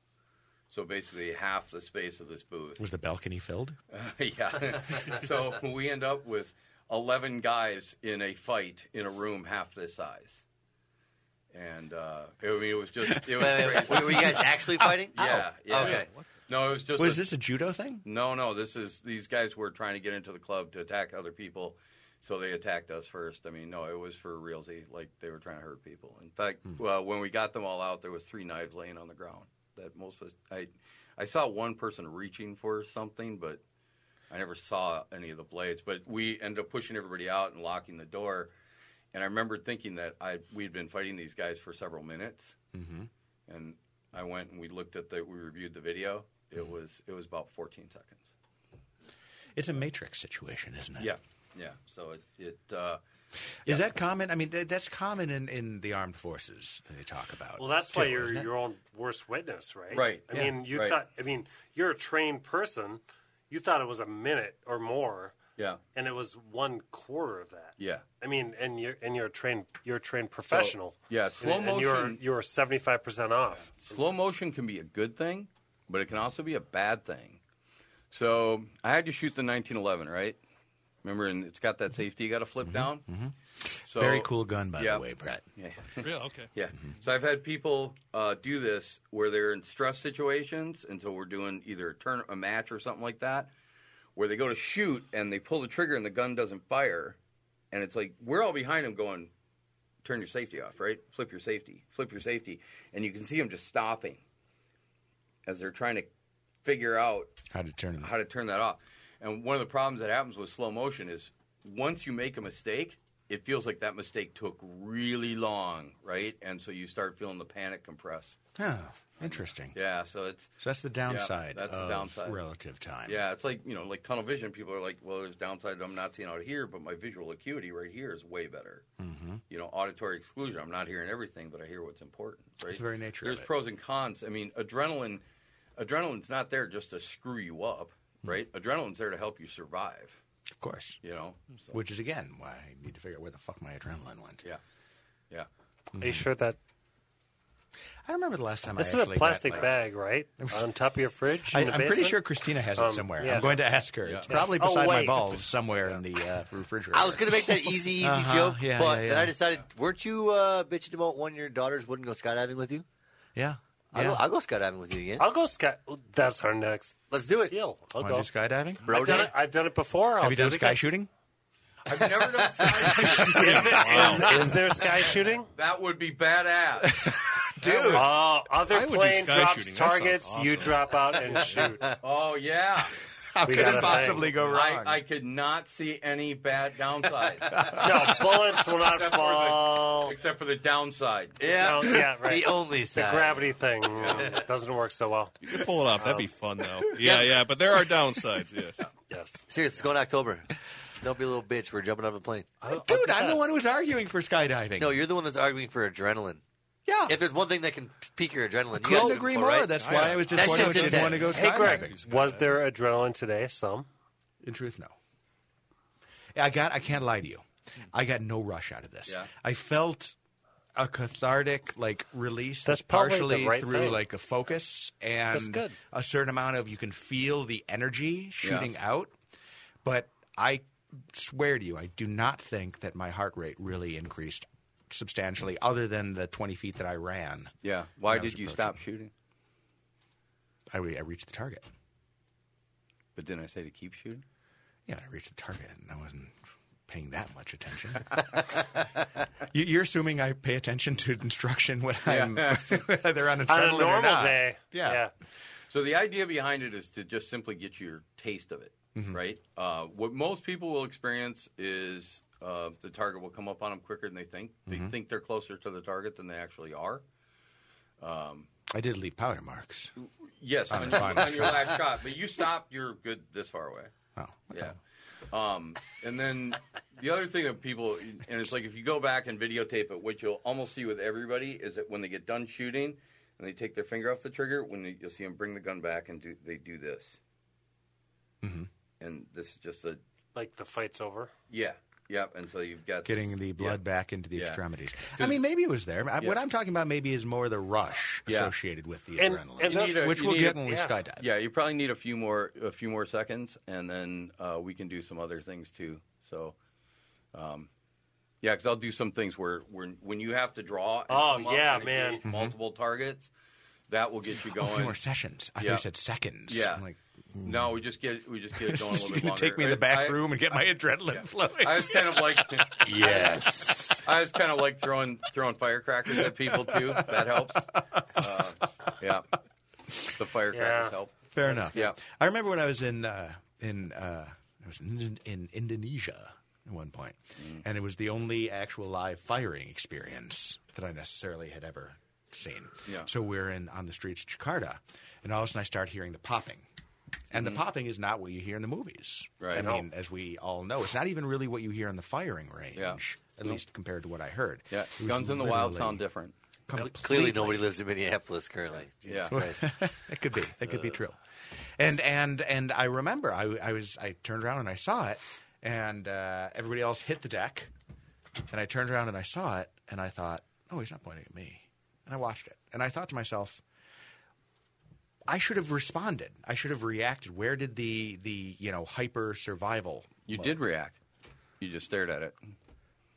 So basically, half the space of this booth. Was the balcony filled? Uh, [LAUGHS] yeah. so we end up with 11 guys in a fight in a room half this size. And uh, I mean, it was just. It was Wait, wait, crazy. were you guys actually [LAUGHS] fighting? Yeah. Ow. yeah. Okay. No, it was just. Oh, Was this a judo thing? No, no. This is these guys were trying to get into the club to attack other people, so they attacked us first. I mean, no, it was for realsy. Like they were trying to hurt people. In fact, Hmm. uh, when we got them all out, there was three knives laying on the ground. That most of us, I, I saw one person reaching for something, but I never saw any of the blades. But we ended up pushing everybody out and locking the door. And I remember thinking that I we had been fighting these guys for several minutes Mm-hmm. and I went and we looked at the we reviewed the video. Mm-hmm. It was it was about 14 seconds. It's a matrix situation, isn't it? Yeah, yeah. So it it uh, Is that common? I mean, th- that's common in, in the armed forces that they talk about. Well, that's why too, you're isn't it? your own worst witness, right? Right, I yeah, mean, you right. thought. I mean, you're a trained person. You thought it was a minute or more. Yeah. And it was one quarter of that. Yeah. I mean, and you're and you're a trained you're a trained professional. yeah, And- slow And you're motion- you're 75 percent off. slow motion can be a good thing, but it can also be a bad thing. So I had to shoot the 1911, right? Remember, and it's got that safety you got to flip down. Mhm. So, Very cool gun, by yeah. the way, Brett. Yeah. Really? Okay. Yeah. So I've had people uh, do this where they're in stress situations, and so we're doing either a turn a match or something like that, where they go to shoot and they pull the trigger and the gun doesn't fire, and it's like we're all behind them going, turn your safety off, right? Flip your safety, flip your safety, and you can see them just stopping as they're trying to figure out How to turn it. how to turn that off. And one of the problems that happens with slow motion is once you make a mistake, it feels like that mistake took really long, right? And so you start feeling the panic compress. Oh, interesting. Yeah, so it's So that's the yeah, downside that's the of downside. relative time. Yeah, it's like you know, like tunnel vision. People are like, well, there's downside I'm not seeing out here, but my visual acuity right here is way better. Mhm. You know, auditory exclusion. I'm not hearing everything, but I hear what's important. Right? It's the very nature of There's it. pros and cons. I mean, adrenaline, adrenaline's not there just to screw you up, Mm. right? Adrenaline's there to help you survive. Of course. You know, so- Which is, again, why I need to figure out where the fuck my adrenaline went. Yeah. Yeah. Are you sure that I don't remember the last time this is Mm-hmm. I in a actually got, plastic like- [LAUGHS] bag, right? On top of your fridge. I, in the I'm pretty basement? sure Christina has it Um, somewhere. yeah. I'm going to ask her. Yeah. It's probably Oh, beside my wait. balls somewhere in the uh, refrigerator. I was going to make that easy, easy Uh-huh, joke, yeah, but yeah, then I yeah. decided, weren't you uh, bitching about when your daughters wouldn't go skydiving with you? Yeah. I'll, go, I'll go skydiving with you again. I'll go sky. oh, That's our next. Let's do it. Deal. I'll Wanna go. do skydiving? I've done, it, I've done it before. I'll Have you done do it sky again. [LAUGHS] shooting? I've never [LAUGHS] done sky shooting. Is there sky shooting? That would be badass. Dude. Oh, other I would do plane sky drops shooting. That sounds targets. You awesome. drop [LAUGHS] out and shoot. Oh yeah. How We could got it a possibly thing. go wrong? I, I could not see any bad downside. [LAUGHS] no, bullets will not except fall. For the, except for the downside. No, Oh, [LAUGHS] yeah, right. side. The gravity thing mm, doesn't work so well. You could pull it off. That'd be Um, fun, [LAUGHS] though. Yeah, yeah. But there are downsides. Yes. Yes. Serious, it's going October. [LAUGHS] Don't be a little bitch. We're jumping out of a plane. Dude, I'm the one who's arguing for skydiving. No, you're the one that's arguing for adrenaline. Yeah. If there's one thing that can pique your adrenaline, you Couldn't guys agree for, more. right? That's why I was just That's wondering if you just didn't want to go intense. skydiving. Hey, Greg, was there adrenaline today? Some. In truth, no. I got. I can't lie to you. I got no rush out of this. Yeah. I felt a cathartic like release that's, That's probably the partially right through thing. like the focus and That's good. a certain amount of you can feel the energy shooting out. But I swear to you, I do not think that my heart rate really increased substantially, other than the twenty feet that I ran. Yeah. Why That was did you approaching. stop shooting? I, re- I reached the target. But didn't I say to keep shooting? Yeah, I reached the target, and I wasn't paying that much attention. [LAUGHS] you, you're assuming I pay attention to instruction when I'm [LAUGHS] whether on adrenaline or not. Yeah. So the idea behind it is to just simply get your taste of it, Mhm. right? Uh, what most people will experience is uh, the target will come up on them quicker than they think. They Mhm. think they're closer to the target than they actually are. Um, I did leave powder marks. Yes, On the on, your, final on your shot. last shot. But you stopped. You're good this far away. Oh, yeah. Um, and then the other thing that people and it's like if you go back and videotape it, what you'll almost see with everybody is that when they get done shooting and they take their finger off the trigger, when they, you'll see them bring the gun back and do they do this, Mhm. and this is just a Like the fight's over. yeah, Yep, until you've got Getting this- the blood yeah. back into the Yeah. extremities. I mean, maybe it was there. I- What Yeah. I'm talking about maybe is more the rush Yeah. associated with the And- adrenaline, and You that's- need a- which you we'll need a- get when we yeah. skydive. Yeah, you probably need a few more a few more seconds, and then uh, we can do some other things too. So, um, yeah, because I'll do some things where, where when you have to draw. And Oh, come up yeah, and man. engage Mhm. multiple targets. That will get [LAUGHS] you Oh, a going. few more sessions. I thought you said seconds. Yeah. I'm like, no, we just get we just get [LAUGHS] it going a Just little bit gonna longer. take me in the back I- room and get my adrenaline flowing. I was kind of like [LAUGHS] Yes. [LAUGHS] I was kind of like throwing throwing firecrackers at people too. [LAUGHS] That helps. Uh, yeah, the firecrackers Yeah. help. Fair enough. Yeah. I remember when I was in uh, in uh, I was in, in Indonesia at one point, Mm. and it was the only actual live firing experience that I necessarily had ever seen. Yeah. So we're in on the streets of Jakarta, and all of a sudden I start hearing the popping. And Mm-hmm. the popping is not what you hear in the movies. Right. I No. mean, as we all know, it's not even really what you hear in the firing range, at No. least compared to what I heard. Yeah. It was Guns in the Wild literally sound different. Clearly, completely- nobody lives in Minneapolis currently. Jesus [LAUGHS] Christ. [LAUGHS] that could be. That could be true. And and and I remember I, I was I turned around and I saw it, and uh, everybody else hit the deck, and I turned around and I saw it, and I thought, oh, he's not pointing at me, and I watched it, and I thought to myself. I should have responded. I should have reacted. Where did the the you know hyper survival? You did react. You just stared at it.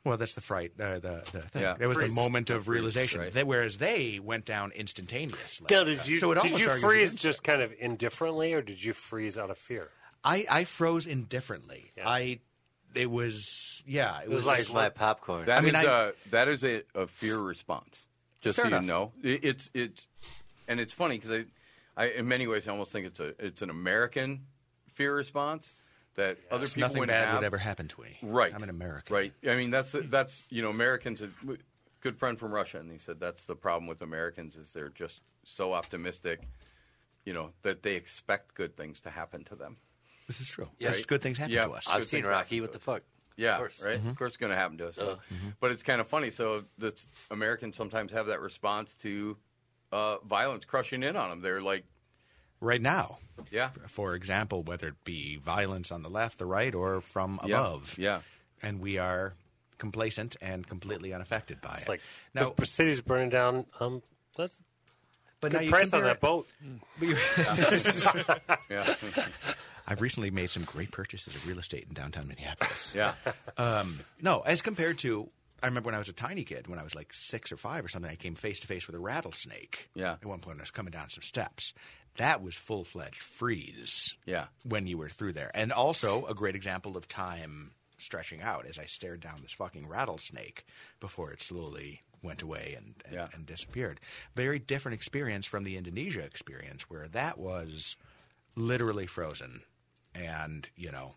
Well, that's the fright. Uh, the the thing. Yeah. That was the Freeze. moment of Freeze, realization. right. They- whereas they went down instantaneously. Uh, Now, did you, So it did almost you argues freeze against just kind of indifferently, or did you freeze out of fear? I, I froze indifferently. I it was yeah, it, was, just- That I mean, is I- a- that is a, a fear response. Just Fair so enough. you know, It- it's it's and it's funny because I, I in many ways I almost think it's a it's an American fear response that other people nothing wouldn't bad have. would ever happen to me. Right. I'm an American. Right. I mean, that's that's you know, Americans. A good friend from Russia, and he said that's the problem with Americans is they're just so optimistic, you know, that they expect good things to happen to them. This is true. Yeah. Yes, good things happen Yeah. to us. I've Good seen things Rocky. happen What to the fuck? Yeah, Of course. Uh-huh. right. Of course, it's going to happen to us. So- But it's kind of funny. So the Americans sometimes have that response to uh, violence crushing in on them. They're like, Right now, yeah, for example, whether it be violence on the left, the right, or from Yeah. above. Yeah. And we are complacent and completely unaffected by It's it. like now, the city's burning down. Um, that's But now good you price on compare that it- boat. But you- Yeah. [LAUGHS] I've recently made some great purchases of real estate in downtown Minneapolis. Yeah. Um, no, as compared to, I remember when I was a tiny kid, when I was like six or five or something, I came face to face with a rattlesnake. Yeah. At one point, I was coming down some steps. That was full fledged freeze. Yeah. When you were through there, and also a great example of time stretching out as I stared down this fucking rattlesnake before it slowly went away and and, and disappeared. Very different experience from the Indonesia experience, where that was literally frozen and you know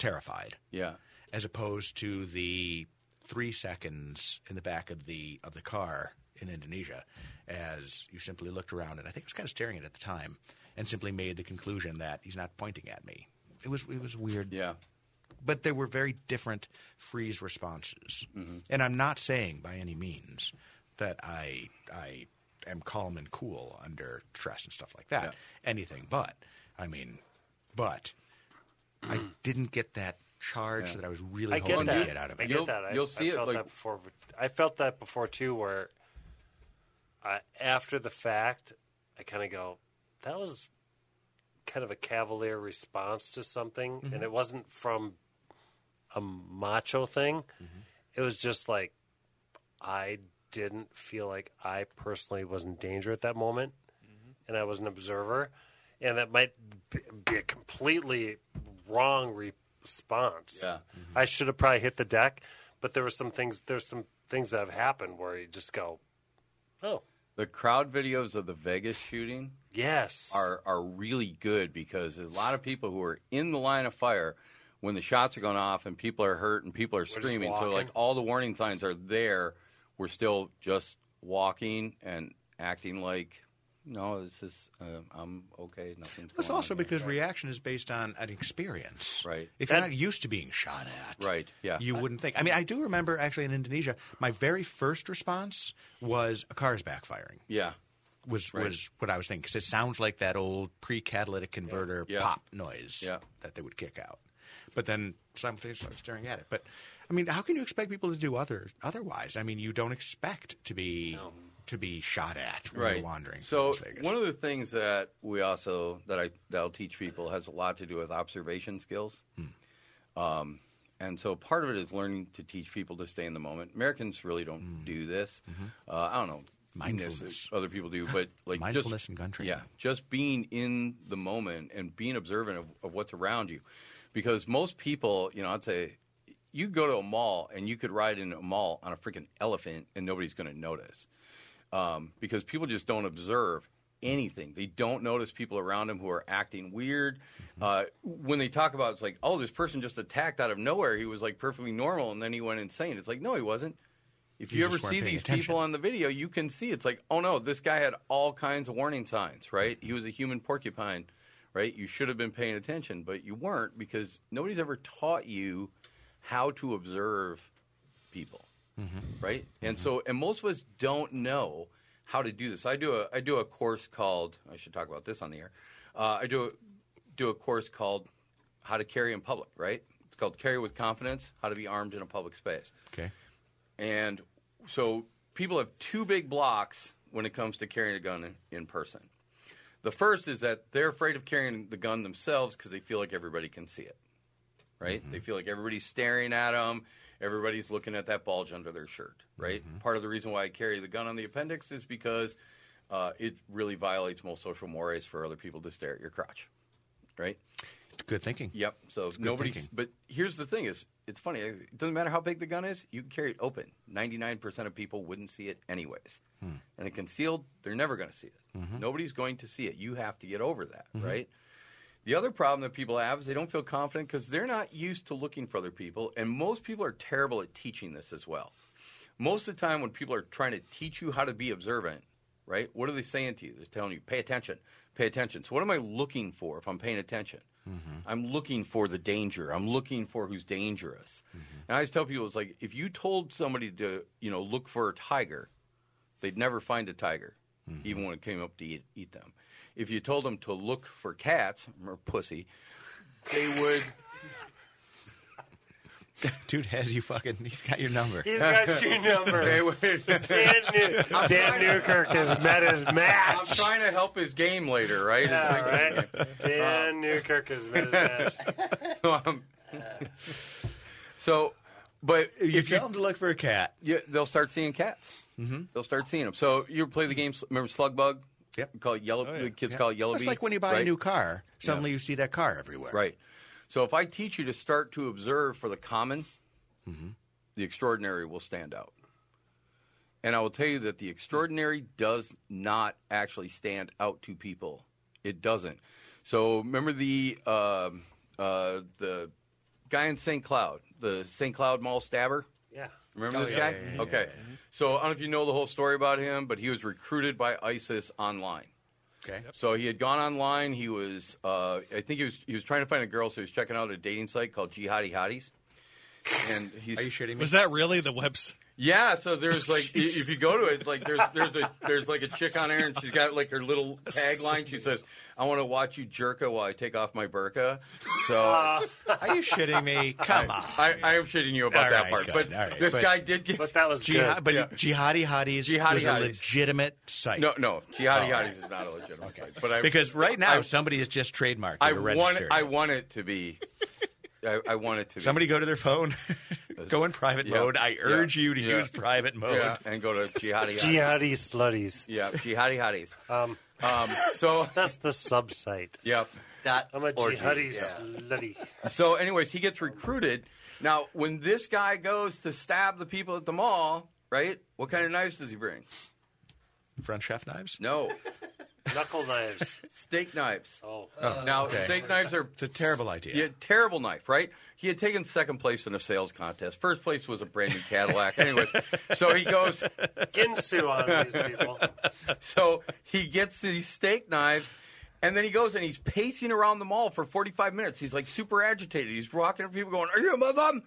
terrified yeah, as opposed to the three seconds in the back of the of the car in Indonesia, as you simply looked around and I think I was kind of staring at it at the time, and simply made the conclusion that he's not pointing at me. It was it was weird. Yeah. But there were very different freeze responses, and I'm not saying by any means that I I am calm and cool under stress and stuff like that. Anything but. I mean, but I didn't get that charge Yeah. that I was really I get hoping that. to get out of it. I get that. I, you'll I see it, felt like- that before. I felt that before too, where uh, after the fact, I kind of go, "That was kind of a cavalier response to something," Mm-hmm. Mhm. and it wasn't from a macho thing. Mm-hmm. It was just like I didn't feel like I personally was in danger at that moment, and I was an observer, and that might b- be a completely wrong re- response. Yeah. I should have probably hit the deck, but there were some things. There's some things that have happened where you just go, Oh. The crowd videos of the Vegas shooting Yes. are are really good because there's a lot of people who are in the line of fire when the shots are going off and people are hurt and people are just screaming. So walking. like all the warning signs are there. We're still just walking and acting like no, this is uh, I'm okay. Nothing's That's going also on here." because reaction is based on an experience. Right. If you're That- not used to being shot at, Right, yeah. you wouldn't think. I mean, I do remember actually in Indonesia, my very first response was a car's backfiring. Yeah. Was Right. was what I was thinking because it sounds like that old pre-catalytic converter Yeah. pop noise Yeah. that they would kick out. But then simultaneously, I was staring at it. But I mean, how can you expect people to do other otherwise? I mean, you don't expect to be to be shot at when right. you're wandering. through So Las Vegas. one of the things that we also that I that I'll teach people has a lot to do with observation skills. Hmm. Um, and so part of it is learning to teach people to stay in the moment. Americans really don't do this. Uh, I don't know. Hmm. Mm-hmm. Mindfulness. Other people do, but like Mindfulness just, and gun training. Yeah, just being in the moment and being observant of, of what's around you, because most people, you know, I'd say you go to a mall and you could ride in a mall on a freaking elephant and nobody's going to notice um, because people just don't observe anything. They don't notice people around them who are acting weird. Mm-hmm. Uh, when they talk about it's like, oh, this person just attacked out of nowhere. He was like perfectly normal and then he went insane. It's like, no, he wasn't. If You you, just ever weren't see paying these attention. people on the video, you can see it's like, oh no, this guy had all kinds of warning signs, right? He was a human porcupine, right? You should have been paying attention, but you weren't because nobody's ever taught you how to observe people Mm-hmm. right? And so, and most of us don't know how to do this. I do a I do a course called I should talk about this on the air. Uh, I do a, do a course called How to Carry in Public, right? It's called Carry with Confidence: How to Be Armed in a Public Space. okay. And so people have two big blocks when it comes to carrying a gun in, in person. The first is that they're afraid of carrying the gun themselves because they feel like everybody can see it, right? They feel like everybody's staring at them, everybody's looking at that bulge under their shirt, right? Part of the reason why I carry the gun on the appendix is because uh, it really violates most social mores for other people to stare at your crotch, right? Good thinking. Yep. So good nobody's. thinking. But here's the thing: is it's funny. It doesn't matter how big the gun is. You can carry it open. Ninety nine percent of people wouldn't see it anyways. Hmm. And it concealed, they're never going to see it. Mm-hmm. Nobody's going to see it. You have to get over that, right? The other problem that people have is they don't feel confident because they're not used to looking for other people, and most people are terrible at teaching this as well. Most of the time, when people are trying to teach you how to be observant, right? What are they saying to you? They're telling you, pay attention, pay attention. So, what am I looking for if I'm paying attention? I'm looking for the danger. I'm looking for who's dangerous. And I always tell people, it's like if you told somebody to, you know, look for a tiger, they'd never find a tiger, even when it came up to eat, eat them. If you told them to look for cats or pussy, they would. Dude has you fucking. He's got your number. He's got your [LAUGHS] They number. would [LAUGHS] Dan, New- Dan Newkirk has met his I'm match. trying to help his game later, right? It's All like- right. Uh, Dan Newkirk has met [LAUGHS] his match. Um, so, but You if you, tell him to look for a cat. yeah, they'll start seeing cats. Mm-hmm. They'll start seeing them. So you play the game. Remember Slug Bug? Yep. We Call it yellow. Oh, yeah. the Kids call it yellow. It's bee, like when you buy a right? new car. Suddenly you see that car everywhere. Right. So if I teach you to start to observe for the common, the extraordinary will stand out. And I will tell you that the extraordinary does not actually stand out to people. It doesn't. So remember the um uh, the guy in St. Cloud, the St. Cloud Mall stabber. Oh, Yeah. Mm-hmm. Remember this guy? okay. So I don't know if you know the whole story about him, but he was recruited by ISIS online. Okay. So he had gone online. He was, uh, I think he was, he was trying to find a girl, so he was checking out a dating site called Jihadi Hotties. And he's, Are you shitting me? Was that really the website? yeah, so there's like [LAUGHS] i- if you go to it, like there's there's a there's like a chick on there and she's got like her [LAUGHS] little tagline. She says, "I want to watch you jerka while I take off my burqa." [LAUGHS] So Are you shitting [LAUGHS] me? Come on. I, I am shitting you about All that right, part, good, but all right, this but- guy did get But that was good. Jihad, but Jihadi Hotties Jihadi was a Hotties. legitimate site. no no jihadi Oh. hotties is not a legitimate site, but I Because right now I- somebody has just trademarked. I it or want registered I it. want it to be. I, I want it to be Somebody go to their phone, [LAUGHS] go in private Yeah. mode. I Yeah. urge you to Yeah. use private mode. yeah, and go to jihadi. Hotties. Jihadi slutties. Yeah, jihadi hotties. Um, Um, so that's the sub-site. yep. Dot I'm a org. jihadi Yeah. slutty. So, anyways, he gets recruited. Now, when this guy goes to stab the people at the mall, right? What kind of knives does he bring? Front chef knives. No, Knuckle knives. steak knives. Oh. now, okay. steak knives are It's a terrible idea. Yeah, terrible knife, right? He had taken second place in a sales contest. First place was a brand new Cadillac. Anyways, so he goes, Ginsu on these [LAUGHS] people. so he gets these steak knives, and then he goes and he's pacing around the mall for 45 minutes. He's like super agitated. He's walking up to people going, Are you a Muslim?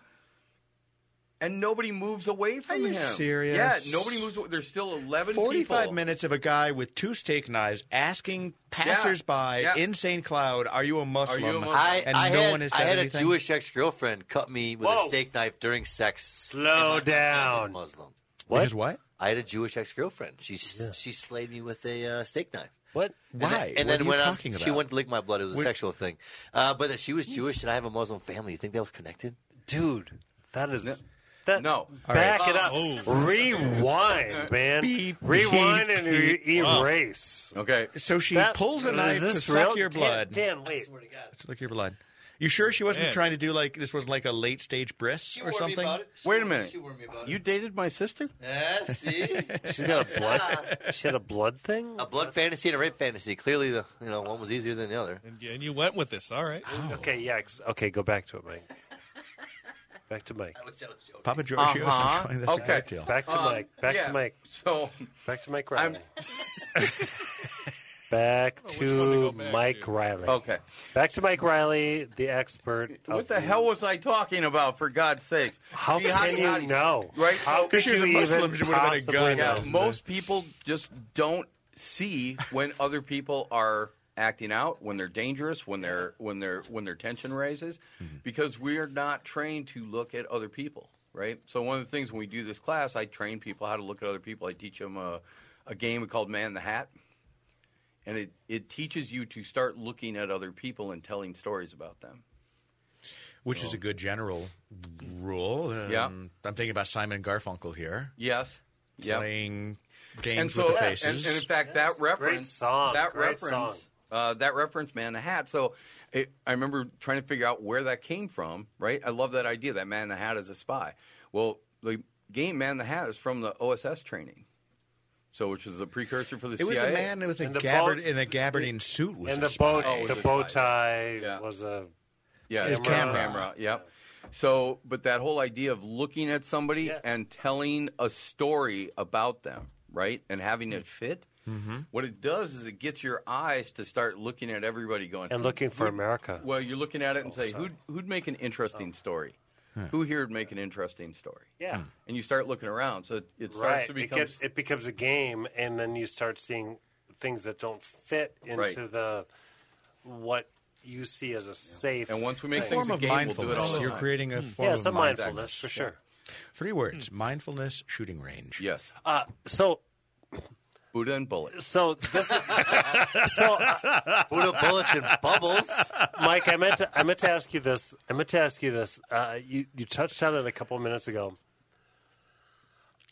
and nobody moves away from you him. serious? Yeah, nobody moves. away. There's still eleven. 45 people. minutes of a guy with two steak knives asking passersby yeah. in St. Cloud, Are you a Muslim? I, and I no had, one has I said had anything. a Jewish ex girlfriend cut me with Whoa. a steak knife during sex. Slow And my- I was down. Muslim. What? Because what? I had a Jewish ex girlfriend. She s she slayed me with a uh, steak knife. What? And then- Why? What And then, are you when I- talking she about? went to lick my blood. It was a What- sexual thing. Uh, but that she was Jewish and I have a Muslim family. You think that was connected? Dude, that is that No. Back All right. it up. Oh. Rewind, man. Rewind and e- erase. Okay. So she That- pulls a is knife to this suck real? your Dan- blood. Dan, wait. To suck your blood. You sure she wasn't Man. trying to do like this was like a late stage bris or something? Wait a minute. She warned me about You it. dated my sister? Yeah, see? [LAUGHS] She got a blood. she had a blood thing. a blood fantasy and a rape fantasy. Clearly, the you know one was easier than the other. And, you- and you went with this, all right? Oh. Oh, Okay, yeah. ex- Okay, go back to it, Mike. Back [LAUGHS] to Mike. Papa Giorgio's Uh-huh. enjoying this a Okay. great deal. Back to Mike. Back Um, yeah. to Mike. So Back to Mike I'm- [LAUGHS] Riley. back which one to to go back Mike to? Riley. okay. Back to Mike Riley, the expert. What of the hell was I talking about? For God's sakes! How Jihadi can you hotties, know? Right? How So- could she was you a Muslim, even she would've been a possibly gun. Yeah, know? most people just don't see when other people are acting out, when they're dangerous, when they're when they're when their tension raises, because we are not trained to look at other people, right? So one of the things when we do this class, I train people how to look at other people. I teach them a, a game called Man in the Hat, and it it teaches you to start looking at other people and telling stories about them. Which is a good general rule. Um, Yeah. I'm thinking about Simon and Garfunkel here. Yes. Yeah. Playing games and so, with the yeah, faces. And, and in fact, that reference, song, that great reference, song. Uh, that reference, man in the hat. So, it, I remember trying to figure out where that came from. Right, I love that idea. That man in the hat is a spy. Well, the game man in the hat is from the OSS training. So, which is a precursor for the it was CIA. a man with a And the gabbard boat- in a gabardine suit was and a the spy. bow, Oh, it the was bow a spy. tie Yeah. was a. Yeah, His it's camera. camera. camera. Yep. So, but that whole idea of looking at somebody Yeah. and telling a story about them, right, and having Mm-hmm. it fit. Mm-hmm. What it does is it gets your eyes to start looking at everybody going And looking for "Who'd- America." Well, you're looking at it and say, Oh, sorry. Oh. who'd, who'd make an interesting story? Who here would make an interesting story? Hmm. Yeah. And you start looking around, so it, it starts Right. to It, become gets, it becomes a game, and then you start seeing things that don't fit into Right. the what you see as a safe. And once we make thing. things form a of game, we'll do it mindfulness. all the You're time. creating a form yeah, of some mindfulness. mindfulness for sure. Three words: mindfulness, shooting range. yes, Uh, so, Buddha and bullet. so this, is- so uh, Buddha bullets and bubbles. Mike, I meant to, I meant to ask you this. I meant to ask you this. Uh, you you touched on it a couple of minutes ago.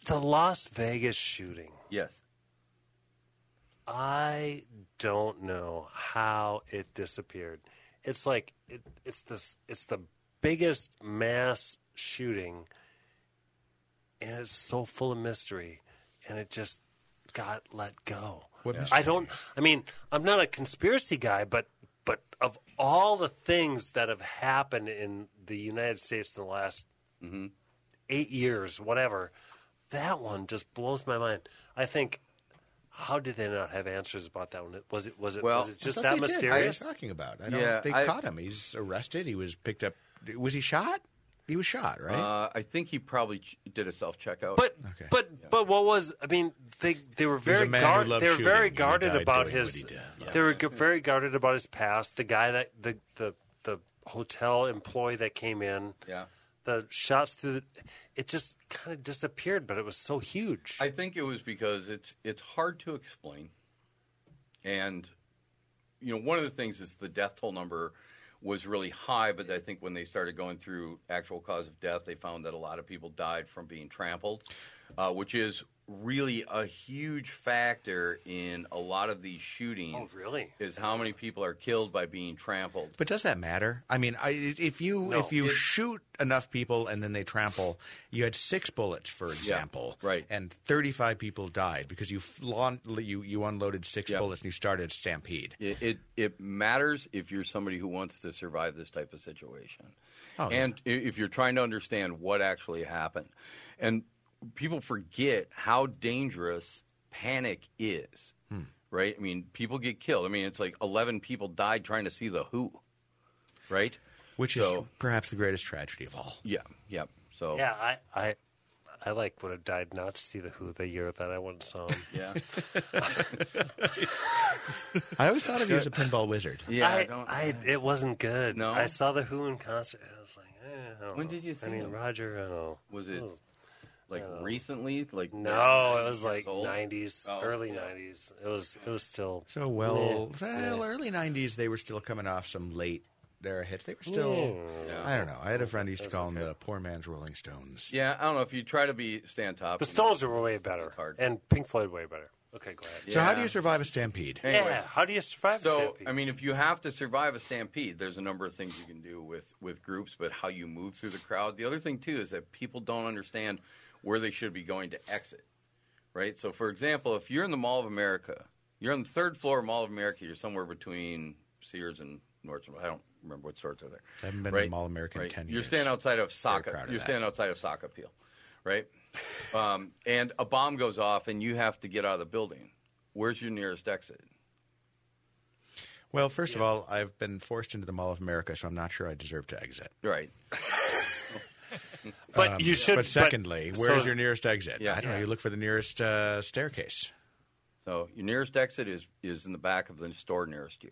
The Las Vegas shooting. Yes, I don't know how it disappeared. It's like it, it's this it's the biggest mass shooting and it's so full of mystery and it just got let go. What I don't I mean, I'm not a conspiracy guy, but but of all the things that have happened in the United States in the last eight years, whatever, that one just blows my mind. I think, how did they not have answers about that one? Was it was it Well, was it just I that thought they did. What are you mysterious? talking about? I don't, Yeah, they I- caught him. He's arrested. He was picked up. Was he shot? He was shot, right? uh, I think he probably ch- did a self checkout. But Okay. but but what was? I mean, they they were was very a man who guard, loved they were shooting, very and he guarded died about doing what his. he did. They were g- very guarded about his past. The guy that the the the hotel employee that came in. yeah. The shots through the, it just kind of disappeared, but it was so huge. I think it was because it's it's hard to explain, and you know one of the things is the death toll number was really high, but I think when they started going through actual cause of death, they found that a lot of people died from being trampled, uh, which is really a huge factor in a lot of these shootings. oh, really? Is how many people are killed by being trampled? but does that matter? I mean, I, if you No. if you It- shoot enough people and then they trample, you had six bullets, for example, right. and thirty five people died because you f- laun- you you unloaded six Yep. bullets and you started a stampede. It, it it matters if you're somebody who wants to survive this type of situation, Oh, yeah. and i if you're trying to understand what actually happened, and people forget how dangerous panic is. Hmm. Right? I mean, people get killed. I mean, it's like 11 people died trying to see the Who. Right? Which So- is perhaps the greatest tragedy of all. Yeah, yeah. So Yeah, I, I, I like would have died not to see the Who the year that I once [LAUGHS] saw 'em. [LAUGHS] Yeah. I always thought of you as a pinball wizard. Yeah, I, I, it wasn't good. No, I saw the Who in concert. I was like, eh, I don't When know. did you see I mean, them? Roger. I don't know. Was it Oh, like I don't know. recently? Like No, it 90 was like years old? '90s, Oh, early yeah. '90s. It was it was still So well, Yeah. well, early '90s they were still coming off some late era hits. They were still, Hmm. Yeah. I don't know. I had a friend who used to call them the poor man's Rolling Stones. Yeah, I don't know if you try to be stay on top. The you- Stones were way better, and Pink Floyd way better. Okay, go ahead. So how do Yeah. you survive a stampede? Anyways. Yeah, how do you survive a So, stampede? I mean, if you have to survive a stampede, there's a number of things you can do with with groups, but how you move through the crowd. The other thing too is that people don't understand where they should be going to exit. Right? So, for example, if you're in the Mall of America, you're on the third floor of Mall of America, you're somewhere between Sears and Nordstrom. I don't remember what stores are there. I haven't been right? to Mall America Right. in ten You're years. standing outside of Very Sock. proud of You're that. standing outside of Sock Appeal, [LAUGHS] right? um, and a bomb goes off, and you have to get out of the building. Where's your nearest exit? Well, first of all, I've been forced into the Mall of America, so I'm not sure I deserve to exit. Right. But Um, you should. But secondly, so where's is- your nearest exit? Yeah. I don't know. You look for the nearest uh, staircase. So your nearest exit is is in the back of the store nearest you.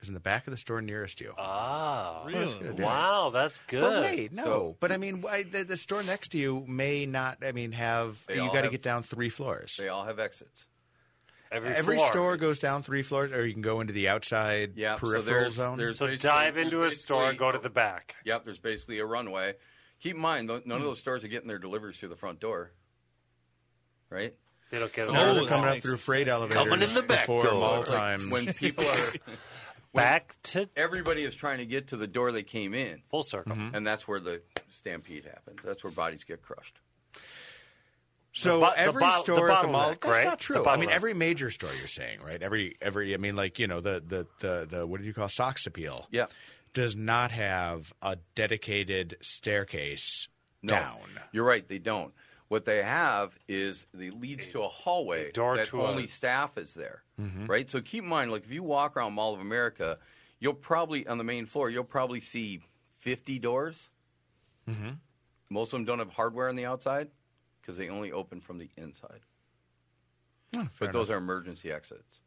Is in the back of the store nearest you. Ah, That's Really? good. Wow, that's good. But wait, no. So- but I mean, why, the, the store next to you may not. I mean, have They you all got to have- get down three floors? They all have exits. Every, Every store goes down three floors, or you can go into the outside Yeah, so peripheral there's- zone. there's So basically- dive into a there's store, basically- go to the back. Yep, there's basically a runway. Keep in mind, tho- none of those stores are getting their deliveries through the front door, right? They don't get No, Oh, they're coming up through freight elevators Coming in the back before door. mall Like, time. [LAUGHS] when people are back to everybody is trying to get to the door they came in, full circle. and that's where the stampede happens. That's where bodies get crushed. So The bo- the every bo- the store at the mall. bottleneck, That's right? not true. The I mean, bottleneck. every major store you're saying, right? Every every. I mean, like you know the the the, the what do you call socks appeal? Yeah. Does not have a dedicated staircase No, down. You're right. They don't. What they have is they leads to a hallway a door that to a- only staff is there, Mm-hmm. right? So keep in mind, like if you walk around Mall of America, you'll probably on the main floor you'll probably see 50 doors. Mm-hmm. Most of them don't have hardware on the outside because they only open from the inside. Oh, But fair those enough. are emergency exits.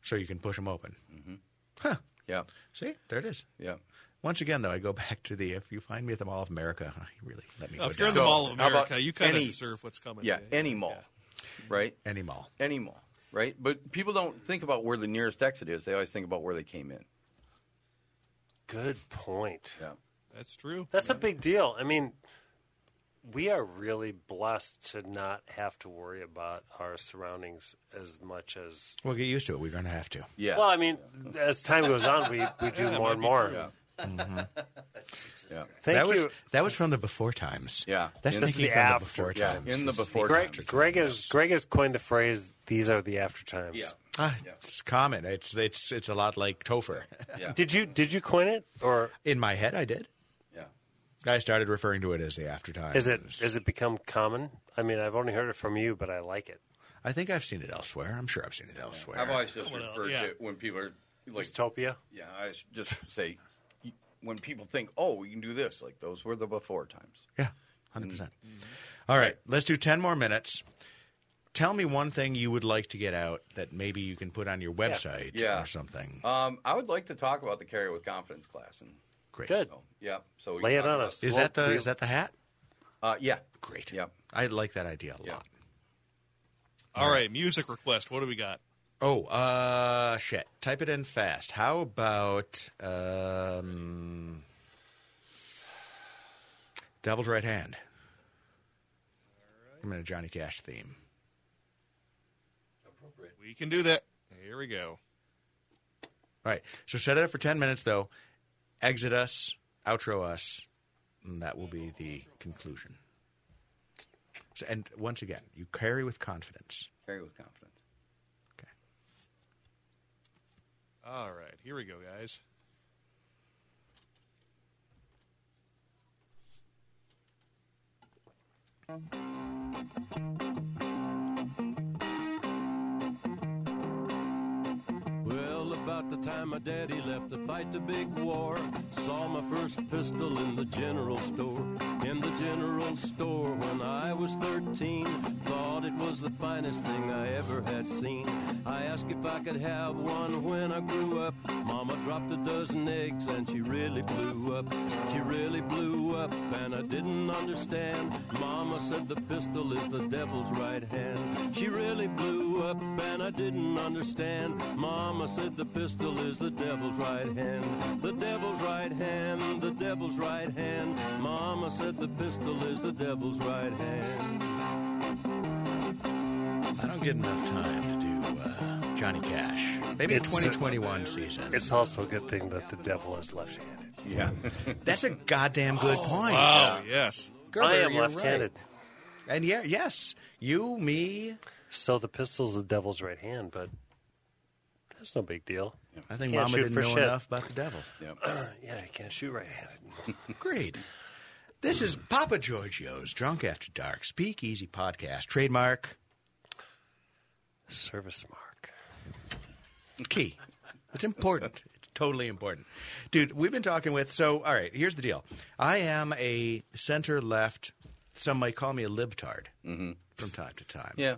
so you can push them open. Mm-hmm. Huh. Yeah, See, there it is. yeah. Once again, though, I go [LAUGHS] back to the if you find me at the Mall of America, you really let me Now, go if you're in down the Go. Mall of How about America, you kind of any- deserve what's coming. Yeah, any mall, right? any mall. Any mall, right? But people don't think about where the nearest exit is. They always think about where they came in. Good point. Yeah. That's true. That's a big deal. I mean, we are really blessed to not have to worry about our surroundings as much as. We'll get used to it. We're going to have to. Yeah. Well, I mean, as time goes on, we, [LAUGHS] we do more and more. Yeah. [LAUGHS] Yeah. Thank that was you. that was from the before times. Yeah. that's In- This is thinking the from after- the before yeah, times. in the This is before thinking times. after Greg has Greg has coined the phrase "These are the after times." Yeah. Ah, It's common. It's it's it's a lot like Topher. Yeah. Did you did you coin it, or In my head, I did. yeah. I started referring to it as the after times. is it is it become common? I mean, I've only heard it from you, but I like it. I think I've seen it elsewhere. I'm sure I've seen it elsewhere. I've always just Someone else, referred yeah. to it when people are like, Dystopia. yeah, I s- just say, y- when people think, oh, we can do this, like those were the before times. Yeah, hundred percent. All right, let's do ten more minutes. Tell me one thing you would like to get out that maybe you can put on your website Yeah. or something. Um, I would like to talk about the Carry with Confidence class. And, Great. Good. oh, yeah. So we Lay can it talk on about- us. Is Well, that the we- is that the hat? Uh, yeah. Great. Yep. I like that idea a Yeah. lot. All right, music request. What do we got? Oh, uh, shit. Type it in fast. How about um, Devil's Right Hand? I'm in a Johnny Cash theme. We can do that. Here we go. All right. So set it up for 10 minutes, though. Exit us, outro us, and that will be the conclusion. So, and once again, you carry with confidence. Carry with Confidence. Okay. All right, here we go, guys. Well, the about the time my daddy left to fight the big war. Saw my first pistol in the general store. In the general store when I was 13. Thought it was the finest thing I ever had seen. I asked if I could have one when I grew up. Mama dropped a dozen eggs and she really blew up. She really blew up and I didn't understand. Mama said the pistol is the devil's right hand. She really blew up and I didn't understand. Mama said the pistol is the devil's right hand. The devil's right hand, the devil's right hand. Mama said the pistol is the devil's right hand. I don't get enough time to do uh, Johnny Cash. Maybe the It's- 2021 season. It's also a good thing that the devil is left-handed. [LAUGHS] Yeah. That's a goddamn good point. Oh, Uh, wow, yes. Gerber, I am you're left-handed. right. And yeah, yes, you, me. So the pistol's the devil's right hand, but that's no big deal. I think Can't Mama shoot didn't for know shit. enough about the devil. yeah, you can't shoot right-handed. Great. This is Papa Giorgio's Drunk After Dark Speakeasy Podcast, trademark Service mark. Key. It's important. [LAUGHS] It's totally important. Dude, we've been talking with. So, all right, here's the deal. I am a center left, some might call me a libtard Mm-hmm. from time to time. Yeah.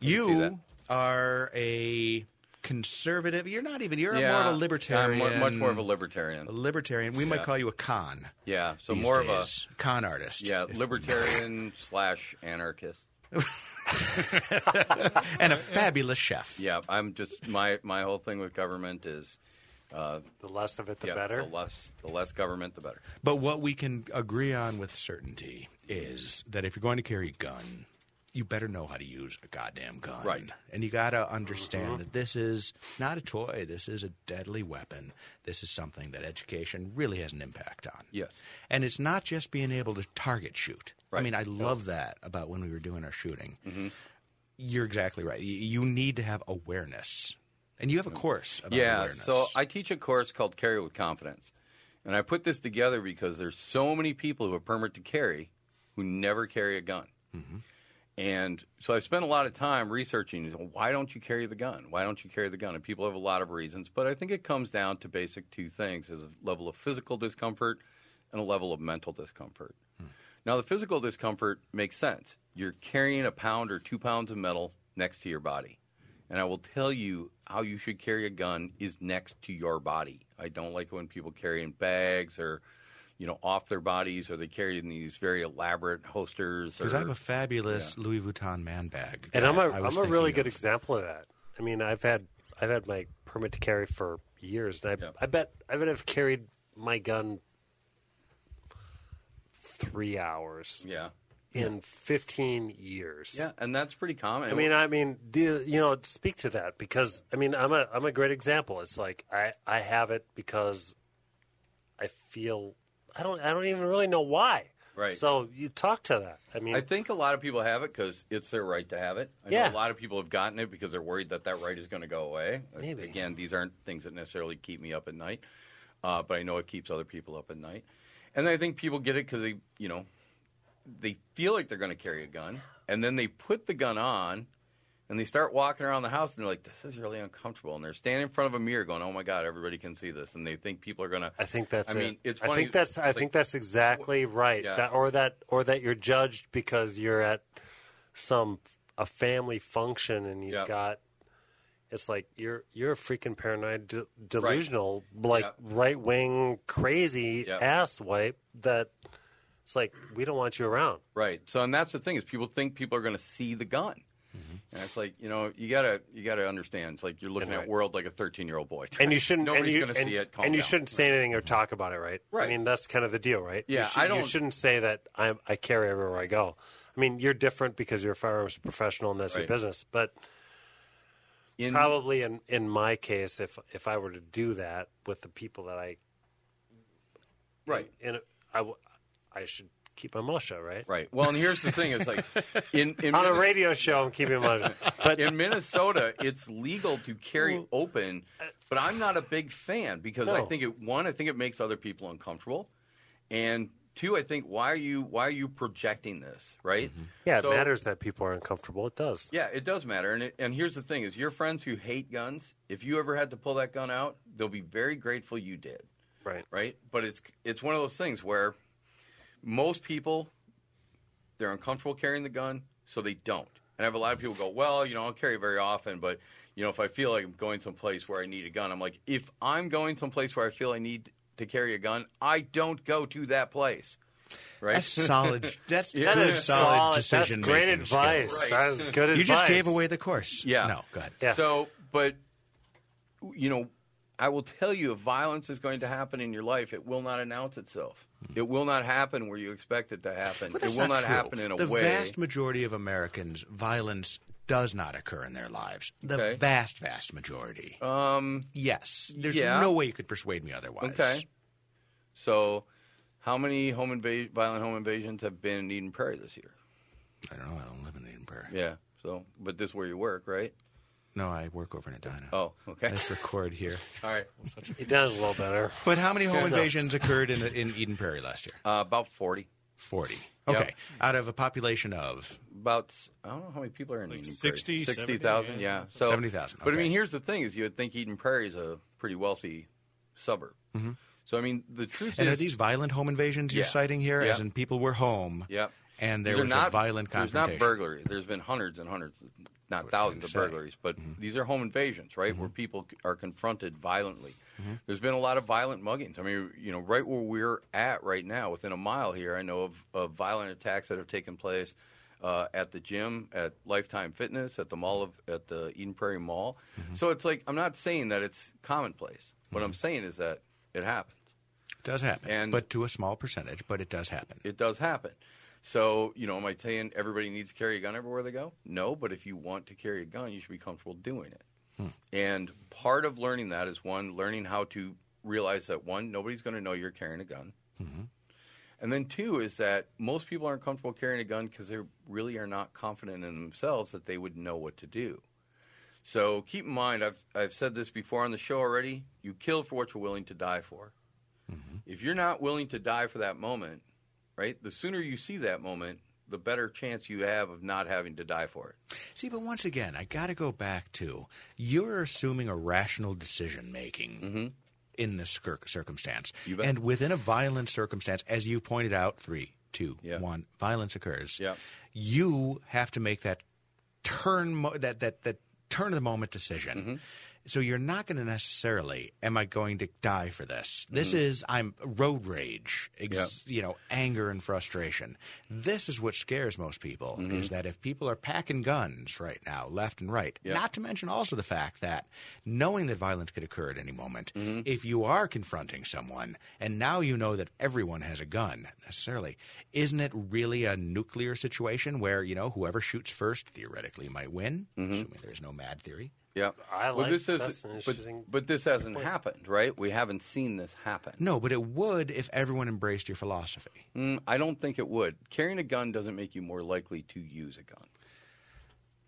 You are a conservative. You're not even, you're more of a libertarian. I'm mu- much more of a libertarian. A libertarian. We might Yeah. call you a con. Yeah, so these more days. con artist. of a yeah libertarian slash anarchist. and a fabulous chef. Yeah, I'm just my my whole thing with government is uh, The less of it, the yeah, better. The less the less government, the better. But what we can agree on with certainty is that if you're going to carry a gun, you better know how to use a goddamn gun. Right. And you got to understand that this is not a toy, this is a deadly weapon. This is something that education really has an impact on. Yes. And it's not just being able to target shoot. I Right. Mm-hmm. mean, I love that about when we were doing our shooting. You're exactly right. Y- You need to have awareness. And you have a course about Mm-hmm. yeah, awareness. so uh, I teach a course called Carry with Confidence, and I put this together because there's so many people who have permit to carry who never carry a gun. And so I spent a lot of time researching you know, why don't you carry the gun? Why don't you carry the gun? And people have a lot of reasons, but I think it comes down to basic two things is a level of physical discomfort and a level of mental discomfort. Hmm. Now the physical discomfort makes sense. You're carrying a pound or two pounds of metal next to your body. And I will tell you how you should carry a gun is next to your body. I don't like when people carry in bags or you know, off their bodies, or they carry in these very elaborate holsters. Because I have or- a fabulous Louis Vuitton man bag. And I'm a that I was am a really thinking good of. example of that. I mean, I've had I've had my permit to carry for years, and I I bet I bet I've carried my gun three hours Yeah. in 15 years. Yeah, and that's pretty common. I mean, I mean, do, you know, speak to that because I mean, I'm a I'm a great example. It's like I I have it because I feel I don't I don't even really know why. Right. So you talk to that. I mean, I think a lot of people have it because it's their right to have it. I Yeah. know a lot of people have gotten it because they're worried that that right is going to go away. Maybe. Again, these aren't things that necessarily keep me up at night, uh, but I know it keeps other people up at night. And I think people get it because they, you know, they feel like they're going to carry a gun, and then they put the gun on, and they start walking around the house, and they're like, "This is really uncomfortable." And they're standing in front of a mirror, going, "Oh my god, everybody can see this," and they think people are going to. I think that's. I it. mean, it's I funny, think that's. I like- think that's exactly right. Yeah. That or that or that you're judged because you're at some a family function and you've Yeah. got. It's like you're you're a freaking paranoid, de- delusional, like Yeah. right wing crazy Yeah. ass wipe. That it's like we don't want you around. Right. So, and that's the thing is people think people are going to see the gun, Mm-hmm. and it's like you know you gotta you gotta understand. It's like you're looking And at right. world like a 13 year old boy. And you shouldn't. Nobody's and you, going to and- see it. Calm and you down. shouldn't say anything or talk about it, right? I Right. mean, that's kind of the deal, right? You Yeah, should- I don't- You shouldn't say that I, I carry everywhere I go. I mean, you're different because you're a firearms professional and that's your Right. business. But In- probably in in my case, if if I were to do that with the people that I Right. in, I w- I should keep my mouth shut, right? Right. Well, and here's the thing: is [LAUGHS] like in in, On a Minnes- radio show, I'm keeping my mouth shut. [LAUGHS] But in Minnesota, it's legal to carry open, but I'm not a big fan because I uh, No. think it one, I think it makes other people uncomfortable, and Two, I think why are you why are you projecting this, right? Mm-hmm. Yeah, So- it matters that people are uncomfortable. It does. Yeah, it does matter. And it, and here's the thing: is your friends who hate guns, if you ever had to pull that gun out, they'll be very grateful you did. Right. Right. But it's it's one of those things where most people they're uncomfortable carrying the gun, so they don't. And I have a lot of people go, well, you know, I don't carry very often, but you know, if I feel like I'm going someplace where I need a gun, I'm like, if I'm going someplace where I feel I need to carry a gun, I don't go to that place. Right? That's solid. [LAUGHS] That's That good, is solid. solid That's decision. great advice. Right. That is good You just advice. gave away the course. Yeah. No. Go ahead. So, but you know, I will tell you, if violence is going to happen in your life, it will not announce itself. It will not happen where you expect it to happen. But it Mm-hmm. that's will not, true. happen in a the way. vast majority of Americans, violence does not occur in their lives. The Okay. vast, vast majority. um. yes. There's yeah. no way you could persuade me otherwise. Okay. So, how many home inva- violent home invasions have been in Eden Prairie this year? I don't know. I don't live in Eden Prairie. Yeah. So, but this is where you work, right? No, I work over in Edina. Oh, [LAUGHS] okay. I just record here. All right. It does a little better. But how many home No. invasions occurred in, in Eden Prairie last year? Uh, about forty. 40. Yep. Okay. Out of a population of about I don't know how many people are in Eden Prairie. 60, 60,000, 70, yeah. yeah. So 70,000, But I okay. mean, here's the thing: is you would think Eden Prairie is a pretty wealthy suburb. So I mean, the truth Mm-hmm. And is, are these violent home invasions you're Yeah. citing here? As Yeah. in, people were home. Yep. And there these are was not a violent There's confrontation. not burglary. There's been hundreds and hundreds, not gonna thousands of say. burglaries, but Mm-hmm. these are home invasions, right? Where people c- are confronted violently. Mm-hmm. There's been a lot of violent muggings. I mean, you know, right where we're at right now, within a mile here, I know of, of violent attacks that have taken place uh, at the gym, at Lifetime Fitness, at the mall of at the Eden Prairie Mall. Mm-hmm. So it's like I'm not saying that it's commonplace. What I'm saying is that it happens. It does happen. And- but to a small percentage, but it does happen. It does happen. So, you know, am I saying everybody needs to carry a gun everywhere they go? No, but if you want to carry a gun, you should be comfortable doing it. And part of learning that is one, learning how to realize that one, nobody's going to know you're carrying a gun. And then two is that most people aren't comfortable carrying a gun because they really are not confident in themselves that they would know what to do. So keep in mind, I've, I've said this before on the show already you kill for what you're willing to die for. If you're not willing to die for that moment, right, the sooner you see that moment, the better chance you have of not having to die for it. See, but once again, I got to go back to you're assuming a rational decision making in this cir- circumstance. Mm-hmm. You bet. And within a violent circumstance, as you pointed out, three, two, one, Yeah. violence occurs. Yeah. You have to make that turn, mo- that, that, that turn of the moment decision. Mm-hmm. So you're not going to necessarily, am I going to die for this? This is, I'm road rage, ex- Mm-hmm. Yeah. you know, anger and frustration. This is what scares most people is that if people are packing guns right now, left and right, Yeah. not to mention also the fact that knowing that violence could occur at any moment, if you are confronting someone and now you know that everyone has a gun necessarily, isn't it really a nuclear situation where, you know, whoever shoots first theoretically might win, assuming there's no mad theory? Yeah. I Well, like- this is- that's an but, interesting but this hasn't happened, right? We haven't seen this happen. No, but it would if everyone embraced your philosophy. Mm, I don't think it would. Carrying a gun doesn't make you more likely to use a gun.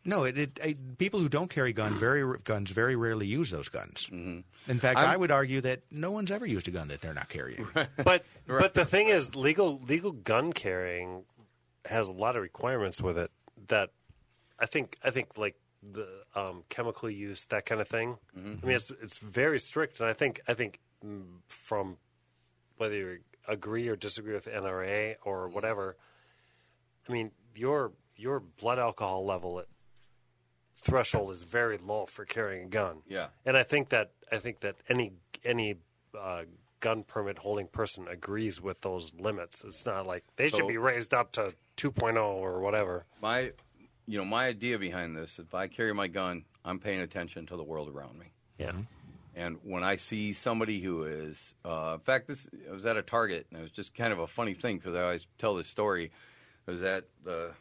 No, it, it, it people who don't carry gun very guns very rarely use those guns. Mm-hmm. In fact, I'm- i would argue that no one's ever used a gun that they're not [LAUGHS] carrying. But but the thing is, legal legal gun carrying has a lot of requirements with it that I think I think like the um, chemical use that kind of thing. I mean, it's it's very strict, and I think I think mm, from whether you agree or disagree with NRA or whatever, I mean your your blood alcohol level at threshold is very low for carrying a gun. Yeah. and I think that I think that any any uh, gun permit holding person agrees with those limits. It's not like they So- should be raised up to 2.0 or whatever. My, you know, my idea behind this, if I carry my gun, I'm paying attention to the world around me. Yeah. And when I see somebody who is, uh, in fact, this I was at a Target, and it was just kind of a funny thing because I always tell this story. I was at the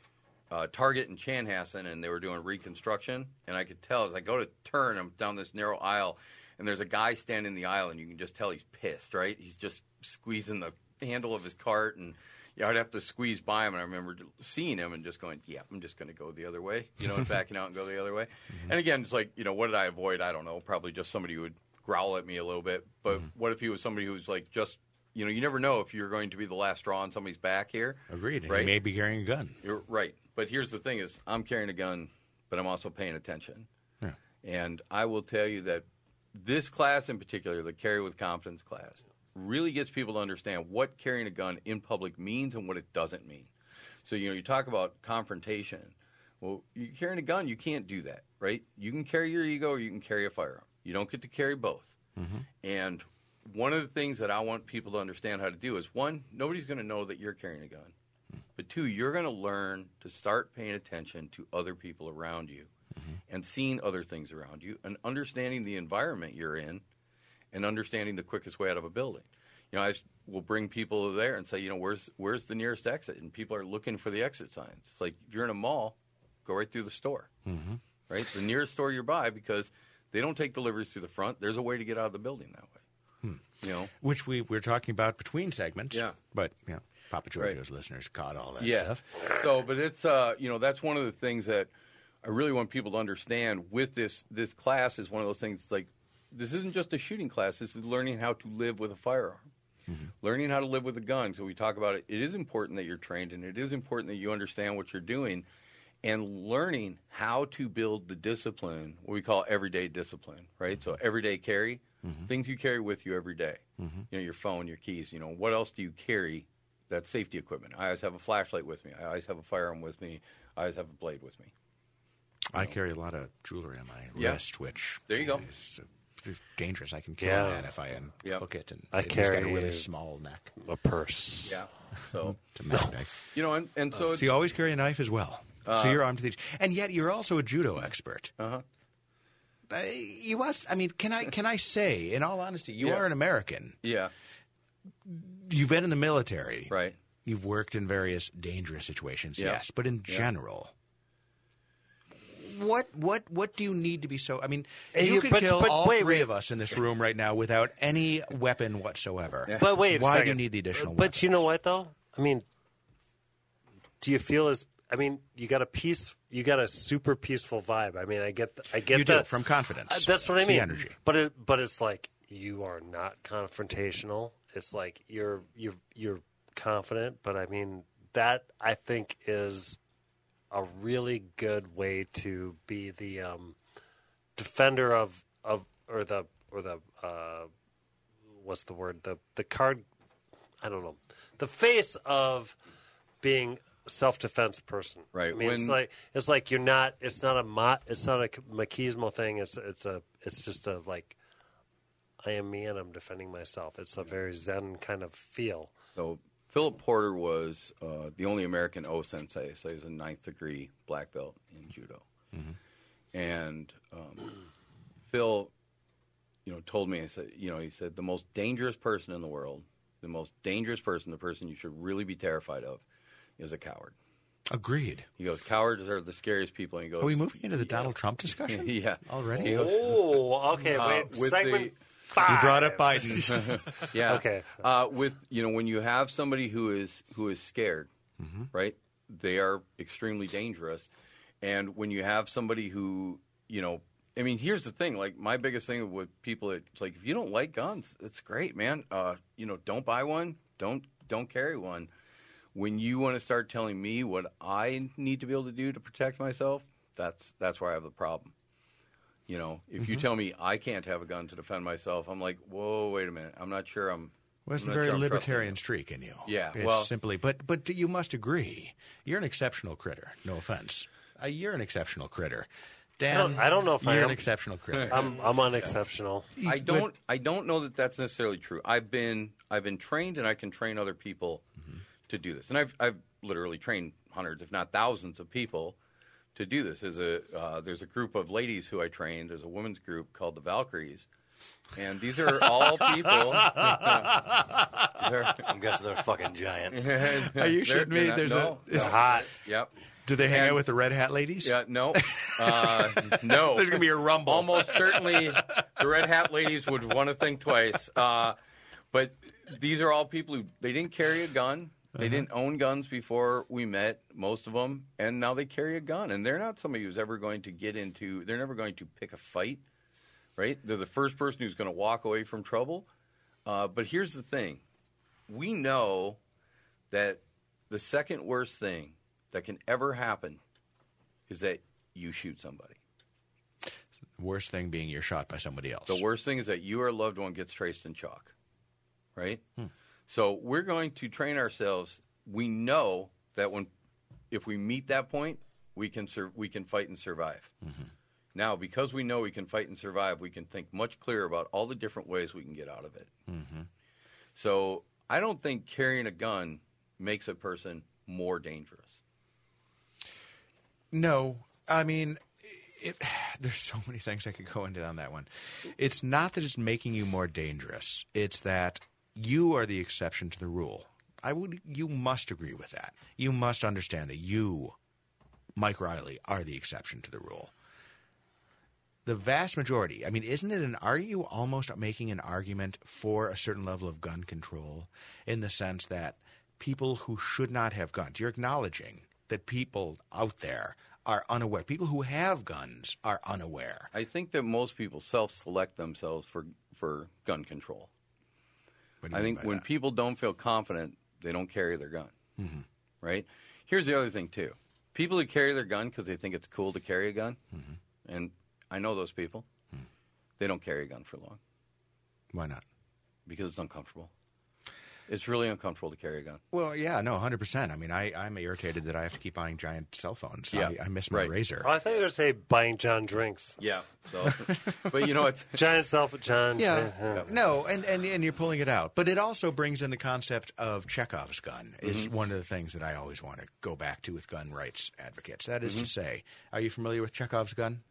uh, Target in Chanhassen, and they were doing reconstruction, and I could tell as I go to turn, I'm down this narrow aisle, and there's a guy standing in the aisle, and you can just tell he's pissed, right? He's just squeezing the handle of his cart, and you know, I'd have to squeeze by him, and I remember seeing him and just going, "Yeah, I'm just going to go the other way," you know, [LAUGHS] and backing out and go the other way. Mm-hmm. And again, it's like, you know, what did I Mm-hmm. avoid? I don't know. Probably just somebody who would growl at me a little bit. But what if he was somebody who was like just you know, you never know if you're going to be the last straw on somebody's back here. Agreed. And Right. You may be carrying a gun. You're right. But here's the thing: is I'm carrying a gun, but I'm also paying attention. Yeah. And I will tell you that this class in particular, the carry with confidence class, really gets people to understand what carrying a gun in public means and what it doesn't mean. So you know, you talk about confrontation. Well, you're carrying a gun, you can't do that, right? You can carry your ego or you can carry a firearm. You don't get to carry both. And one of the things that I want people to understand how to do is one, nobody's going to know that you're carrying a gun. But two, you're going to learn to start paying attention to other people around you and seeing other things around you and understanding the environment you're in and understanding the quickest way out of a building. You know, I s- will bring people there and say, you know, where's where's the nearest exit? And people are looking for the exit signs. It's like if you're in a mall, go right through the store Mm-hmm. right? The nearest store you're by because they don't take deliveries through the front. There's a way to get out of the building that way. You know, Which we we're talking about between segments. Yeah. But you know, Papa Right. Giorgio's listeners caught all that yeah. stuff. So, but it's uh, you know, that's one of the things that I really want people to understand with this this class is one of those things it's like this isn't just a shooting class. This is learning how to live with a firearm. Learning how to live with a gun. So we talk about it. It is important that you're trained, and it is important that you understand what you're doing, and learning how to build the discipline, what we call everyday discipline, right? So everyday carry, things you carry with you every day. You know, your phone, your keys. You know, what else do you carry? That's safety equipment. I always have a flashlight with me. I always have a firearm with me. I always have a blade with me. I carry a lot of jewelry on my Yeah. wrist, which There you go. is uh, dangerous. I can kill Yeah. a man if I unhook it, and I and he's got carry a really small neck. A purse. Yeah. So It's a [LAUGHS] mag knife. you know, and, and so So it's, you always carry a knife as well. so Uh, you're armed to the and yet you're also a judo expert. Uh-huh. Uh, you must. I mean, can I can I say, in all honesty, you Yeah. are an American. yeah, You've been in the military. right. You've worked in various dangerous situations. Yeah. Yes, but in Yeah. general, what what what do you need to be so? I mean, Eh, you you- could but- kill but all wait, three wait. of us in this room right now without any weapon whatsoever. But wait, a why do you second. need the additional? But weapon? you know what though? I mean, do you feel as? I mean, you got a peace. You got a super peaceful vibe. I mean, I get. I get You do, the, from confidence. Uh, that's what It's the I mean. energy. But it. But it's like you are not confrontational. It's like you're you're you're confident. But I mean, that I think is a really good way to be the um, defender of of or the or the uh, what's the word the the card I don't know the face of being self defense person. Right, I mean, it's when- like it's like you're not. It's not a mo, It's not a machismo thing. It's it's a. It's just a like. I am me and I'm defending myself. It's a very zen kind of feel. So Philip Porter was uh, the only American O sensei, so he was a ninth degree black belt in judo. Mm-hmm. And um, Phil, you know, told me, I said, you know, he said the most dangerous person in the world, the most dangerous person, the person you should really be terrified of, is a coward. Agreed. He goes, cowards are the scariest people. And he goes, Are we moving [LAUGHS] into the Donald Trump [LAUGHS] discussion? yeah, Already? He goes, [LAUGHS] Oh, okay. Uh, Wait, with segment the- five. You brought up uh, Biden. [LAUGHS] Yeah. Okay. Uh, with you know when you have somebody who is who is scared, right? They are extremely dangerous, and when you have somebody who you know, I mean, here's the thing. Like my biggest thing with people, it's like if you don't like guns, it's great, man. Uh, you know, don't buy one. Don't don't carry one. When you want to start telling me what I need to be able to do to protect myself, that's that's where I have the problem. You know, if Mm-hmm. you tell me I can't have a gun to defend myself, I'm like, whoa, wait a minute. I'm not sure I'm. Well, it's I'm the not very sure I'm libertarian trusting streak in you. Yeah, It's well- simply, but but you must agree. You're an exceptional critter. No offense. Uh, you're an exceptional critter. Dan, don't- I don't know if I you're am. Um, an exceptional [LAUGHS] critter. I'm I'm unexceptional. you. I don't. I don't know that that's necessarily true. I've been I've been trained, and I can train other people to do this. And I've I've literally trained hundreds, if not thousands, of people to do this. There's a uh, there's a group of ladies who I trained. There's a women's group called the Valkyries, and these are all [LAUGHS] people. They're- I'm guessing they're fucking giant. Are you [LAUGHS] they're- shitting me? they're not- There's no, a. is- no. Hot. Yep. do they hang and- out with the red hat ladies? Yeah, no, [LAUGHS] uh, no. There's gonna be a rumble. Almost certainly, the red hat ladies would want to think twice. Uh, but these are all people who they didn't carry a gun. They didn't own guns before we met, most of them, and now they carry a gun. And they're not somebody who's ever going to get into. They're never going to pick a fight, right? They're the first person who's going to walk away from trouble. Uh, but here's the thing: we know that the second worst thing that can ever happen is that you shoot somebody. Worst thing being you're shot by somebody else. The worst thing is that you or a loved one gets traced in chalk, right? So we're going to train ourselves. We know that when, if we meet that point, we can sur- we can fight and survive. Now, because we know we can fight and survive, we can think much clearer about all the different ways we can get out of it. Mm-hmm. So I don't think carrying a gun makes a person more dangerous. No, I mean, it, [SIGHS] there's so many things I could go into on that one. It's not that it's making you more dangerous; it's that you are the exception to the rule. I would, you must agree with that. You must understand that you, Mike Riley, are the exception to the rule. The vast majority. I mean, isn't it an? Are you almost making an argument for a certain level of gun control in the sense that people who should not have guns? You're acknowledging that people out there are unaware. People who have guns are unaware. I think that most people self-select themselves for for gun control. What do you I mean think by when that? people don't feel confident, they don't carry their gun. Mhm. Right? Here's the other thing too: people who carry their gun because they think it's cool to carry a gun, Mhm. and I know those people. Mm. They don't carry a gun for long Why not? because it's uncomfortable. It's really uncomfortable to carry a gun. Well, yeah, no, hundred percent. I mean, I, I'm irritated that I have to keep buying giant cell phones. Yeah, I, I miss my right. razor. Oh, I thought you were going to say buying John drinks. Yeah. So, [LAUGHS] but you know it's Giant self with John. Yeah, no, and, and and you're pulling it out, but it also brings in the concept of Chekhov's gun. Is Mhm. one of the things that I always want to go back to with gun rights advocates. That is to Mhm. say, are you familiar with Chekhov's gun?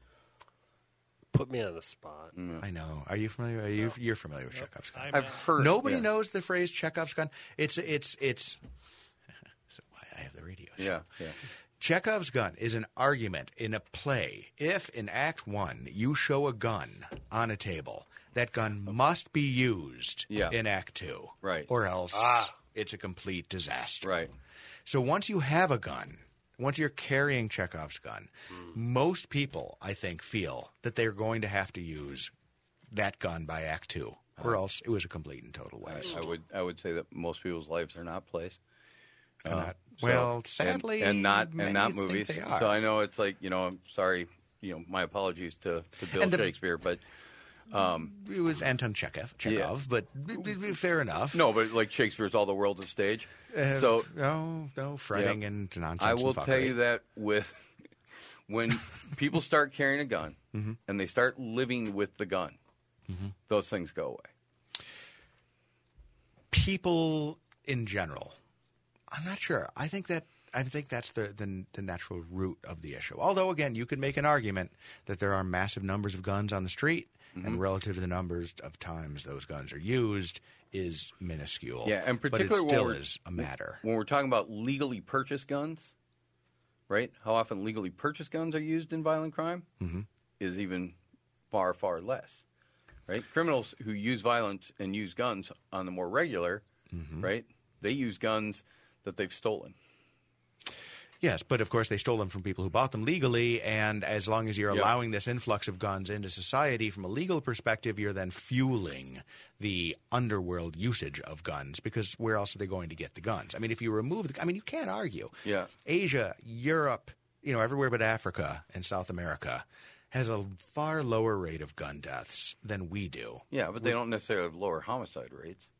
Put me on the spot. Mm. I know. Are you familiar? Are you, You're familiar with Chekhov's gun. I'm I've not. heard- Nobody yeah. knows the phrase Chekhov's gun. It's it's it's. [LAUGHS] so why I have the radio. show. Yeah. Yeah. Chekhov's gun is an argument in a play. If in Act One you show a gun on a table, that gun must be used Yeah. in Act Two, Right. Or else Ah. it's a complete disaster. Right. So once you have a gun, once you're carrying Chekhov's gun, Hmm. most people I think feel that they're going to have to use that gun by Act Two, or else it was a complete and total I, waste. I would I would say that most people's lives are not plays. They're Uh, not. Well, and- sadly, and, not many and not think movies. they are. So I know it's like you know I'm sorry, you know my apologies to, to Bill And the- Shakespeare, but um, It was Anton Chekhov, Chekhov, but b- b- b- fair enough. no, but like Shakespeare's all the world's a stage. Uh, so no, no fretting Yeah. and nonsense. I will and tell fuckery. you that with when people start carrying a gun Mhm. and they start living with the gun, Mm-hmm. those things go away. people in general. I'm not sure. I think that I think that's the, the the natural root of the issue. Although again, you could make an argument that there are massive numbers of guns on the street, Mm-hmm. and relative to the numbers of times those guns are used is minuscule. Yeah, and but particularly it when still we're- is a matter. When we're talking about legally purchased guns, right? How often legally purchased guns are used in violent crime Mhm. is even far, far less, right? Criminals who use violence and use guns on the more regular, Mm-hmm. right? They use guns that they've stolen. Yes, but of course they stole them from people who bought them legally, and as long as you're Yep. allowing this influx of guns into society from a legal perspective, you're then fueling the underworld usage of guns because where else are they going to get the guns? I mean, if you remove the, I mean, you can't argue. Yeah. Asia, Europe, you know, everywhere but Africa and South America has a far lower rate of gun deaths than we do. Yeah, but they don't necessarily have lower homicide rates.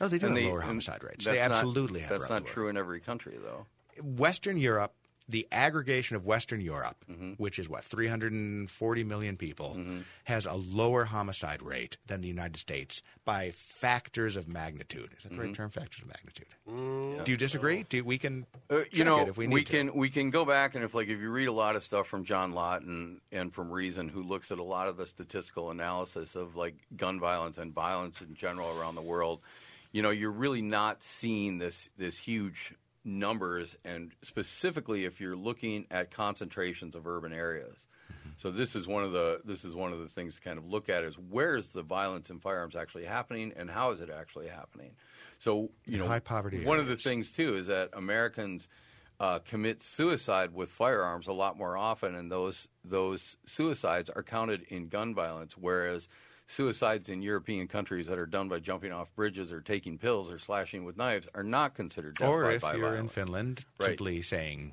No, they do And have lower and homicide rates. that's They not- absolutely have That's lower- not true in every country, though. Western Europe, the aggregation of Western Europe, which is what 340 million people, has a lower homicide rate than the United States by factors of magnitude. Is that the right term? Factors of magnitude. Mm. Do you disagree? Do we can Uh, check you know, it if we need to. can we can go back and if like if you read a lot of stuff from John Lott and, and from Reason, who looks at a lot of the statistical analysis of like gun violence and violence in general around the world, you know, you're really not seeing this this huge numbers and specifically if you're looking at concentrations of urban areas. Mm-hmm. So this is one of the this is one of the things to kind of look at is where is the violence in firearms actually happening and how is it actually happening? So you In know high poverty One of the things too is that Americans uh, commit suicide with firearms a lot more often, and those those suicides are counted in gun violence, whereas suicides in European countries that are done by jumping off bridges or taking pills or slashing with knives are not considered death or by, if by you're in violence. Finland, Right. simply saying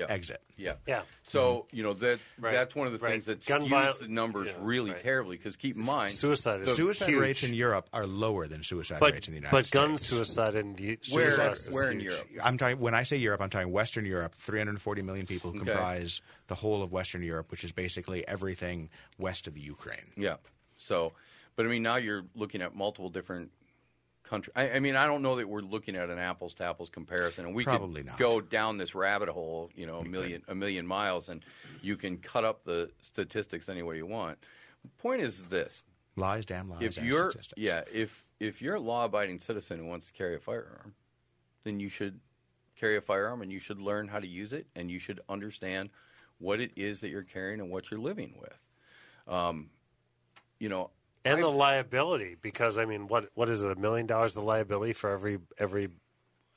Yeah. exit. Yeah. Yeah. So you know that Right. that's one of the Right. things that Gun skews viol- the numbers yeah, really right. terribly. Because keep in mind, Suicide is the- Suicide huge. rates in Europe are lower than suicide rates But, in the United but States. gun suicide in the where suicide is where in huge. Europe? I'm talking when I say Europe, I'm talking Western Europe. 340 million people who Okay. comprise the whole of Western Europe, which is basically everything west of the Ukraine. Yeah. So, but I mean, now you're looking at multiple different countries. I, I mean, I don't know that we're looking at an apples to apples comparison, and we Probably could not. go down this rabbit hole, you know, a million a million miles, and you can cut up the statistics any way you want. Point is this: Lies, damn lies. if and you're statistics. yeah, if if you're a law-abiding citizen who wants to carry a firearm, then you should carry a firearm, and you should learn how to use it, and you should understand what it is that you're carrying and what you're living with. Um, you know, and the liability because I mean, what what is it? A million dollars the liability for every every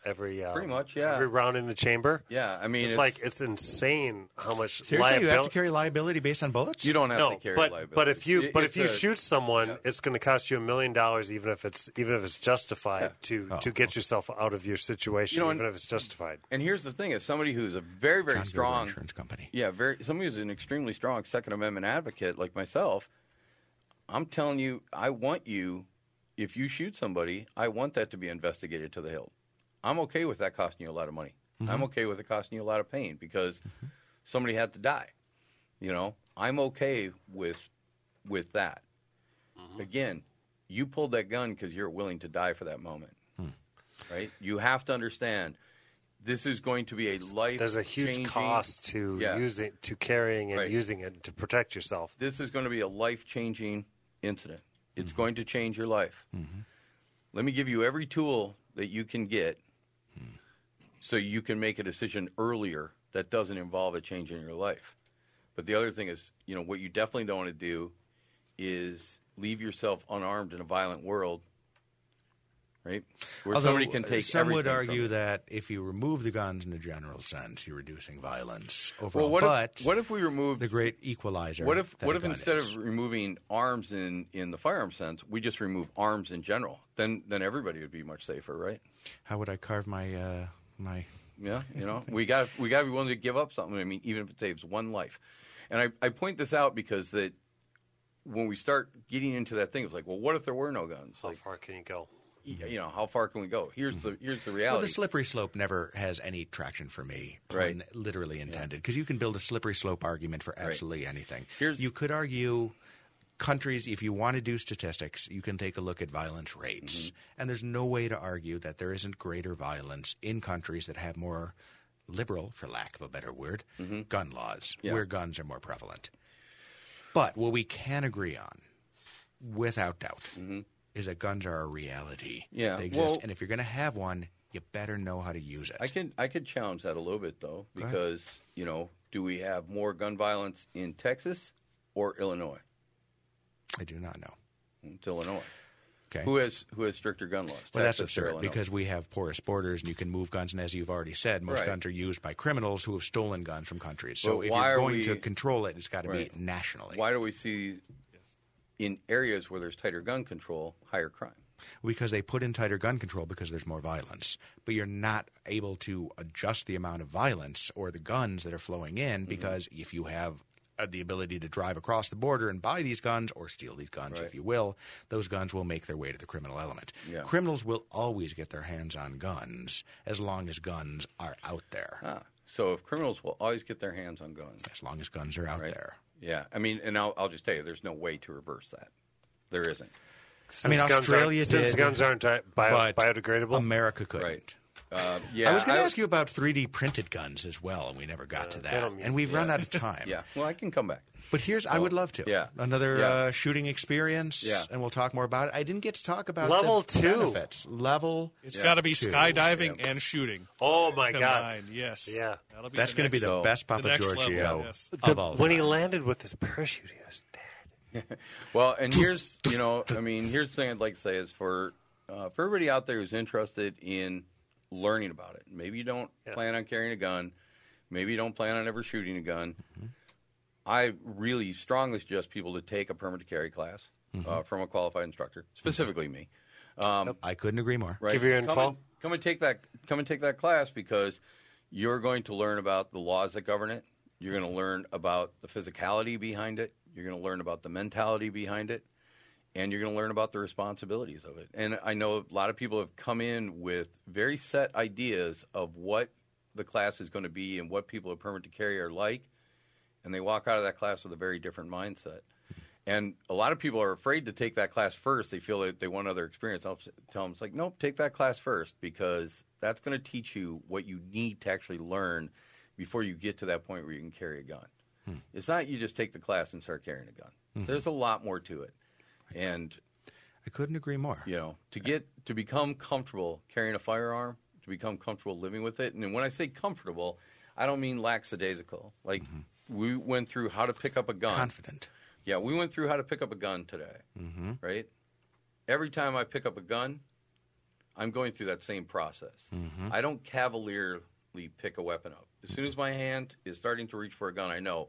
every uh, Pretty much, yeah. every round in the chamber. Yeah, I mean, it's, it's- like it's insane how much seriously, you have liability. to carry liability based on bullets. You don't have no, to carry but liability. but if you It- but it's if you a- shoot someone, yeah. it's going to cost you a million dollars, even if it's even if it's justified to Oh. to get yourself out of your situation, You know, even and- if it's justified. and here's the thing: as somebody who's a very John very Gerber strong insurance company. yeah, very somebody who's an extremely strong Second Amendment advocate like myself, I'm telling you, I want you. If you shoot somebody, I want that to be investigated to the hilt. I'm okay with that costing you a lot of money. Mm-hmm. I'm okay with it costing you a lot of pain because somebody had to die. You know, I'm okay with with that. Again, you pulled that gun because you're willing to die for that moment, Hmm. right? You have to understand this is going to be a life. There's a huge changing- cost to Yeah. using to carrying and Right. using it to protect yourself. This is going to be a life changing incident. It's Mm-hmm. going to change your life. Let me give you every tool that you can get Hmm. so you can make a decision earlier that doesn't involve a change in your life. But the other thing is, you know, what you definitely don't want to do is leave yourself unarmed in a violent world, right? Where Although, somebody can uh, take Some would everything from argue you. that if you remove the guns in a general sense, you're reducing violence overall. Well, what but if what if we remove the great equalizer? What if that what a if gun instead is. of removing arms in in the firearm sense, we just remove arms in general? Then then everybody would be much safer, right? how would I carve my uh, my? [LAUGHS] Yeah, you know, we got we got to be willing to give up something. I mean, even if it saves one life. And I, I point this out because that when we start getting into that thing, it's like, well, what if there were no guns? How Like, far can you go? y- you know, how far can we go? Here's the here's Mm-hmm. the Well, the reality. slippery slope never has any traction for me, pun Right. Literally intended, because you can build a slippery slope argument for absolutely anything. Here's- you could argue countries, if you want to do statistics, you can take a look at violence rates, Mm-hmm. and there's no way to argue that there isn't greater violence in countries that have more liberal, for lack of a better word, gun laws, Mm-hmm. Yeah. where guns are more prevalent. But what we can agree on, without doubt, is that guns are a reality. Mm-hmm. Yeah, they exist, well- and if you're going to have one, you better know how to use it. I can I could challenge that a little bit though, ahead. because you know, do we have more gun violence in Texas or Illinois? I do not know. It's Illinois. Okay, Who has who has stricter gun laws? well, that's Texas or absurd Illinois? because we have porous borders, and you can move guns. And as you've already said, most Right. guns are used by criminals who have stolen guns from countries. So But if why you're are going we- to control it, it's got to Right. be nationally. why do we see in areas where there's tighter gun control higher crime? because they put in tighter gun control because there's more violence. But you're not able to adjust the amount of violence or the guns that are flowing in Mm-hmm. because if you have uh, the ability to drive across the border and buy these guns or steal these guns, Right. if you will, those guns will make their way to the criminal element. Yeah. Criminals will always get their hands on guns as long as guns are out there. Ah, so if criminals will always get their hands on guns, As long as guns are out right? there. Yeah, I mean, and I'll, I'll just tell you, there's no way to reverse that. There isn't. Since I mean, guns Australia aren't, since did, guns aren't di- bio, but biodegradable. America couldn't. Right. Uh, yeah, Uh, I was going to ask you about 3D printed guns as well, and we never got to that. don't- And we've run out of time. [LAUGHS] Yeah. Well, I can come back. But here's, I would love to. Oh. yeah. Another Yeah. Uh, shooting experience, Yeah. and we'll talk more about it. I didn't get to talk about Level the two. benefits. Level. It's got to be Two. skydiving and shooting. Oh my god! combined. Yes. Yeah. That'll That's the going to be next- the So, best the Papa next level, Giorgio yes. of all when he time. landed with his parachute, he was dead. Well, and here's you know, I mean, here's the thing I'd like to say is for uh, for everybody out there who's interested in learning about it. Maybe you don't Yeah. plan on carrying a gun. Maybe you don't plan on ever shooting a gun. I really strongly suggest people to take a permit to carry class. uh, from a qualified instructor, specifically me. Um, I couldn't agree more. Right? Give your Come info. And, come and take that. Come and take that class because you're going to learn about the laws that govern it. You're going to learn about the physicality behind it. You're going to learn about the mentality behind it, and you're going to learn about the responsibilities of it. And I know a lot of people have come in with very set ideas of what the class is going to be and what people with permit to carry are like, and they walk out of that class with a very different mindset. And a lot of people are afraid to take that class first. They feel that they want another experience. I'll s- tell them, it's like, nope, take that class first because that's going to teach you what you need to actually learn before you get to that point where you can carry a gun. It's not you just take the class and start carrying a gun. There's a lot more to it. And I couldn't agree more. you know to get to become comfortable carrying a firearm to become comfortable living with it and when i say comfortable i don't mean lackadaisical like we went through how to pick up a gun Confident. yeah we went through how to pick up a gun today right every time i pick up a gun i'm going through that same process i don't cavalierly pick a weapon up as soon as my hand is starting to reach for a gun i know all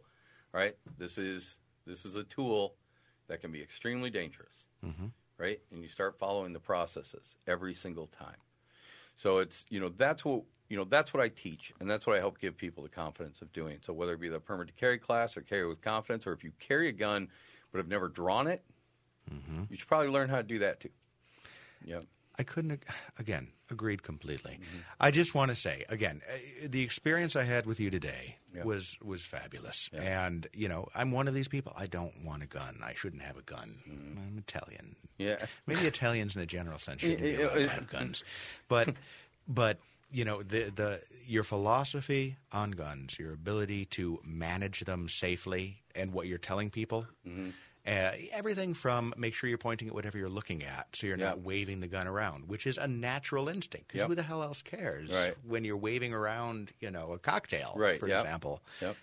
right this is this is a tool that can be extremely dangerous right? And you start following the processes every single time. So it's you know that's what you know that's what I teach, and that's what I help give people the confidence of doing. So whether it be the permit to carry class or carry with confidence, or if you carry a gun but have never drawn it, you should probably learn how to do that too. Yeah. I couldn't, ag- again, agreed completely. Mm-hmm. I just want to say, again, eh, the experience I had with you today was, was fabulous. And, you know, I'm one of these people. I don't want a gun. I shouldn't have a gun. Mm-hmm. I'm Italian. Yeah. Maybe Italians in a general sense shouldn't be Yeah, allowed to yeah. have guns. But, but, you know the the your philosophy on guns, your ability to manage them safely, and what you're telling people, Mm-hmm. uh, everything from make sure you're pointing at whatever you're looking at, so you're Yeah. not waving the gun around, which is a natural instinct. Because Yep. who the hell else cares Right. when you're waving around, you know, a cocktail, Right, for yep. example? Yep.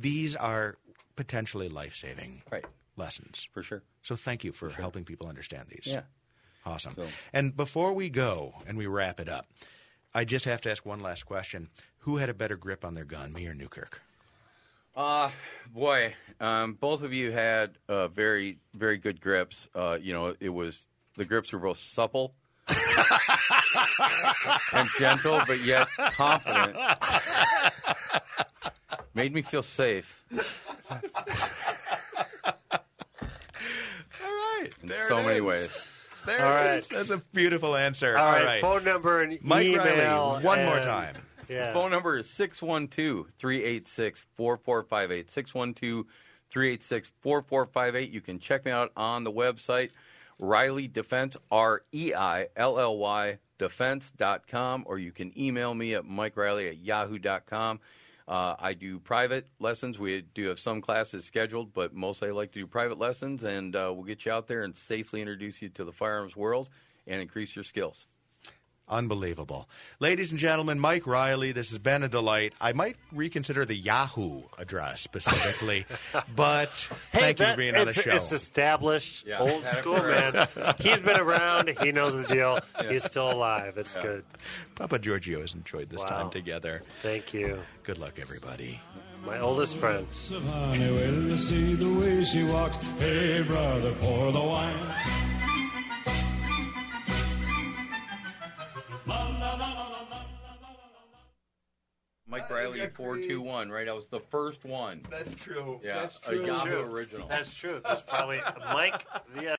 These are potentially life saving Right. lessons. For sure. So thank you for helping people understand these. Yeah. Awesome. So- And before we go and we wrap it up, I just have to ask one last question. Who had a better grip on their gun, me or Newkirk? Uh, boy, um, both of you had uh, very, very good grips. Uh, you know, it was the grips were both supple and gentle, but yet confident. Made me feel safe in All right. so many ways. There All it right. is. That's a beautiful answer. All right, phone number and Mike email. Riley, one more and- time. Yeah. Phone number is 612 386 4458. 612 386 4458. You can check me out on the website, Riley Defense, R E I L L Y defense.com, or you can email me at Mike Riley at yahoo.com. Uh, I do private lessons. We do have some classes scheduled, but mostly I like to do private lessons, and uh, we'll get you out there and safely introduce you to the firearms world and increase your skills. Unbelievable. Ladies and gentlemen, Mike Riley, this has been a delight. I might reconsider the Yahoo address [LAUGHS] specifically, but Hey, thank you that- for being on the it's, show. It's established, Yeah. old Had it school man. He's [LAUGHS] been around. He knows the deal. He's still alive. It's good. Papa Giorgio has enjoyed this Wow. time together. Thank you, Good luck, everybody. my oldest friend. of honey, wait till you see the way she walks. Hey, brother, pour the wine. Mike Riley, four two one. Right, I was the first one. That's true. Yeah, a Yahoo original. That's true. That's probably Mike. The